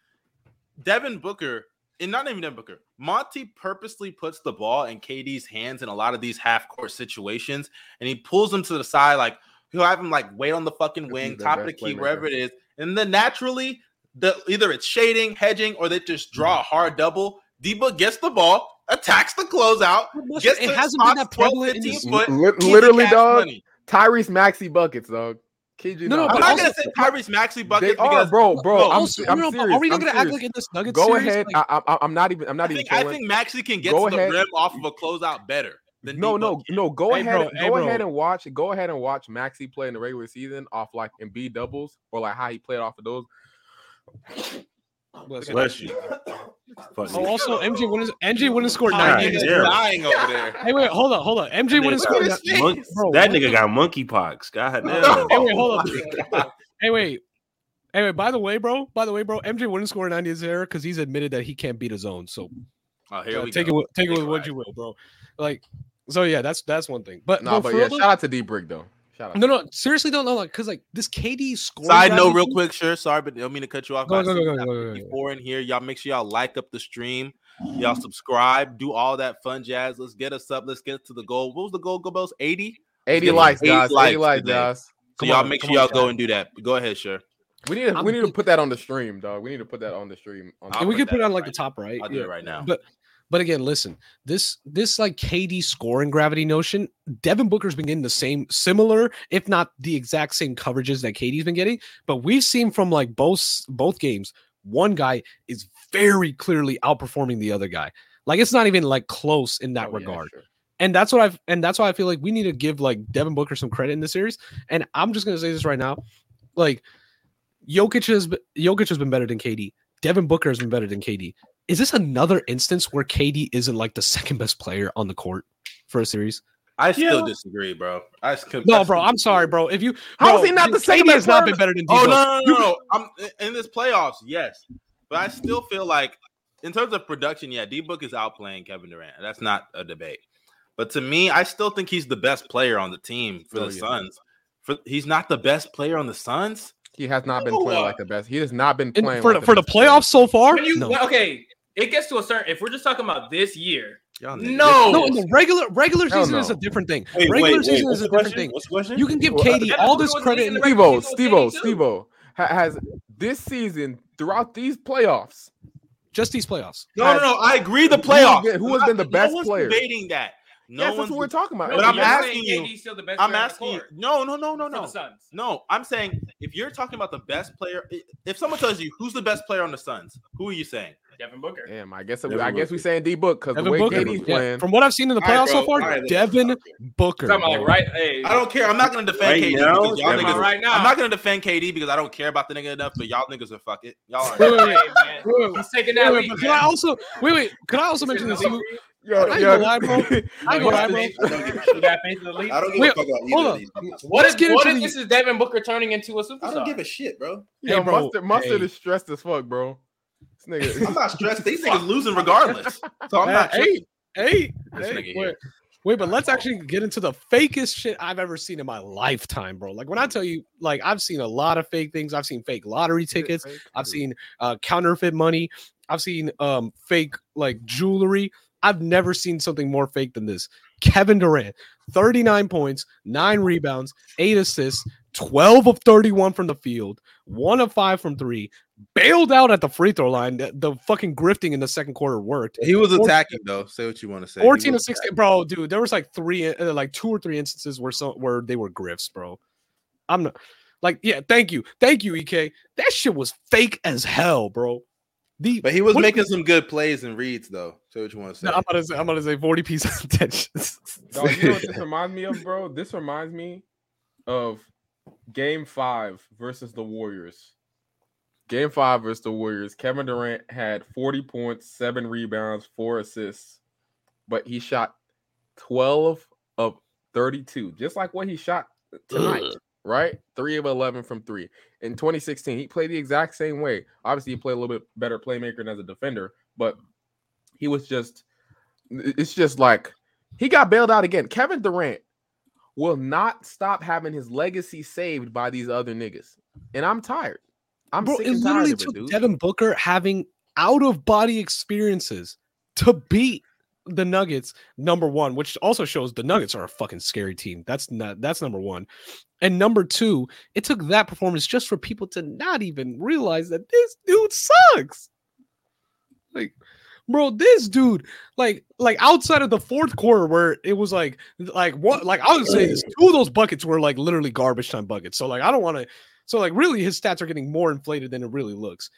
Devin Booker, and not even Devin Booker, Monty purposely puts the ball in KD's hands in a lot of these half court situations, and he pulls him to the side, like he'll have him like wait on the fucking
Because
wing,
he's their
top of the
best
key,
playmaker.
wherever it is, and then naturally, the either it's shading, hedging, or they just
Mm-hmm.
draw a hard double. D Book gets the ball, attacks the closeout, gets
It
to
hasn't been that
spots, 12,
prevalent in
15
this.
foot.
Lit-
easy
literally,
cash
dog.
money.
Tyrese Maxey buckets, dog. Kid you
No, no,
not.
but
I'm
I'm
not
also-
gonna say Tyrese Maxey
not- they
bucket
are,
because
bro, bro.
Bro,
I'm,
also,
I'm
no, but
serious.
are we not
I'm
gonna act
serious.
like in this Nuggets
Go
series?
ahead.
Like,
I, I, I'm not even. I'm not
I
even.
think, I
trolling.
think Maxey can get
Go
to
ahead.
the rim off of a closeout better. Than
No,
D-Book
no,
can.
no. Go
Hey,
ahead.
bro,
and-
hey,
go ahead
bro.
and watch. Go ahead and watch Maxi play in the regular season off like Embiid doubles or like how he played off of those.
Bless you.
Bless you. Fuck
Oh,
you.
also MJ wouldn't MJ wouldn't score
God
ninety. in
He's
this
damn.
game.
dying over there.
Hey, wait, hold on, hold on. MJ wouldn't
That
score.
nigga
That.
got monk-
Bro,
that
what?
nigga got monkeypox. God
Hey,
Oh
damn.
wait, hold on. Hey, wait. Hey, wait. By the way, bro. By the way, bro. MJ wouldn't score ninety in this era because he's admitted that he can't beat his own. So
Oh, here
uh,
we
take
go.
it, with- take it
Big
with what
rise.
you will, bro. Like, so yeah, that's that's one thing. But,
Nah,
but
but
for
yeah.
real,
Shout out to D Brick though. Shout out.
no, no, seriously, don't know, like, cause like this KD score.
Side note, real quick, sure. Sorry, but I don't mean to cut you off.
Go,
but I
go,
see
go,
we
go,
got
go, go, go.
54 in here. Y'all make sure y'all like up the stream. Y'all subscribe. Do all that fun jazz. Let's get us up. Let's get to the goal. What was the goal, Gobos? 80?
Eighty
Yeah,
likes,
eight
guys. Eighty
likes
likes,
today.
guys.
So
Come
y'all
on,
make sure
come on,
y'all go and do that. Go ahead, sure.
We need. To,
I'm
we need to
good.
put that on the stream, dog. We need to put that on the stream. On the
I'll
And we
put
could put
that
it on
up
like the
right
top right.
I'll do it right now.
But but again, listen, this this like KD scoring gravity notion, Devin Booker's been getting the same similar, if not the exact same coverages that KD's been getting. But we've seen from like both both games, one guy is very clearly outperforming the other guy. Like it's not even like close in that
Oh, yeah,
regard.
sure.
And that's what I've and that's why I feel like we need to give like Devin Booker some credit in this series. And I'm just gonna say this right now. Like Jokic has be- Jokic has been better than KD. Devin Booker has been better than KD. Is this another instance where KD isn't like the second best player on the court for a series?
I still
Yeah.
disagree, bro. I just
No, bro. I'm sorry, bro. If you
How
bro,
is he not the second
KD
best
has not
player?
been better than
Oh
D-Book.
no, no, no, no. I'm in this playoffs, yes, but I still feel like in terms of production, yeah, D Book is outplaying Kevin Durant. That's not a debate. But to me, I still think he's the best player on the team for
Oh,
the
yeah.
Suns. For, he's not the best player on the Suns.
He has not been playing like the best. He has not been
In-
playing
for
like
the, for the
best player.
playoffs so far.
When you
no.
well, okay, it gets to a certain. If we're just talking about this year,
Y'all niggas.
no,
No, in the regular regular
Hell
season is a
no.
different thing.
Wait,
regular
wait, wait,
season
what's
is a
the
different
question?
thing.
What's the question?
You can give
Well,
KD
that's
all
what
this
was
credit.
in
and
the
everything.
Stevo,
He's okay,
Stevo,
too.
Stevo ha- has this season throughout these playoffs.
Just these playoffs.
No, no, no. I agree. The
Who has
playoffs.
been- who has been the
No
best
one's
player?
Debating that. No
yes, that's
one's.
what we're talking about.
But I'm
you're
Yes.
asking
saying
you-
AD's still the best
I'm
player on the
asking. You,
court
no, no, no, no,
for
no.
the Suns.
No, I'm saying if you're talking about the best player, i- if someone tells you who's the best player on the Suns, who are you saying?
Devin Booker.
Damn, I guess we,
Devin
I guess
Booker.
we saying D Book because the
Devin
way
Booker.
KD's
Yeah,
playing.
From what I've seen in the
All right,
playoffs so
bro.
far,
All right, let's
Devin Booker.
Talking about
bro.
like right, hey,
I don't care. I'm not gonna defend
Right
KD
now?
because y'all
Never
niggas.
mind.
right now.
I'm not gonna defend KD because I don't care about the nigga enough, but y'all niggas are fuck it. Y'all
Hey,
are.
man. He's taking that
Wait,
lead,
but Can
man.
I also wait? Wait, could I also
He's
mention
taking
this?
the
too?
lead.
Yo,
I ain't
yo.
gonna lie, bro. I ain't gonna lie, bro.
You got faith in the lead?
I don't give
Wait,
a fuck about either
hold
of
on.
these.
What
Let's
if
get
what
into
if
the-
this is Devin Booker turning into a
I don't give
superstar?
a shit, bro.
Yo,
Hey, bro.
mustard, mustard
Hey.
is stressed as fuck, bro. This nigga,
I'm not stressed.
These niggas losing regardless. So I'm not. tripping.
Hey, uh, hey,
This
hey,
nigga here.
wait, wait, but let's actually get into the fakest shit I've ever seen in my lifetime, bro. Like when I tell you, like I've seen a lot of fake things. I've seen fake lottery tickets. I've seen uh, counterfeit money. I've seen um, fake like jewelry. I've never seen something more fake than this. Kevin Durant, 39 points, nine rebounds, eight assists, 12 of 31 from the field, one of five from three, bailed out at the free throw line. The, the fucking grifting in the second quarter worked.
He was
Fourteen-
attacking though. Say what you want to say. He
14 to
was
16 bro dude there was like three uh, like two or three instances where some where they were grifts bro i'm not like yeah thank you thank you ek that shit was fake as hell bro the
But he was
What-
making some good plays and reads, though. Say what you want to say.
No, i'm gonna say i'm gonna say 40 piece of attention
Dog, you know what this reminds me of, bro? This reminds me of Game Five versus the Warriors. Game Five versus the Warriors. Kevin Durant had forty points, seven rebounds, four assists, but he shot twelve of thirty-two, just like what he shot tonight. Right, three of eleven from three in 2016. He played the exact same way. Obviously, he played a little bit better playmaker and as a defender, but he was just. It's just like he got bailed out again. Kevin Durant will not stop having his legacy saved by these other niggas. And I'm tired. I'm
bro
sick
it
and tired
literally
of it,
took
dude.
devin booker having out of body experiences to beat the nuggets number one which also shows the nuggets are a fucking scary team that's not that's number one and number two it took that performance just for people to not even realize that this dude sucks like bro this dude like like outside of the fourth quarter where it was like like what like i would say this two of those buckets were like literally garbage time buckets so like i don't want to so like really his stats are getting more inflated than it really looks.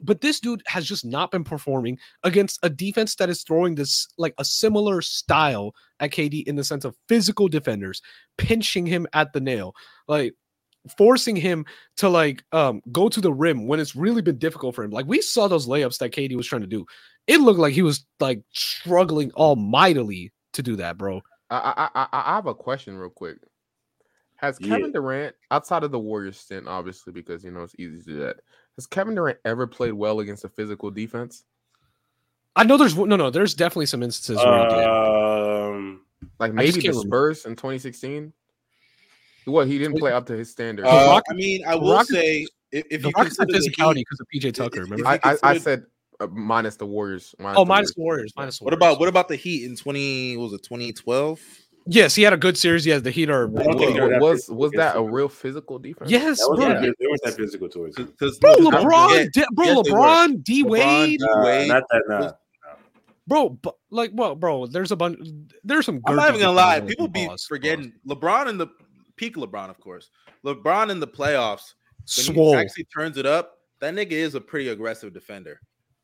But this dude has just not been performing against a defense that is throwing this like a similar style at KD in the sense of physical defenders, pinching him at the nail, like forcing him to like um go to the rim when it's really been difficult for him. Like we saw those layups that KD was trying to do. It looked like he was like struggling almightily to do that, bro.
I, I, I, I- I have a question real quick. Has
Yeah.
Kevin Durant, outside of the Warriors stint, obviously, because you know it's easy to do that, has Kevin Durant ever played well against a physical defense?
I know there's no no, there's definitely some instances where he
Uh,
did.
Um,
Like
I just
maybe the
can't remember.
Spurs in 2016? What he didn't play up to his standard.
Uh,
Rock-
I mean, I
the
will
Rockets-
say if, if
the
you
Rockets had
consider the
physicality
Heat,
because of PJ Tucker.
if-
Remember?
if
I,
you
I, I
consider-
said uh, minus the Warriors. Minus
Oh,
the
minus the Warriors. Minus the
what
Warriors.
about what about the Heat in twenty? what Was it twenty twelve?
Yes, he had a good series. Yes, the Heat are.
I don't think
Wa-
they're that
was
physical
was that
against
a
them.
real physical defense?
Yes,
That was
bro.
not, they weren't that physical towards him.
Because
Bro,
let's not
LeBron,
forget,
di- bro,
yes, they were.
LeBron, D
LeBron,
Wade,
D-
Nah,
Wade.
not that. Nah.
bro, bu- like, well, bro, there's a bunch. There's some.
I'm
girthy
not even gonna lie.
defenders
People
in
be
Boss.
forgetting LeBron in the peak. LeBron, of course. LeBron in the playoffs when
Swole.
he actually turns it up. That nigga is a pretty aggressive defender.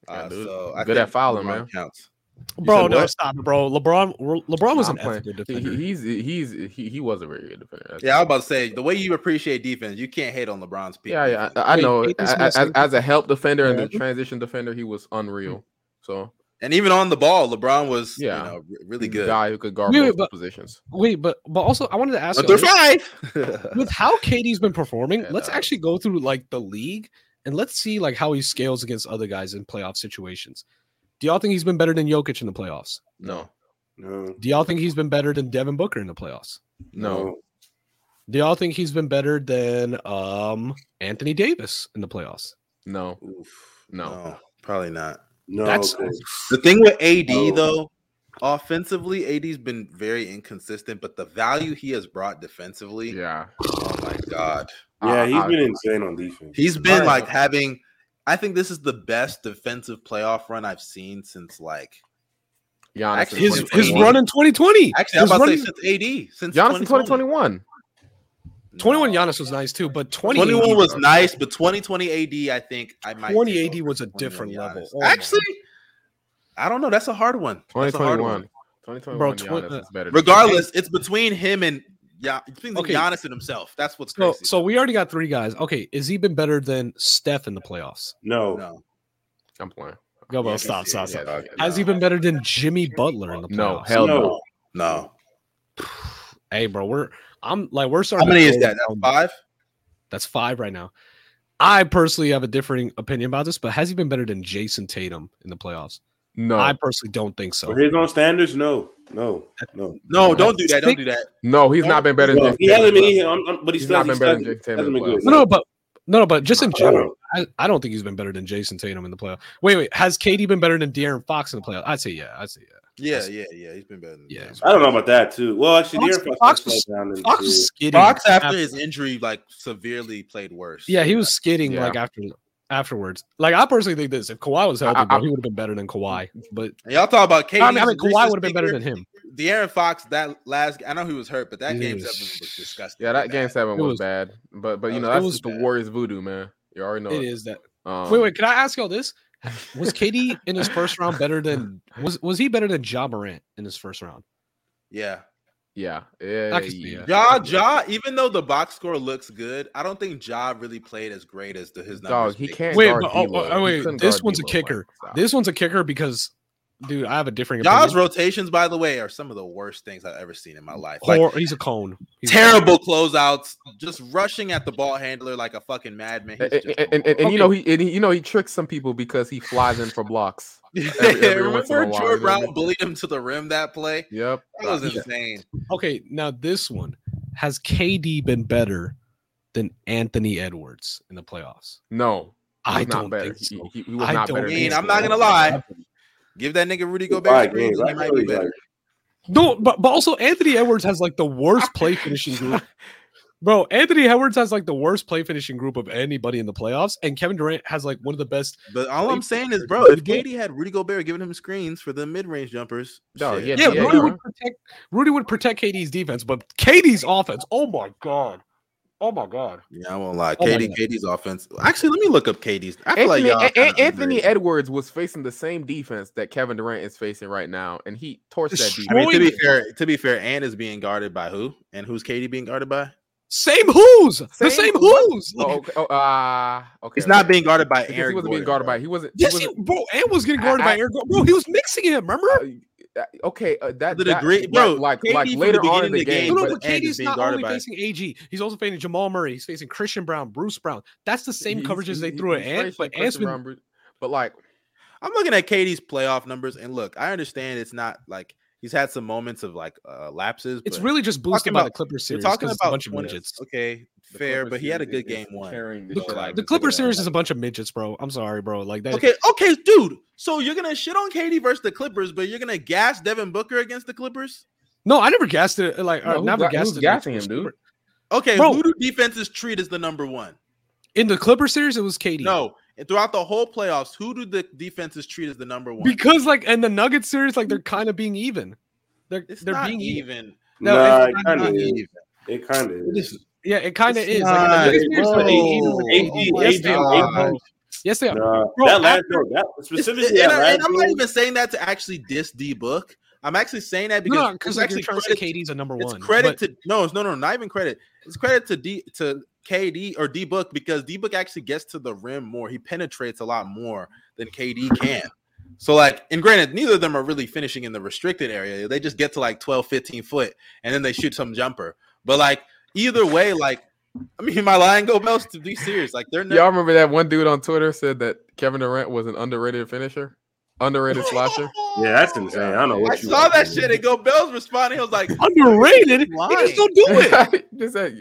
Yeah,
Uh,
dude.
so I
Good at
think
fouling,
LeBron
man.
Counts.
bro,
said
no,
what?
stop, it, bro. LeBron, LeBron was
Nah,
an
I'm playing.
ethical
He-
defender.
he- He's he's he, he was a very good defender. That's-
Yeah, I was about to say the way you appreciate defense, you can't hate on LeBron's peak.
yeah, yeah.
defense.
I, I
Wait,
know.
Peyton
As,
Smith's
as, as a help defender and
Yeah.
a transition defender, he was unreal. So
And even on the ball, LeBron was you
Yeah.
know, re- really
he's a
good.
guy who could guard
Wait, wait,
multiple
but-
positions.
Wait, but but also, I wanted to ask
But
you
they're
on this-
five.
with how KD's been performing.
Yeah,
Let's
nah.
actually go through like the league and let's see like how he scales against other guys in playoff situations. Do y'all think he's been better than Jokic in the playoffs?
No,
No.
Do y'all think he's been better than Devin Booker in the playoffs?
No.
Do y'all think he's been better than um Anthony Davis in the playoffs?
No.
No.
No.
probably not.
No,
That's-
okay.
The thing with AD
No.
though, offensively, AD's been very inconsistent, but the value he has brought defensively,
Yeah.
oh my god,
yeah,
I-
he's
I-
been insane on defense.
he's been
Right.
like having. I think this is the best defensive playoff run I've seen since like
Giannis
Actually,
in
His his
2021.
run in 2020.
actually I'm
his
about to
run
say
in-
since AD since
Giannis in 2021.
21 Giannis was nice too, but 20
21
AD
was nice, but 2020 AD, I think I might
20
take
AD
over
was a
21
different
Giannis.
level. Oh my-
Actually, I don't know. That's a hard one. That's a hard
2021.
one.
2021
Bro,
Giannis
twen-
is better. than-
Regardless, it's between him and yeah, it's between
Okay.
Giannis and himself. That's what's
So,
crazy.
so we already got three guys. Okay, is he been better than Steph in the playoffs?
no.
no,
I'm playing.
Go,
Yeah,
bro. Stop,
yeah,
stop, stop.
dog,
Has he
no,
been better than Jimmy Butler in the playoffs?
No, hell no.
No.
No.
Hey, bro, we're I'm like we're
How
starting. to
many is
go
that?
down-
That's five.
That's five right now. I personally have a differing opinion about this, but has he been better than Jason Tatum in the playoffs?
No.
I personally don't think so.
For his own standards, no, no, no.
No, don't do that. Don't do that.
no, he's not been better
Well,
than
he hasn't been. He, I'm, I'm- but he
He's
still
not been
he's
better than
still-
Jason Tatum
hasn't
in
been
the
good.
No, no, but no, no, but just in
I don't
general,
know.
I, I don't think he's been better than Jason Tatum in the playoffs. Wait, wait, has KD been better than De'Aaron Fox in the playoffs? I'd say yeah. I'd say yeah.
Yeah, yeah, yeah. He's been better. Than
Yeah.
Giannis.
I don't know about that too. Well, actually,
Fox-
De'Aaron Fox,
Fox
was
was-
down in
Fox
two.
was skidding.
Fox after his injury, like severely played worse.
Yeah, he was skidding
Yeah.
like after afterwards. Like I personally think this: if Kawhi was healthy,
I-
bro,
I-
he would have been better than Kawhi. But
And y'all talk about KD.
I mean, I mean Kawhi would have been better than him.
De'Aaron Fox. That last, I know he was hurt, but that
He
game
was-
seven was disgusting.
Yeah, that
Bad.
game seven
It
was,
was-
bad, but but you
That
know
was-
that's just
it
was
the
bad.
Warriors voodoo, man. You already know
It
it.
is that.
Um,
Wait, wait. Can I ask y'all this? Was KD in his first round better than was was he better than Ja Morant in his first round?
Yeah.
Yeah, yeah,
I can see
yeah.
that.
Ja, Ja, even though the box score looks good, I don't think Ja really played as great as the, his numbers.
Dog, he
make it.
can't.
Wait,
guard
but- oh,
D-Lo.
oh,
He
wait,
couldn't
this
guard
one's a
D-Lo, like,
kicker.
stop.
This one's a kicker because, dude, I have a different.
Ja's
opinion.
rotations, by the way, are some of the worst things I've ever seen in my life. Like
Hor- he's a cone. He's a cone.
terrible closeouts, just rushing at the ball handler like a fucking madman. He's
And,
just
and, and, and you know he and, he- you know he tricks some people because he flies in for blocks. every- every once in a
remember Jordan
while, remember?
Brown bullied him to the rim that play?
Yep.
That was insane.
Okay, now this one has KD been better than Anthony Edwards in the playoffs?
No, he
I
was not
don't
better.
think so.
He, he- he was
I
not
don't
better.
I
than
think
mean,
him.
I'm not gonna lie. Give that nigga Rudy Gobert
Five
screens,
games.
and
I
he might
feel
be
he's
better.
like-
No, but, but also Anthony Edwards has like the worst play finishing group. Bro, Anthony Edwards has like the worst play finishing group of anybody in the playoffs, and Kevin Durant has like one of the best.
But all I'm
Like,
saying is,
Rudy
bro, if
Gobert-
KD had Rudy Gobert giving him screens for the mid-range jumpers,
No,
shit.
yeah,
Yeah,
yeah,
Rudy
yeah.
would protect Rudy would protect KD's defense, but KD's offense. Oh my god, oh my god.
Yeah, I won't lie.
Oh my
KD,
God.
KD's offense. Actually, let me look up KD's. I feel
Anthony,
like
A-
y'all
A- Anthony
Ed-
Edwards was facing the same defense that Kevin Durant is facing right now, and he torched that
Destroyed
I mean,
defense.
to be
Boyd-
fair, to be fair, Ant is being guarded by who? And who's KD being guarded by?
Same who's the
Same
same
what?
who's. Like,
Oh, okay. Oh, uh, okay.
He's not
okay.
being guarded by
Because
Aaron.
he wasn't being
Gordon,
guarded
bro.
by. He wasn't.
yes,
he
he,
wasn't
bro, and was getting guarded
I-
by Aaron. Gordon. Bro, he was mixing him. Remember?
uh, okay, uh, that
the
that-
degree-
like-
bro,
Like
KD
like
from the
later on
beginning of
in the
the
game,
game
No,
but
no, but
Ant is
KD's
being
not
guarded
only
by-
facing AG. He's also facing Jamal Murray. He's facing Christian Brown, Bruce Brown. That's the same
he-
coverages
he-
they
he-
threw at
he's
Ant,
facing
but
Christian
Ant's been
Brown, Bru- But like,
I'm looking at KD's playoff numbers, and look, I understand it's not like he's had some moments of like uh, lapses.
It's
but
really just
talking
boosted by the
about-
Clippers
you're
series.
talking
'cause it's
about
a bunch of
20
midgets.
Okay,
the
fair,
Clippers
but he had a
series
good
is- is
game one.
carrying
The,
shit
Cl-
out of
the
this
Clipper
nigga.
series is a bunch of midgets, bro. I'm sorry, bro. Like that.
Okay, okay, dude. So you're gonna shit on KD versus the Clippers, but you're gonna gas Devin Booker against the Clippers?
No, I never guessed it. Like,
No,
I
who
never
got-
guessed
who's
it.
gassing him, dude?
Okay,
Bro.
who do defenses treat as the number one?
In the Clipper series, it was KD.
No, and throughout the whole playoffs, who do the defenses treat as the number one?
because like in the Nuggets series, like they're kind of being even. They're
it's
they're
not
being even.
even.
No,
nah,
it's
it
not
kind of
Not
is.
even.
It kind of is.
Yeah, it kind of
It's
is. Like, in the
not.
Nuggets series,
Bro.
they're being even with
AD,
KD. yes, they are, bro. Yes, they are.
Nah,
Bro,
that last
after-
no, that
It's-
specifically
and,
that
I,
last
am not
game,
even saying that to actually diss D book. I'm actually saying that because
no,
it's
because like you're
actually
trying
credit,
to say KD's a number
it's
one.
credit
but-
to no, it's no, no, not even credit. It's credit to D to KD or D book because D book actually gets to the rim more. He penetrates a lot more than KD can. So like, and granted, neither of them are really finishing in the restricted area. They just get to like 12, 15 foot, and then they shoot some jumper. But like, either way, like, I mean, my line go bells to be serious. Like, they're never
Y'all remember that one dude on Twitter said that Kevin Durant was an underrated finisher? Underrated slasher.
Yeah, that's insane. I don't know what
I
you
saw that shit and Go Bell's responding. I was like,
Underrated. He
Lying.
just don't do it.
Just like,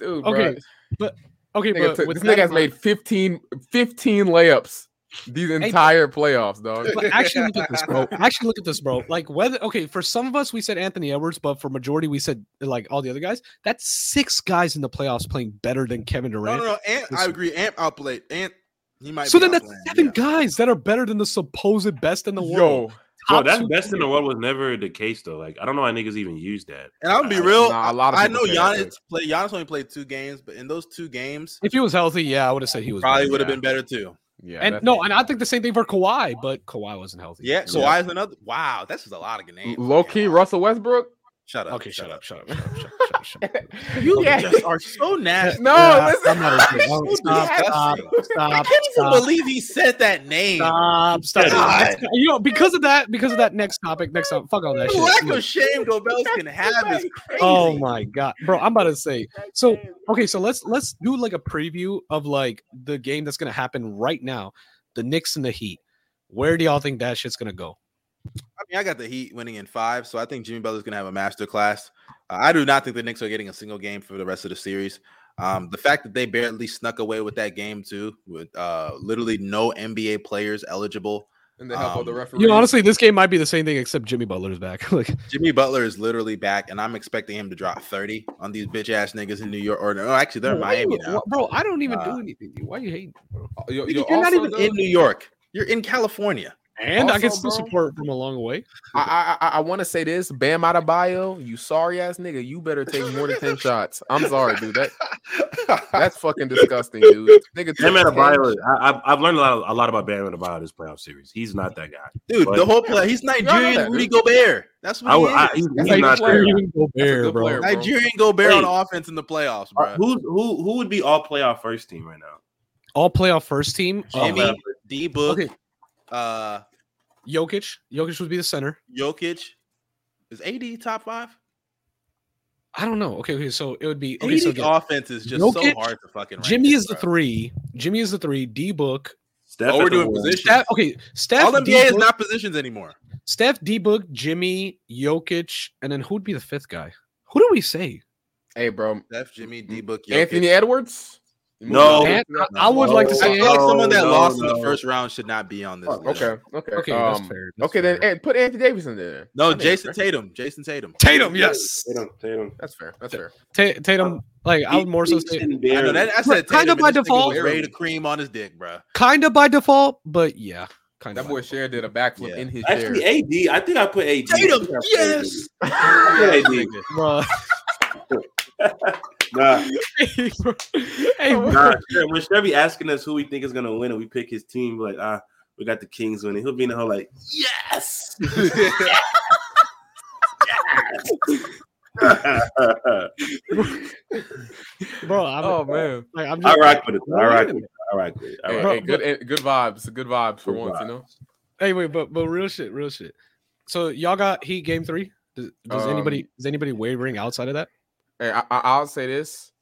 dude, bro.
Okay, but okay,
Nigga
but
took-
with
this
that
nigga has
in
made 15, 15 layups these entire playoffs, dog.
But actually, look at this, bro. Actually, look at this, bro. Like whether okay, for some of us we said Anthony Edwards, but for majority we said like all the other guys. That's six guys in the playoffs playing better than Kevin
No,
Durant.
no, no. Ant, I
Listen.
agree. Ant outplayed. Ant, he might.
so
be
then that's
outplaying,
seven
yeah.
guys that are better than the supposed best in the world.
Yo,
Bro,
Top
that's
two
best in the
tier.
world was never the case though. Like I don't know why niggas even use that.
And I'm gonna be real.
Nah, a lot of
I know
people say
Giannis
that, dude.
played. Giannis only played two games, but in those two games,
If he was healthy, yeah, I would have said he was.
probably
better.
would have
yeah.
been better too.
yeah,
And
that's-
no, and I think the same thing for Kawhi, but Kawhi wasn't healthy.
Yeah. So why is another? Wow, that's just a lot of names.
low key Russell Westbrook.
Shut up.
Okay, shut up, shut up, shut up, shut up, shut up. Shut up.
You
Yeah.
just are so nasty.
No,
Yeah,
listen.
I'm not okay. Oh,
You
stop,
nasty.
stop,
I
stop,
can't even
stop,
believe he said that name.
stop, stop. Next- You know, because of that, because of that next topic, next topic, fuck all that
The
shit.
lack of shame Gobels can have is crazy.
Oh my god, bro! I'm about to say. So okay, so let's let's do like a preview of like the game that's gonna happen right now, the Knicks and the Heat. Where do y'all think that shit's gonna go?
I mean, I got the Heat winning in five, so I think Jimmy Butler's going to have a master class. Uh, I do not think the Knicks are getting a single game for the rest of the series. Um, the fact that they barely snuck away with that game too, with uh, literally no NBA players eligible.
And the help of the
Um,
referee.
You know, honestly, this game might be the same thing except Jimmy Butler's back. like,
Jimmy Butler is literally back, and I'm expecting him to drop 30 on these bitch ass niggas in New York. Or no, actually, they're in
why
Miami
you-
now.
bro. I don't even
Uh,
do anything. Why you hating?
you,
Nigga, You're not even in New York. You're in California.
And I can
also,
still
bro-
support from a long way.
I I, I, I want to say this, Bam out of bio. You sorry ass nigga. You better take more than ten shots. I'm sorry, dude. That that's fucking disgusting, dude. Nigga,
Bam
took 10
Adebayo, I, I've, I've learned a lot, a lot about Bam Adebayo this playoff series. He's not that guy.
Dude, the
But-
whole play. He's Nigerian
that,
Rudy Gobert. That's what
I,
he
would- I,
is.
he's,
That's
he's
how you
not
play.
that guy.
Even go
That's a
there,
good
bro.
player, bro.
Nigerian Gobert
Wait.
on offense in the playoffs, bro.
Uh, Who's who? Who would be all playoff first team right now?
All playoff first team. uh,
Jimmy,
Okay.
D Book,
Okay.
uh,
Jokic. Jokic would be the center.
Jokic. Is AD top five?
I don't know. Okay, okay. So it would be okay.
AD's
So again,
offense is just so
Jokic,
hard to fucking. rank
Jimmy
it,
is the
bro.
three. Jimmy is the three. D book.
Steph
Oh,
at
we're
the
doing
one.
positions.
Steph. Okay, Steph.
All
D-Book,
NBA is not positions anymore.
Steph D book. Jimmy Jokic, and then who would be the fifth guy? Who do we say?
Hey, bro.
Steph, Jimmy, D Book,
Anthony Edwards.
No. Oh,
And I would like to
I
say.
feel like someone that
No,
lost in
no.
the first round should not be on this. list.
Okay. Okay.
Oh, Okay,
um,
that's fair. that's
okay, then
fair.
and put Anthony Davis in there.
No,
That nigga-
Jason Tatum. Jason Tatum.
Tatum. Yes.
Tatum, Tatum.
That's fair. That's fair.
Ta- Tatum. Like I would more so say
I know that. I said
Kind
Tatum,
of by
and this nigga
default.
was ready to cream on his dick, bro.
kind of by default, but yeah, kind of.
That boy Cher did a backflip
Yeah.
in his chair.
Actually, AD. I think I put AD.
Tatum. Yes.
I put AD.
Bro.
Nah,
hey, bro. Hey, bro.
nah. Sher- When Chevy asking us who we think is gonna win and we pick his team, we're like ah, we got the Kings winning. He'll be in the hole like yes.
Bro, I'm,
oh man.
like, I'm
I
just,
rock with it. I rock with it. I rock with it. I
Hey,
rock
Bro,
hey, good, eh, good vibes. Good vibes for
Good
once, you
vibes.
know.
anyway, but but real shit, real shit. So y'all got Heat game three. Does, does
Um,
anybody is anybody wavering outside of that?
Hey, I, I, I'll say this.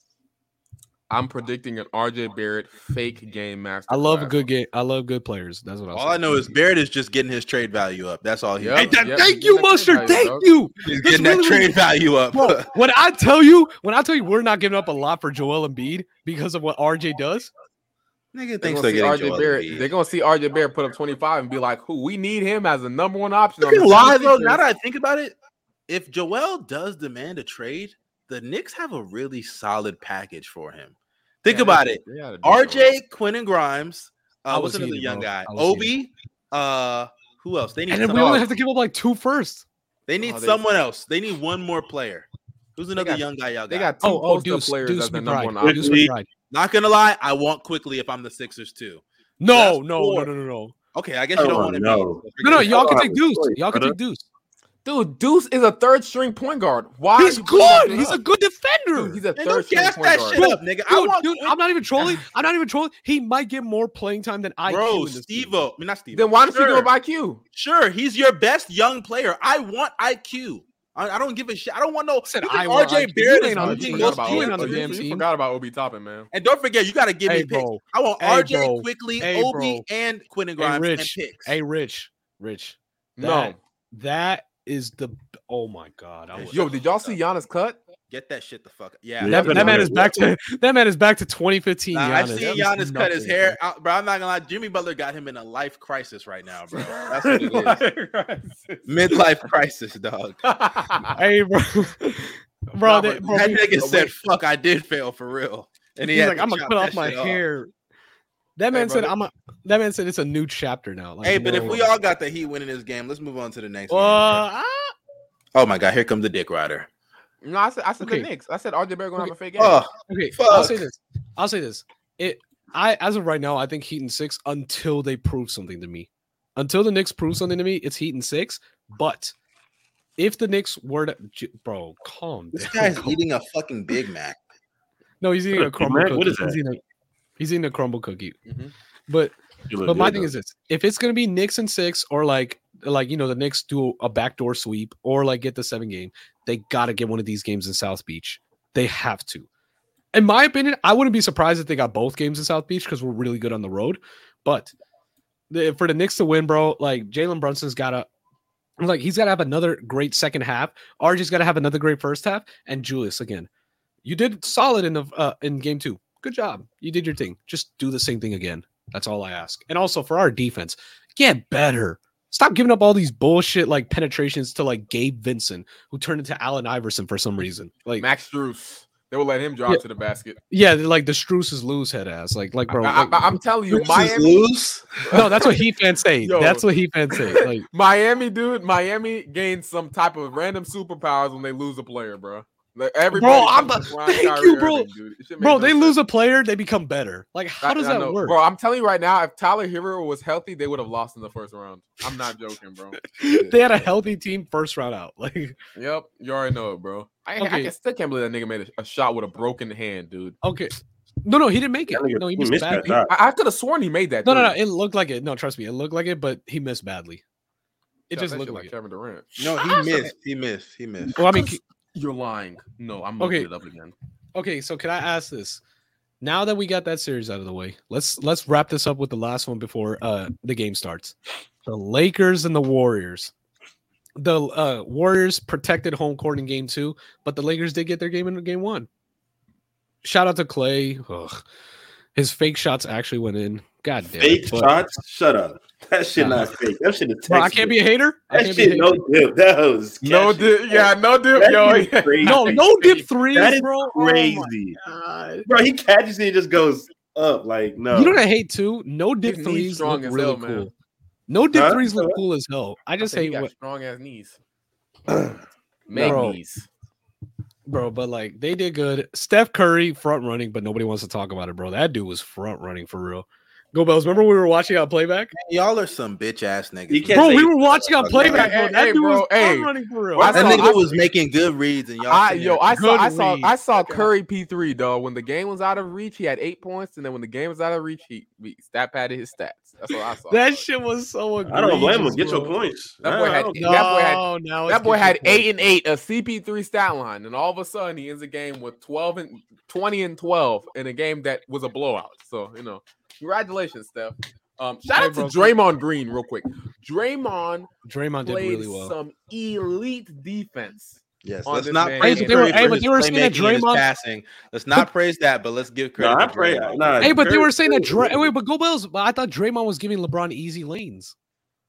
I'm predicting an RJ Barrett fake game master.
I love a good game. I love good players. That's what I'm
All I know is Barrett is just getting his trade value up. That's all he.
Yep.
Hey,
that- Yep,
thank
you
you,
got that
Mustard.
value,
Thank
dog.
you.
He's
That's
getting that
really-
trade value up.
Bro, when I tell you, when I tell you we're not giving up a lot for Joel Embiid because of what RJ does,
Nigga
They're
thinks
gonna,
they're
see
getting
RJ
Joel
Barrett, they're
Embiid.
gonna see RJ Barrett put up 25 and be like, who we need him as a number one option. on
Fucking
this
lie
team."
though. Now that I think about it, if Joel does demand a trade, the Knicks have a really solid package for him. Think
Yeah,
about
they-
it.
they gotta do something.
RJ, Quinn, and Grimes.
I
Uh,
was
what's another
heated,
young
bro.
guy?
I was
Obi. Uh, who else? They need.
and then we
someone
only
else.
have to give up like two first.
They need
Oh, they-
someone else. They need one more player. Who's another
got-
young guy y'all got?
They got two
Oh, oh,
post-up
Deuce,
players
Deuce
as the number
McBride.
one option.
Deuce McBride.
Not gonna lie, I want quickly if I'm the Sixers too.
No,
That's
no, no,
four.
no, no, no.
Okay, I guess you
Oh,
don't want to
no.
No, no, y'all can
Oh,
take Deuce.
sorry,
Y'all can
brother.
take Deuce.
Dude, Deuce is a third string point guard. Why?
He's
are you bringing that
good.
dude
He's a
up?
good defender.
Dude, he's
Man,
a third
don't
string
gas
point
that
guard.
shit up, nigga. I
Dude,
want
dude, I'm not even trolling. I'm not even trolling. He might get more playing time than I.
bro, Steve I mean, not Steve.
Then why does
sure,
he go by Q?
Sure, he's your best young player. I want IQ. I, I don't give a shit. I don't want no.
said
you
I
think
want
RJ
IQ.
Barrett
You
is
ain't on
the
the team.
most
You ain't
playing
on the
player.
damn team.
You forgot about Obi Toppin, man.
And don't forget, you got to give
Hey,
me picks.
bro.
I want
Hey,
RJ
bro.
quickly,
Hey,
Obi,
bro.
and Quinn and
Hey,
Grimes and
Rich.
picks.
Hey, Rich. Rich.
No.
that- that is the oh my god. I was,
Yo, did y'all see Giannis cut?
Get that shit the fuck. Yeah.
Yeah.
that, that man is back to that man is back to 2015.
Nah, I've
Giannis.
seen
That was
Giannis cut his
nothing,
hair out, bro. I'm not gonna lie. Jimmy Butler got him in a life crisis right now, bro. That's what it is. Midlife crisis, dog.
bro. Hey, bro, bro, they- bro,
that
we-
nigga
bro,
said,
wait.
"Fuck, I did fail for real." And he
He's
had
like,
to
I'm gonna
chop
cut
that
off my
shit off."
hair. That man
bro,
said,
that-
"I'm a." That man said, "It's a new chapter now." Like,
Hey, but if
no.
we all got the Heat winning this game, let's move on to the next.
uh,
game.
ah,
Oh my God, here comes the Dick Rider.
No, I said I said
Okay.
the Knicks. I said RJ Barrett gonna have a fake game.
Oh,
okay, Uh, I'll say
Fuck.
this. I'll say this. It, I as of right now, I think Heat and six until they prove something to me. Until the Knicks prove something to me, it's Heat and six. But if the Knicks were to, j- bro, calm
this
down.
guy's
Calm-
eating a fucking Big Mac.
No, he's eating
What
a
a
crumble
Big
cookie.
Mac? What is
He's
that?
eating a, he's eating a crumble cookie.
Mhm.
But
You look
but my
good,
thing
though.
is this: if it's gonna be Knicks and six, or like like you know the Knicks do a backdoor sweep, or like get the seven game, they gotta get one of these games in South Beach. They have to. In my opinion, I wouldn't be surprised if they got both games in South Beach because we're really good on the road. But the, for the Knicks to win, bro, like Jalen Brunson's gotta. Like he's got to have another great second half. RJ's got to have another great first half, and Julius again. You did solid in the uh, in game two. Good job. You did your thing. Just do the same thing again. That's all I ask. And also for our defense, get better. Stop giving up all these bullshit like penetrations to like Gabe Vincent, who turned into Allen Iverson for some reason. Like,
Max Struess. They will let him drive
Yeah.
to the basket.
yeah, they're like the Struess is lose head ass. Like, like bro,
I,
like-
am telling you,
This is
Miami,
loose.
no, that's what Heat fans say.
Yo.
That's what Heat fans say. Like,
Miami, dude, Miami gains some type of random superpowers when they lose a player, bro. Like everybody,
I'm
comes
a-
around
thank you, bro.
dude. It shit
bro,
makes no
they
sense.
lose a player, they become better. Like, how
I-
does
I
that
know.
work?
bro? I'm telling you right now, if Tyler Hero was healthy, they would have lost in the first round. I'm not joking, bro.
They had a healthy team first round out. Like,
Yep, you already know it, bro. I, I
Okay.
can, still can't believe that nigga made a, a shot with a broken hand, dude.
okay, no, no, he didn't make it.
That nigga-
No, he
he
missed
missed
bad.
that
He-
shot.
I, I could have sworn he made that.
No, no, no.
three.
It looked like it. No, trust me, it looked like it, but he missed badly. It
Shot
just
that
looked
shit
like it.
Kevin Durant.
No, he missed. He missed. He missed.
Well, I mean,
Cause- You're lying. No, I'm
Okay.
looking it up again.
okay. So can I ask this? Now that we got that series out of the way, let's let's wrap this up with the last one before uh the game starts. The Lakers and the Warriors. The uh Warriors protected home court in game two, but the Lakers did get their game in game one. Shout out to Clay. Ugh. His fake shots actually went in. God damn.
Fake
it, but-
shots? Shut up. That shit
Nah.
not fake. That shit is
Bro, I
textbook.
can't be a hater. I
That
can't be a
shit
hater.
no dip. That was
No
catchy.
dip, yeah, no dip,
That
yo.
shit is crazy.
No, no dip threes,
That is
bro. Oh my
Crazy,
God.
bro. He catches it and just goes up. Like no,
You know what I hate too? No dip
His knees
threes
strong
look
as
really
hell,
cool.
man.
No dip
Huh?
threes look cool as hell. I just
Said he
hate
got
what,
strong ass knees. Meg
Bro.
knees.
bro. But like they did good. Steph Curry front running, but nobody wants to talk about it, bro. That dude was front running for real. Go Bells. Remember we were watching on playback,
Y'all are some bitch ass niggas.
You can't
bro.
say-
We were watching on
Hey,
playback, bro.
hey,
That
hey,
dude was
bro, hey.
front running for real.
I
that
saw-
nigga
I-
was making good reads, and y'all.
I
sitting
yo,
there-
I saw,
Good
I saw,
read.
I saw Curry P three dog. When the game was out of reach, he had eight points, and then when the game was out of reach, he, he stat padded his stats. That's what I saw.
That
dog.
shit was so.
I don't blame him.
egregious,
Get your
bro.
points.
That
Nah,
boy
I
had-
don't-
That boy had-
No, now it's
That boy
get your
had eight
points.
and eight, a CP three stat line, and all of a sudden he ends a game with twelve and twenty and twelve in a game that was a blowout. So you know, congratulations, Steph. Um, shout
Hey,
out to
bro.
Draymond Green real quick. Draymond
Draymond did
played
really well.
some elite defense.
Yes,
on
let's
this
not
man.
praise
Hey, but
they were-
Curry
hey,
for
but
his
they were saying that
playmaking and his
Draymond-
passing. Let's not praise that, but let's give credit.
Nah, I
to
pray.
Draymond.
Nah,
Hey, but they
Curry-
were saying that. Dray- wait, but Go Bells. But I thought Draymond was giving LeBron easy lanes.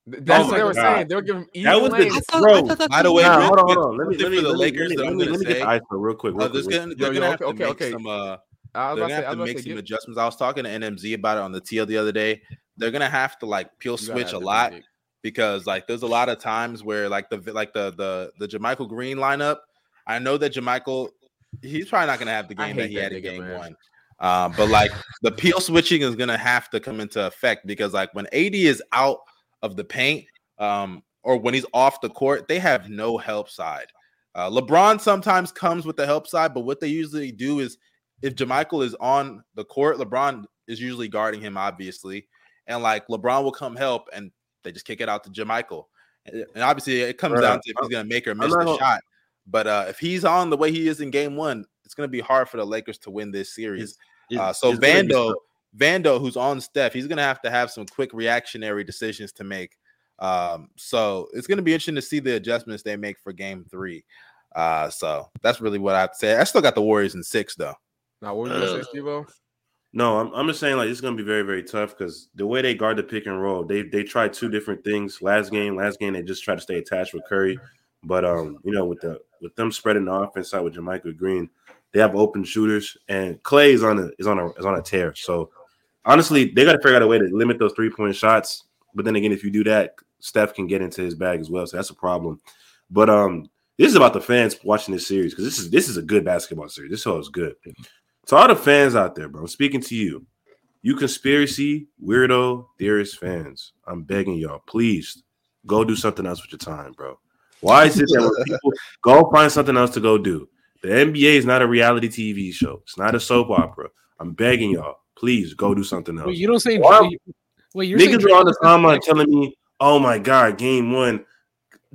Th- That's
Oh
what
my
they were
God.
saying. They were giving him
That
easy
was the-
lanes.
I thought- I Bro, thought
by the way,
Nah,
real
hold on,
quick,
hold on. Let me
quick
let me
for the
let me-
Lakers
let
that I'm
me- let me-
gonna
let me get
say.
the ice real quick.
Uh,
Real
there's
quick.
gonna, they're
Yo,
gonna
yo,
have
okay,
to
okay,
make
okay.
some. Uh,
I
they're
was about
gonna
to say, I
have to
was about
make
to
some
say, give-
adjustments. I was talking to NMZ about it on the TL the other day. They're gonna have to like peel
you gotta
switch
have
a
different
lot
digs.
because like there's a lot of times where like the like the the the Jamichael Green lineup. I know that Jamichael, he's probably not gonna have the
I
game that
hate
he
that
had in
nigga,
game
man.
one. Um, but like the peel switching is gonna have to come into effect because like when AD is out of the paint, um, or when he's off the court, they have no help side. Uh, LeBron sometimes comes with the help side, but what they usually do is if Jamichael is on the court, LeBron is usually guarding him, obviously. And like LeBron will come help and they just kick it out to Jamichael. And and obviously it comes
Bruh,
down to if he's
I'm-
gonna make or
I'm
miss the
not gonna-
shot. But uh if he's on the way he is in game one, it's gonna be hard for the Lakers to win this series. Uh, so
It's gonna be
Vando, Vando, who's on Steph, he's gonna have to have some quick reactionary decisions to make. Um, so it's going to be interesting to see the adjustments they make for game three. Uh, so that's really what I'd say. I still got the Warriors in six, though.
Now, what was you gonna say, Steve-O?
No, I'm, I'm just saying like it's gonna be very very tough because the way they guard the pick and roll, they they tried two different things last game. Last game they just tried to stay attached with Curry, but um you know with the with them spreading the offense out with Jermichael Green, they have open shooters and Clay is on a is on a is on a tear. So honestly, they got to figure out a way to limit those three point shots. But then again, if you do that, Steph can get into his bag as well, so that's a problem. But um this is about the fans watching this series because this is this is a good basketball series. This show is good. To all the fans out there, bro, I'm speaking to you. You conspiracy, weirdo, theorist fans. I'm begging y'all, please go do something else with your time, bro. Why is it that when people go find something else to go do? The NBA is not a reality TV show. It's not a soap opera. I'm begging y'all, please go do something else.
Wait, you don't say.
Why-
Wait, you're saying
Niggas are on the
Draymond-
timeline telling me, "Oh my God, game one,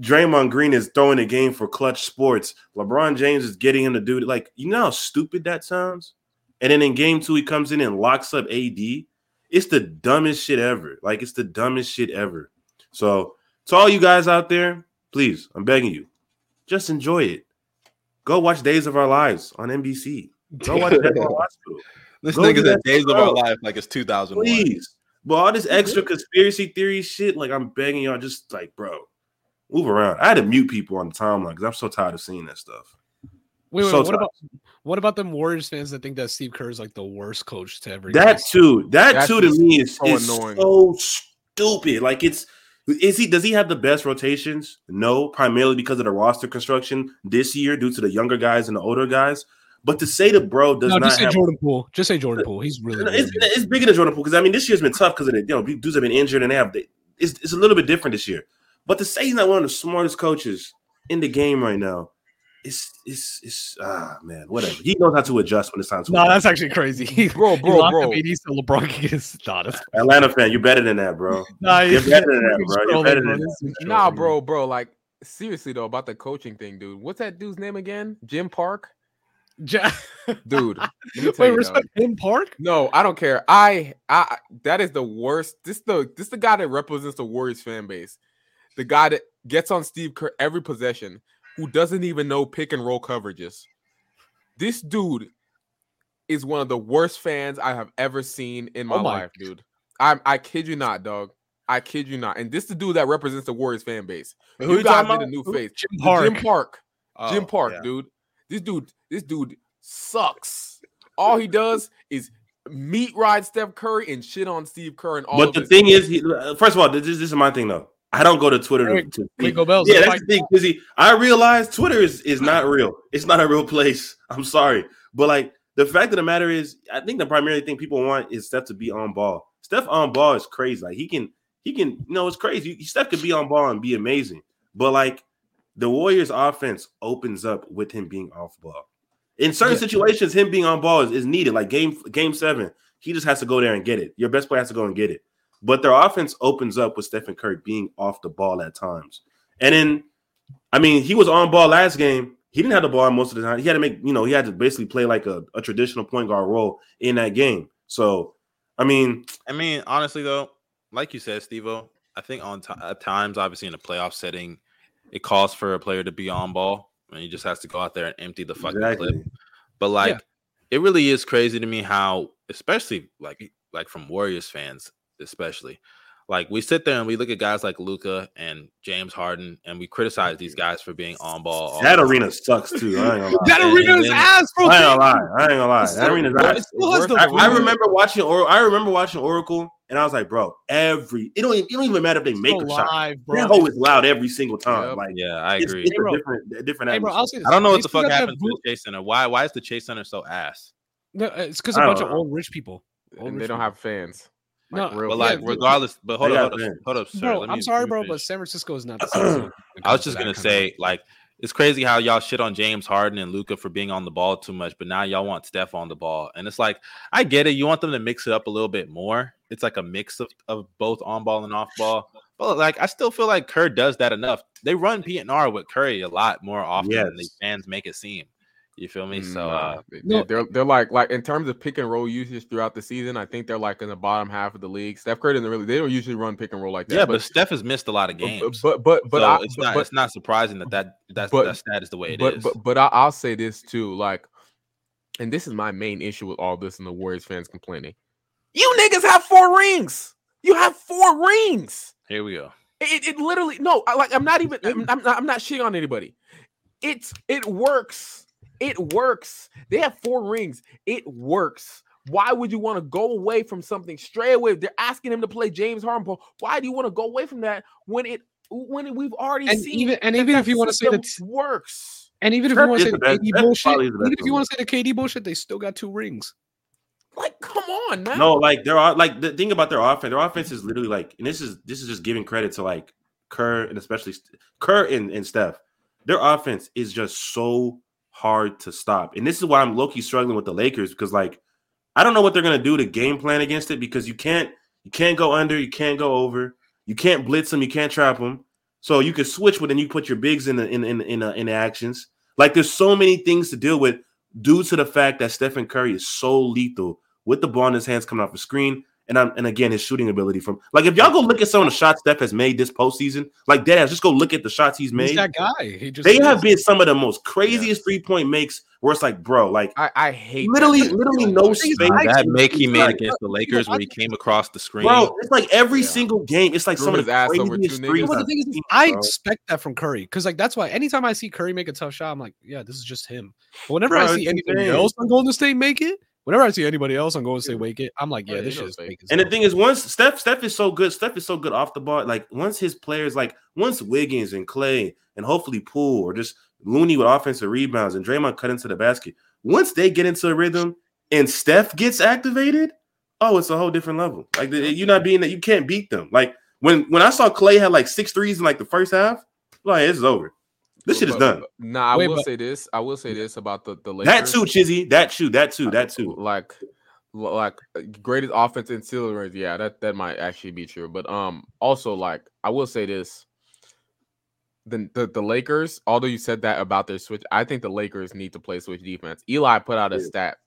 Draymond Green is throwing a game for clutch sports. LeBron James is getting him to do it." Like, you know how stupid that sounds. And then in game two, he comes in and locks up AD. It's the dumbest shit ever. Like, it's the dumbest shit ever. So, to all you guys out there, please, I'm begging you, just enjoy it. Go watch Days of Our Lives on NBC. Go watch Dead Dog Hospital.
This
Go do
nigga said
that
days of our
yourself.
life like it's 2001.
Please. But all this extra conspiracy theory shit, like I'm begging y'all, just like, bro, move around. I had to mute people on the timeline because I'm so tired of seeing that stuff.
wait, wait,
so
what
tired.
about what about them Warriors fans that think that Steve Kerr is like the worst coach to ever?
That
exist?
too. That
That's
too to
just
me is
so
so, is
annoying.
so stupid. Like it's is he does he have the best rotations? No, primarily because of the roster construction this year due to the younger guys and the older guys. But to say the bro does
No,
not
just say
have
Jordan Poole. Just say Jordan Poole. He's really.
No,
really
it's,
good.
it's bigger than Jordan Poole because I mean this year's been tough because of the you know dudes have been injured and they have they, it's, it's a little bit different this year. But to say he's not one of the smartest coaches in the game right now, it's it's it's ah man whatever. He knows how to adjust when it's time to.
No,
adjust.
that's actually crazy. He,
Bro,
he
bro,
locked up
bro.
AD so LeBron can get his nah, that's-
Atlanta fan, you're better than that, bro.
nah,
You're
he's-
better than that,
he's
bro. You're
trolling,
better
bro.
than
This is
Nah,
trolling.
bro, bro. Like seriously though, about the coaching thing, dude. What's that dude's name again? Jim Park,
Ja-
dude. let me tell
Wait,
you, though.
respect him, Park.
No, I don't care. I, I, that is the worst. This the this the guy that represents the Warriors fan base. The guy that gets on Steve Kerr every possession, who doesn't even know pick and roll coverages. This dude is one of the worst fans I have ever seen in my,
Oh my-
life, dude. I I kid you not, dog. I kid you not. And this the dude that represents the Warriors fan base.
Who you
guys
talking
need
about?
a new
Who?
face.
Jim
The
Park.
Jim Park.
Oh,
Jim Park,
yeah.
dude. This dude, this dude sucks. All he does is meat ride Steph Curry and shit on Steve Kerr and all.
But
of
the
his-
thing is, he, uh, first of all, this, is- this is my thing though. I don't go to Twitter to, to
Mingo Bells.
yeah,
Oh
that's
my-
the thing, Busy. I realize Twitter is, is not real. It's not a real place. I'm sorry. But like the fact of the matter is, I think the primary thing people want is Steph to be on ball. Steph on ball is crazy. Like he can he can you know it's crazy. Steph could be on ball and be amazing. But like the Warriors offense opens up with him being off ball. In certain situations, him being on ball is, is needed. Like game game seven, he just has to go there and get it. Your best player has to go and get it. But their offense opens up with Stephen Curry being off the ball at times. And then, I mean, he was on ball last game. He didn't have the ball most of the time. He had to make, you know, he had to basically play like a, a traditional point guard role in that game. So, I mean,
I mean, honestly though, like you said, Stevo, I think on ti- at times, obviously in a playoff setting, it calls for a player to be on ball, and he just has to go out there and empty the fucking clip.
exactly.
But like, it really is crazy to me how, especially like like from Warriors fans, especially like we sit there and we look at guys like Luca and James Harden, and we criticize these guys for being on ball. all
Mm-hmm. That
the time.
arena sucks too. I ain't gonna lie.
That arena is
then-
ass, bro.
I ain't gonna lie. I ain't gonna lie.
It's
That
the
arena's
worst-
ass.
It still has the
I, I
worst-
remember watching or I remember watching Oracle, and I was like, bro, every it don't even, it don't even matter if they
It's
make
still
a shot.
live,
That
bro.
hoe is loud every single time.
Yep.
Like
Yeah, I
it's,
agree.
it's
Hey, bro.
a different a different
Hey, bro,
atmosphere.
I'll say this.
I don't know
They
what the
still
fuck
got that
happened to
boot-
the Chase Center. Why? Why is the Chase Center so ass?
No, it's because a
I
bunch
don't
of
know.
old rich people. Old
and
rich
they don't
people.
have fans. Like,
No,
real
But
Yeah,
like,
dude.
regardless, but hold
They
up, hold
got
up,
banned.
hold up, sir.
Bro,
Let me-
I'm sorry,
let me
bro,
finish.
but San Francisco is not the same. when it
I was just
comes to that
gonna
kind of-
say, like, it's crazy how y'all shit on James Harden and Luca for being on the ball too much, but now y'all want Steph on the ball, and it's like, I get it. You want them to mix it up a little bit more. It's like a mix of, of both on ball and off ball. But like, I still feel like Kerr does that enough. They run P and R with Curry a lot more often than the
Yes.
fans make it seem.
You feel me? So
Nah,
uh,
they-
No.
they're they're like like in terms of pick and roll usage throughout the season, I think they're like in the bottom half of the league. Steph Curry doesn't really they don't usually run pick and roll like that.
yeah, but Steph has missed a lot of games.
but but but
so
I,
it's
but-
not
but-
it's not surprising that that that's,
but-
that stat is the way it is.
but, But but I, I'll say this too, like, and this is my main issue with all this, and the Warriors fans complaining. You niggas have four rings. You have four rings.
Here we go.
It, it literally no, I, like I'm not even I'm, I'm not I'm not shitting on anybody. It's it works. It works. They have four rings. It works. Why would you want to go away from something? Stray away. They're asking him to play James Harden. but Why do you want to go away from that when it when we've already
And
seen
even- and
that
even
that
if you wanna say
system
that-
works.
And even if
That
you want
is
to say
the
the
best-
KD
that's
bullshit,
probably the
even
best
if you
one.
want to say the KD bullshit, they still got two rings.
Like, come on now.
No, like they're all like the thing about their offense. Their offense is literally like, and this is this is just giving credit to like Kerr and especially St- Kerr and, and Steph. Their offense is just so hard to stop, and this is why I'm low key struggling with the Lakers because like I don't know what they're gonna do to game plan against it because you can't you can't go under, you can't go over, you can't blitz them, you can't trap them. So you can switch, but then you put your bigs in the in in in, uh, in the actions. Like there's so many things to deal with due to the fact that Stephen Curry is so lethal with the ball in his hands coming off the screen. And I'm, and again, his shooting ability from like if y'all go look at some of the shots Steph has made this postseason, like dead ass, just go look at the shots he's
He's
made.
that guy. He just
They have been some of the most craziest three point makes where it's like, bro, like
I, I hate that
literally,
shit
literally
so
no
much.
space.
that make he made
Like,
against the Lakers where he came across the screen.
Bro, it's like every single game. It's like
Threw
some of
his
the
ass over
craziest
two
threes
niggas.
Well, the
I've
thing is,
seen,
I
bro.
expect that from Curry because, like, that's why anytime I see Curry make a tough shot, I'm like, yeah, this is just him. But whenever I
Bro,
see
it's
anybody
insane.
else on Golden State make it, whenever I see anybody else on Golden State make it, I'm like,
Yeah,
yeah, this
you
shit
know
is
it's
fake. as
And the
hell.
thing is, once Steph, Steph is so good. Steph is so good off the ball. Like once his players, like once Wiggins and Clay and hopefully Poole or just Looney with offensive rebounds and Draymond cut into the basket. Once they get into a rhythm and Steph gets activated, oh, it's a whole different level. Like the- you're not being that you can't beat them. Like when when I saw Clay had like six threes in like the first half, like this is over. This shit is
But-
done.
but- Nah, I
Wait,
will
but-
say this. I will say this about the the Lakers.
That too, Chizzy. That too. That too. That too.
Like, l- like uh, greatest offense in stealing range. Yeah, that that might actually be true. But um, also like I will say this. The, the, the Lakers, although you said that about their switch, I think the Lakers need to play switch defense. Eli put out a
Yeah.
stat.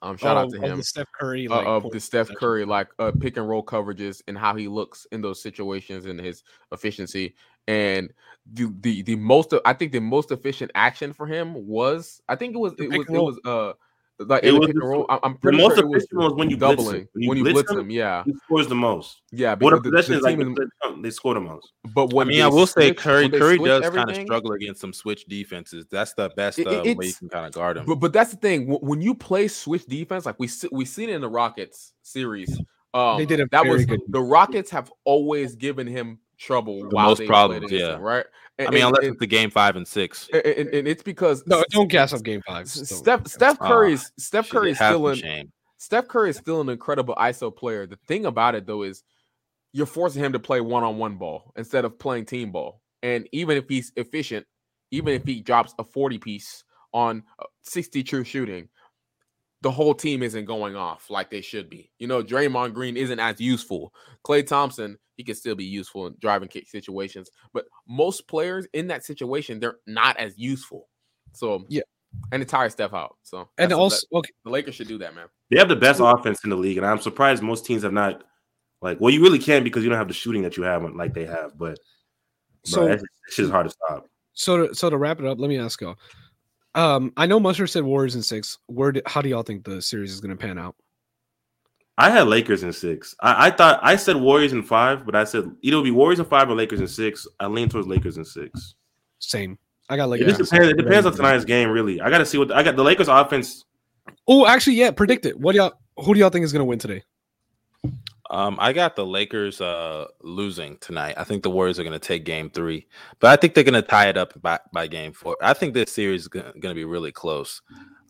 Um, shout out
Of-
to
Oh, of
him.
the Steph Curry,
uh,
like,
of
point
the Steph
possession.
Curry like uh, pick and roll coverages and how he looks in those situations and his efficiency. And the the the most I think the most efficient action for him was I think it was
The
it
pick
was it
and roll.
was uh like
It
in the
was
pick
the-
and roll. I- I'm pretty
most
sure it was
efficient was when you blitz him.
doubling
When you
when you
blitz
blitz
him,
him. Yeah,
He scores the most.
yeah.
What a
Because the,
possession
the
is like,
team is,
they score the most.
but
I
when
mean,
they
I will say
switch-
Curry.
when they
Curry
switch
does kind of
everything-
struggle against some switch defenses. That's the best
It-
uh,
it-
way
it's-
you can kind of guard him.
But but that's the thing. wh- When you play switch defense, like we se- we seen it in the Rockets series, um,
They did a
that
very
was
good-
the Rockets have always given him trouble
The
while
most
they
problems,
played against
yeah.
him, right? And,
I mean,
and,
unless
and,
it's the game five and six.
and, and- and it's because
No,
S-
don't gas up game five.
S-
Don't-
Steph Steph
Ah,
Curry's Steph
Shit,
Curry
it
is
has
still
been
in
shame.
Steph Curry is still an incredible ISO player. The thing about it though is you're forcing him to play one on one ball instead of playing team ball. And even if he's efficient, even if he drops a 40 piece on uh, 60 true shooting, the whole team isn't going off like they should be. You know, Draymond Green isn't as useful. Clay Thompson, he can still be useful in driving kick situations, but most players in that situation, they're not as useful. So
Yeah.
and it tires Steph out. So
And
that's-
also,
that-
okay,
the Lakers should do that, man.
They have the best offense in the league, and I'm surprised most teams have not. Like, well, you really can because you don't have the shooting that you have, like they have. But so
So-
that shit's hard to stop.
so to, so to wrap it up, let me ask y'all. Um, I know Mustard said Warriors in six. Where? Do, how do y'all think the series is going to pan out?
I had Lakers in six. I, I thought I said Warriors in five, but I said either it'll be Warriors in five or Lakers in six. I lean towards Lakers in six.
Same. I got like.
It just depends. It depends on tonight's game, really. I got to see what I got. The Lakers offense.
Oh, actually, yeah. Predict it. What do y'all? Who do y'all think is going to win today?
Um, I got the Lakers uh losing tonight. I think the Warriors are going to take Game Three, but I think they're going to tie it up by, by Game Four. I think this series is going to be really close.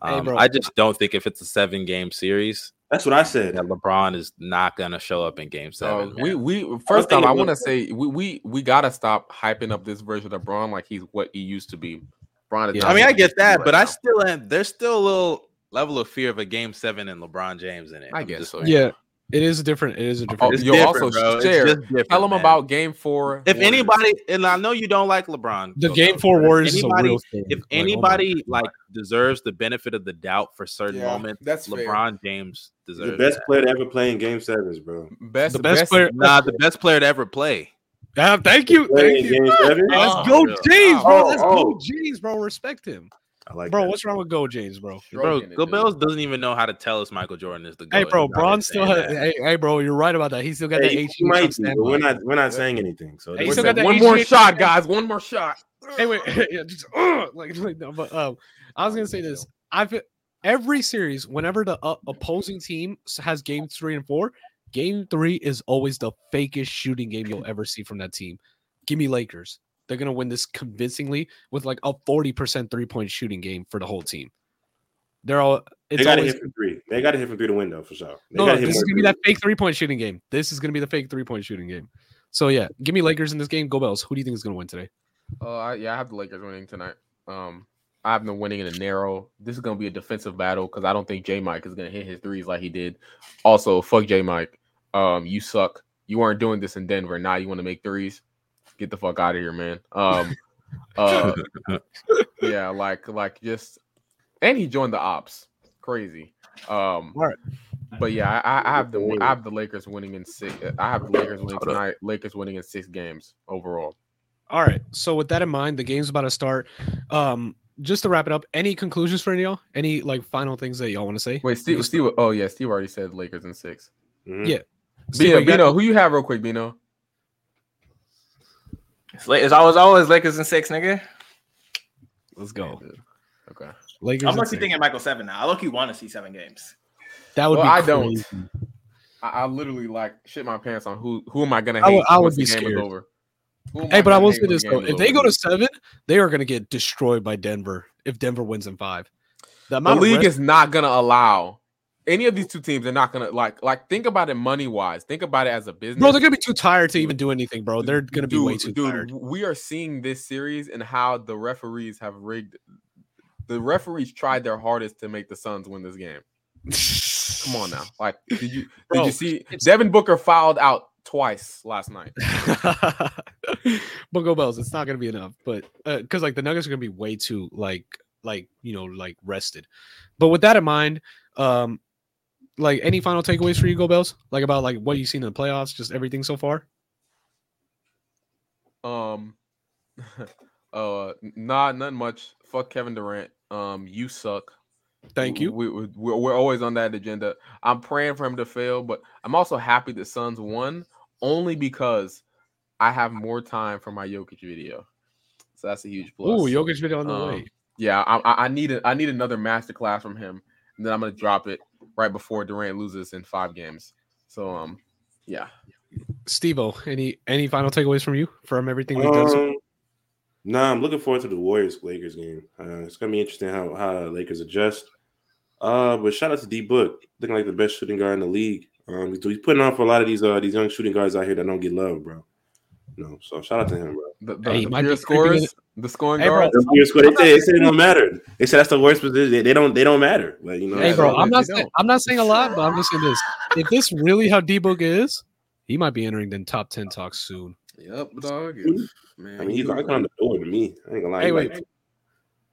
Hey,
Um,
bro.
I just don't think if it's a seven game series
That's what I said.
that LeBron is not going to show up in Game Seven.
So
man.
we we first
thinking
off, Oh, I
about
want to
that.
say we we we gotta stop hyping up this version of Braun like he's what he used to be. Braun is
Yeah.
not
I mean, I
what he used
get
to be
that,
right
but I
now.
still am. There's still a little level of fear of a game seven and LeBron James in it.
I
I'm
guess
just
Oh,
so,
like,
Yeah, It is different. It is a
Oh,
different.
It's
yo,
different,
also
bro. It's
share.
just different,
Tell them
man.
about Game Four.
If
Warriors.
anybody, and I know you don't like LeBron,
the
Coach,
game
but
four Warriors is a
anybody-
real thing.
If
Like, oh my
anybody
God.
like deserves the benefit of the doubt for certain
Yeah,
moments,
that's fair.
LeBron James
He's the
deserves
best
that.
player to ever play in Game Sevens, bro.
best,
the best player-
Nah, the best player to ever play.
Ah, thank you,
Play
thank
in
you.
Game Sevens.
Oh,
Let's go,
yeah.
James, bro.
Oh,
Let's
oh.
go, James, bro. Respect him,
I like
bro.
that.
What's wrong with go, James, bro?
Bro,
Stroking it,
Go
dude.
Bills doesn't even know how to tell us Michael Jordan is the GOAT.
Hey, bro.
He's not
Bron
just
still
saying
had.
that.
Hey, hey, bro. You're right about that. He still got
Hey,
that
you
HG
might be,
standby.
but we're not we're not saying anything. So
Hey,
don't
you still
say
got that
one
HGH
more shot,
thing.
guys. One more shot.
Hey, wait, yeah, just, uh, like, like, no, but um, I was gonna say this. I feel every series, whenever the uh, opposing team s- has game three and four, game three is always the fakest shooting game you'll ever see from that team. Give me Lakers. They're gonna win this convincingly with like a forty percent three point shooting game for the whole team. They're all.
they
It's
got to
always
hit from three. They got to hit from three to win though for sure. They
no,
gotta
no,
hit
this is gonna
more
be
threes.
that fake three point shooting game. This is gonna be the fake three point shooting game. So yeah, give me Lakers in this game. Go Bells. Who do you think is gonna win today?
Oh, I, yeah, I have the Lakers winning tonight. Um, I have them winning in a narrow. This is gonna be a defensive battle because I don't think J Mike is gonna hit his threes like he did. Also, fuck J Mike. Um, you suck. You weren't doing this in Denver. Now you want to make threes? Get the fuck out of here, man. Um, uh, yeah, like like just, and he joined the ops. Crazy. Um,
Right.
but yeah, I, I- I have the I have the Lakers winning in six. I have the Lakers winning tonight. Lakers winning in six games overall.
All right. So with that in mind, the game's about to start. Um, just to wrap it up, any conclusions for any of y'all? Any like final things that y'all want to say?
Wait, Steve, Steve. Oh yeah, Steve already said Lakers in six.
Mhm.
Yeah. Steve,
Bino,
you got-
Bino, who you have real quick, Bino?
It's, La- it's always always Lakers and six, nigga.
let's go.
Okay.
Lakers.
I'm
and
mostly
Saints.
thinking Michael seven now. I look, you want to see seven games.
that would
Well,
be.
I don't.
crazy.
I, I literally like shit my pants on who who am I gonna
I
hate
would- I would
once
be
the game
scared.
is over. Who am
Hey, but I
gonna
will
hate
say
when the
this
game
though:
is
if they
over?
go to seven, they are going to get destroyed by Denver. If Denver wins in five, the
the
amount of
league
rest-
is not gonna allow any of these two teams. They're not gonna like like think about it money wise. Think about it as a business.
bro. They're going to be too tired to even do anything, bro. They're going to be
dude,
way too
dude,
tired.
We are seeing this series and how the referees have rigged. The referees tried their hardest to make the Suns win this game. Come on now, like did you
Bro,
did you see
it's-
Devin Booker fouled out twice last night?
but go bells it's not going to be enough but because like the nuggets are going to be way too like like you know like rested but with that in mind um like any final takeaways for you go bells like about like what you've seen in the playoffs just everything so far
Um, uh, nah, nothing much. Fuck Kevin Durant. Um, you suck.
thank you
We, we, we're, we're always on that agenda. I'm praying for him to fail, but I'm also happy the Suns won only because I have more time for my Jokic video. So that's a huge plus.
Ooh, Jokic video on the
Um,
way
Yeah, I, I, I need a, I need another masterclass from him, and then I'm gonna drop it right before Durant loses in five games. So um, yeah.
stevo any any final takeaways from you from everything we've done so-
Um, nah, I'm looking forward to the Warriors Lakers game. Uh, it's gonna be interesting how how the Lakers adjust. Uh, but shout out to D Book, looking like the best shooting guard in the league. Um, he's, he's putting on for a lot of these uh these young shooting guards out here that don't get love, bro. No, so shout out to him, bro.
The, the,
Hey,
the
might be
pure
creeping in-
scores, the scoring
Hey, bro,
guard.
That's the worst- what they say. They say it don't matter. They said that's the worst position. They, they don't. They don't matter. Like you know.
hey
yeah,
bro
they-
i'm not
they
saying
don't.
i'm not saying a lot but i'm just saying this if this really how d-book is he might be entering the top 10 talks soon
Yep, dog.
Mhm.
Man,
I mean, he's
you-
knocking on the door to me. I ain't gonna lie.
Hey,
He
wait.
like-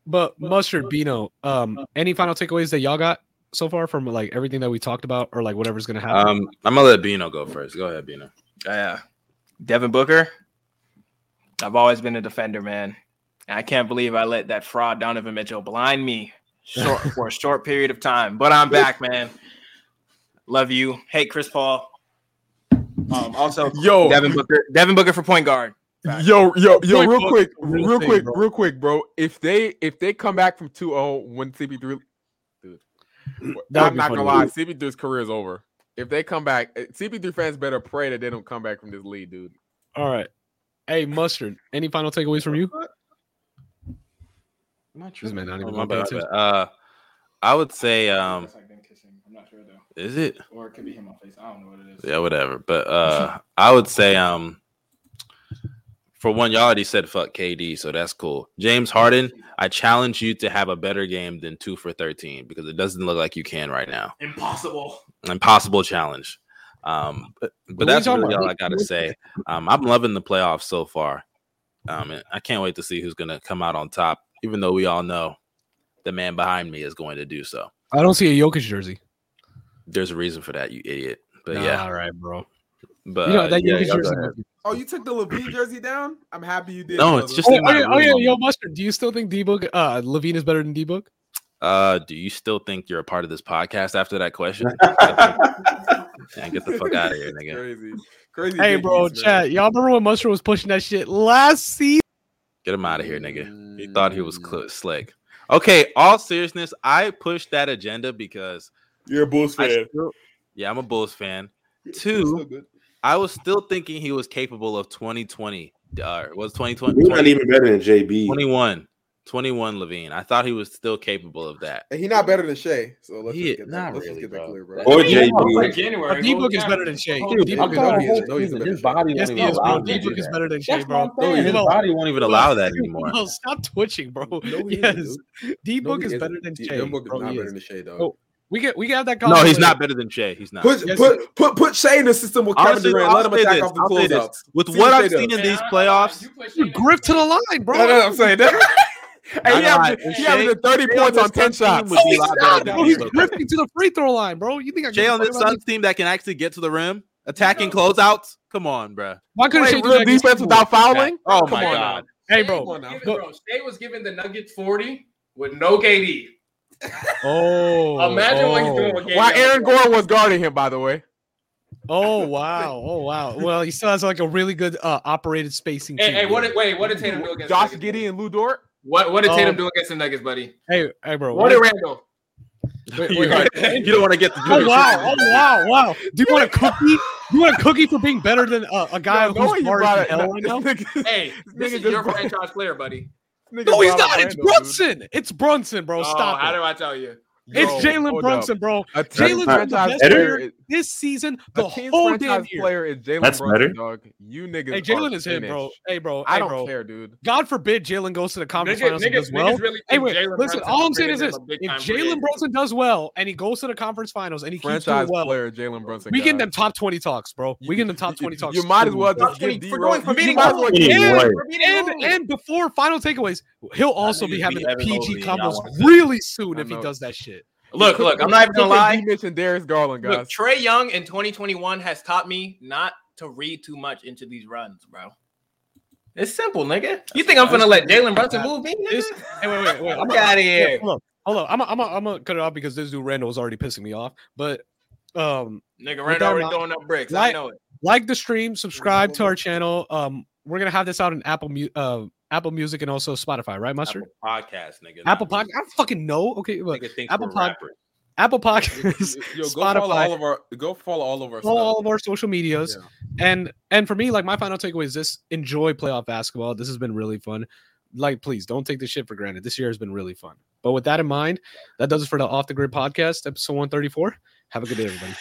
But mustard Bino, um, any final takeaways that y'all got so far from like everything that we talked about, or like whatever's gonna happen?
Um, I'm gonna let Bino go first. Go ahead, Bino.
Yeah, Uh, Devin Booker. I've always been a defender, man. And I can't believe I let that fraud Donovan Mitchell blind me short, for a short period of time. But I'm back, man. Love you. Hate Chris Paul. Um, also,
Yo,
Devin Booker. Devin Booker for point guard. Back.
yo, yo, yo, real
Quick, bro.
quick,
Real
real
thing,
quick,
bro.
real quick, bro. If they if they come back from oh, 2-0 when CP3 dude.
That would
I'm
be
not gonna
funny.
lie, CP3's career is over. If they come back, eh, CP3 fans better pray that they don't come back from this lead, dude.
All right. Hey, mustard. Any final takeaways from you? This man not even
Oh, my
gonna pay
bad,
attention.
my bad. Uh, I would say, um,
I'm not sure though,
is it?
or it could be him on face. I don't know what it is.
Yeah, whatever. But uh, I would say, um, for one, y'all already said fuck KD, so that's cool. James Harden, I challenge you to have a better game than two for thirteen because it doesn't look like you can right now.
Impossible.
Impossible challenge.
Um, but, but that's
Louisiana.
really all I gotta say. Um, I'm loving the playoffs so far. Um, and I can't wait to see who's gonna come out on top. Even though we all know the man behind me is going to do so.
I don't see a Jokic jersey.
There's a reason for that, you idiot. But
Nah,
yeah,
all right, bro.
but
you know
uh,
that
yeah,
Jokic
y'all go
jersey.
ahead.
Oh, you took the Levine jersey down? I'm happy you did.
No,
brother.
it's just-
Oh,
in my
oh, yeah, oh
room.
yeah, yo, mustard. Do you still think D book uh Levine is better than D book?
Uh, do you still think you're a part of this podcast after that question? and get the fuck out of here, nigga.
crazy. Crazy.
Hey,
thinking,
bro,
man.
chat. Y'all remember when Mustard was pushing that shit last season?
Get him out of here, nigga. He thought he was cl- slick. Okay, all seriousness, I pushed that agenda because
You're a Bulls
I
fan.
still- yeah, I'm a Bulls fan. Two, I was still thinking he was capable of 2020. Uh, was 2020?
We're not even better than JB.
21. 21 Levine. I thought he was still capable of that.
And he not better than Shea. So let's
He-
just get that,
not
let's just
really,
get that
bro.
clear, bro.
Or
Like
JB.
January.
D book is better than Shea.
Dude,
D
I'm
book is
telling
telling
better.
you,
than-
whole no, he's a season, better his
his
shooter.
body
Yes, he is, bro. D book is better than Shea,
That's what
bro.
I'm saying. His
His
Well,
body won't even allow that anymore.
well, stop twitching, bro.
No, he isn't,
yes,
dude.
D book
he
is
isn't.
better than
D-
Shea.
Young Book is
bro,
not
he
better
is.
than Shea, dog.
Oh, We get we can have that
No, he's
conversation.
not better than Shea. He's not.
Put,
Yes,
put put put Shea in the system with Kevin
Honestly,
Durant.
I'll
Let him
say
attack
this,
off the
I'll say this.
closeout.
With
See
what
what
I've
they
seen
do.
in these playoffs,
Dude, grip to the line, bro.
No, no, I'm saying that.
Not
Hey, he
gonna lie,
averaged, he
Shea-
averaged 30
Shea
points
on
on 10
this team
shots.
would be a
he's
lot better
not,
than
bro.
D
He's
book.
gripping to the free throw line, bro. You think I
Jay
give a
on
fuck
this
about
Suns team that can actually get to the rim, attacking closeouts. Come on, bro.
Why couldn't
Play
Shea do
real
that against
defense
T-Boy?
without fouling.
Oh
Come
my
on
god.
Hey, bro.
on now.
Go-
Shay was giving the Nuggets 40 with no KD.
Oh,
Imagine
oh.
what he's doing with KD.
Why Aaron Gordon was guarding him, by the way.
Oh wow! Oh wow! Well, he still has like a really good uh, operated spacing.
Hey,
team.
hey, what did, wait, what did Tatum do against the
Josh
Nuggets?
Giddy and Lou Dort.
What, what did
Um,
Tatum do against the Nuggets, buddy?
hey, hey, bro!
What
What
did
did,
Randall?
you, are- you don't want to get the
oh wow! Oh wow! Wow! Do you want a cookie? You want a cookie for being better than uh, a guy
Yo,
who's
you
hard
brought
as
it-
hell
no,
right now?
this nigga-
Hey,
Nigga
this is
just
your
brought-
franchise player, buddy.
this nigga
No, he's
brought up
not. It's
Randall, dude.
Brunson. It's Brunson, bro.
oh,
Stop
how
it.
do I tell you?
It's
Yo,
Jalen
hold
Brunson,
up.
bro.
A
Jalen's
team's
Jalen's
been
been the
franchise
best
better.
player
player
is-
this season.
a
The
team's
whole damn
franchise
year.
player is Jalen
That's
Brunson,
better.
dog. You niggas.
Hey,
are
Jalen is him,
finished.
bro. Hey, bro.
I
Hey,
don't
bro.
care, dude.
God forbid Jalen goes to the conference
Niggas,
finals and
niggas,
does well.
niggas really
Hey,
think
wait,
Jalen
listen.
Brunson
All I'm
is
saying is
bigger
this:
than a
if
big-time
Jalen
bridge.
Brunson does well and he goes to the conference finals and he keeps doing
Franchise
well,
player Jalen Brunson.
we get in
guys.
them top twenty talks, bro. We get in them top
uh, You-
twenty talks.
You might as well
soon.
just give D.
for
Rose.
going
You
from beating
might as well
Golden State
give
Anyway.
Rose-
And and before final takeaways, he'll also
niggas
be
beat
having the
Evan
PG
Mobley,
combos
y'all want
really soon
I
if he
know.
does that shit.
Look, look, I'm not even gonna
Cooking
lie.
D. Mitch and Darius Garland, guys.
Look, Trey Young in 2021 has taught me not to read too much into these runs, bro. It's simple, nigga. You think I'm gonna let Jalen Brunson move me? nigga?
This- Hey, wait, wait, wait.
I'm out of
Yeah,
here,
hold on, hold on. I'm gonna I'm gonna cut it off because this dude Randall was already pissing me off. But um,
nigga.
With that
Rand already
mind-
throwing up bricks. I
Right.
know it.
like the stream, subscribe to our channel. Um, we're gonna have this out on Apple Mu- uh, Apple Music and also Spotify, right, Mustard?
Apple podcast, nigga.
Apple,
Not
Podcast. I don't fucking know. Okay, look,
music. Nigga thinks
Apple
we're
Pod-
rappers.
Apple
Yo,
Podcasts,
go follow all
Spotify,
of our go follow all of our
follow
stuff.
all of our social medias, and and for me, like my final takeaway is this: enjoy playoff basketball. This has been really fun. Like, please don't take this shit for granted. This year has been really fun. But with that in mind, that does it for the Off the Grid podcast, episode one thirty four. Have a good day, everybody.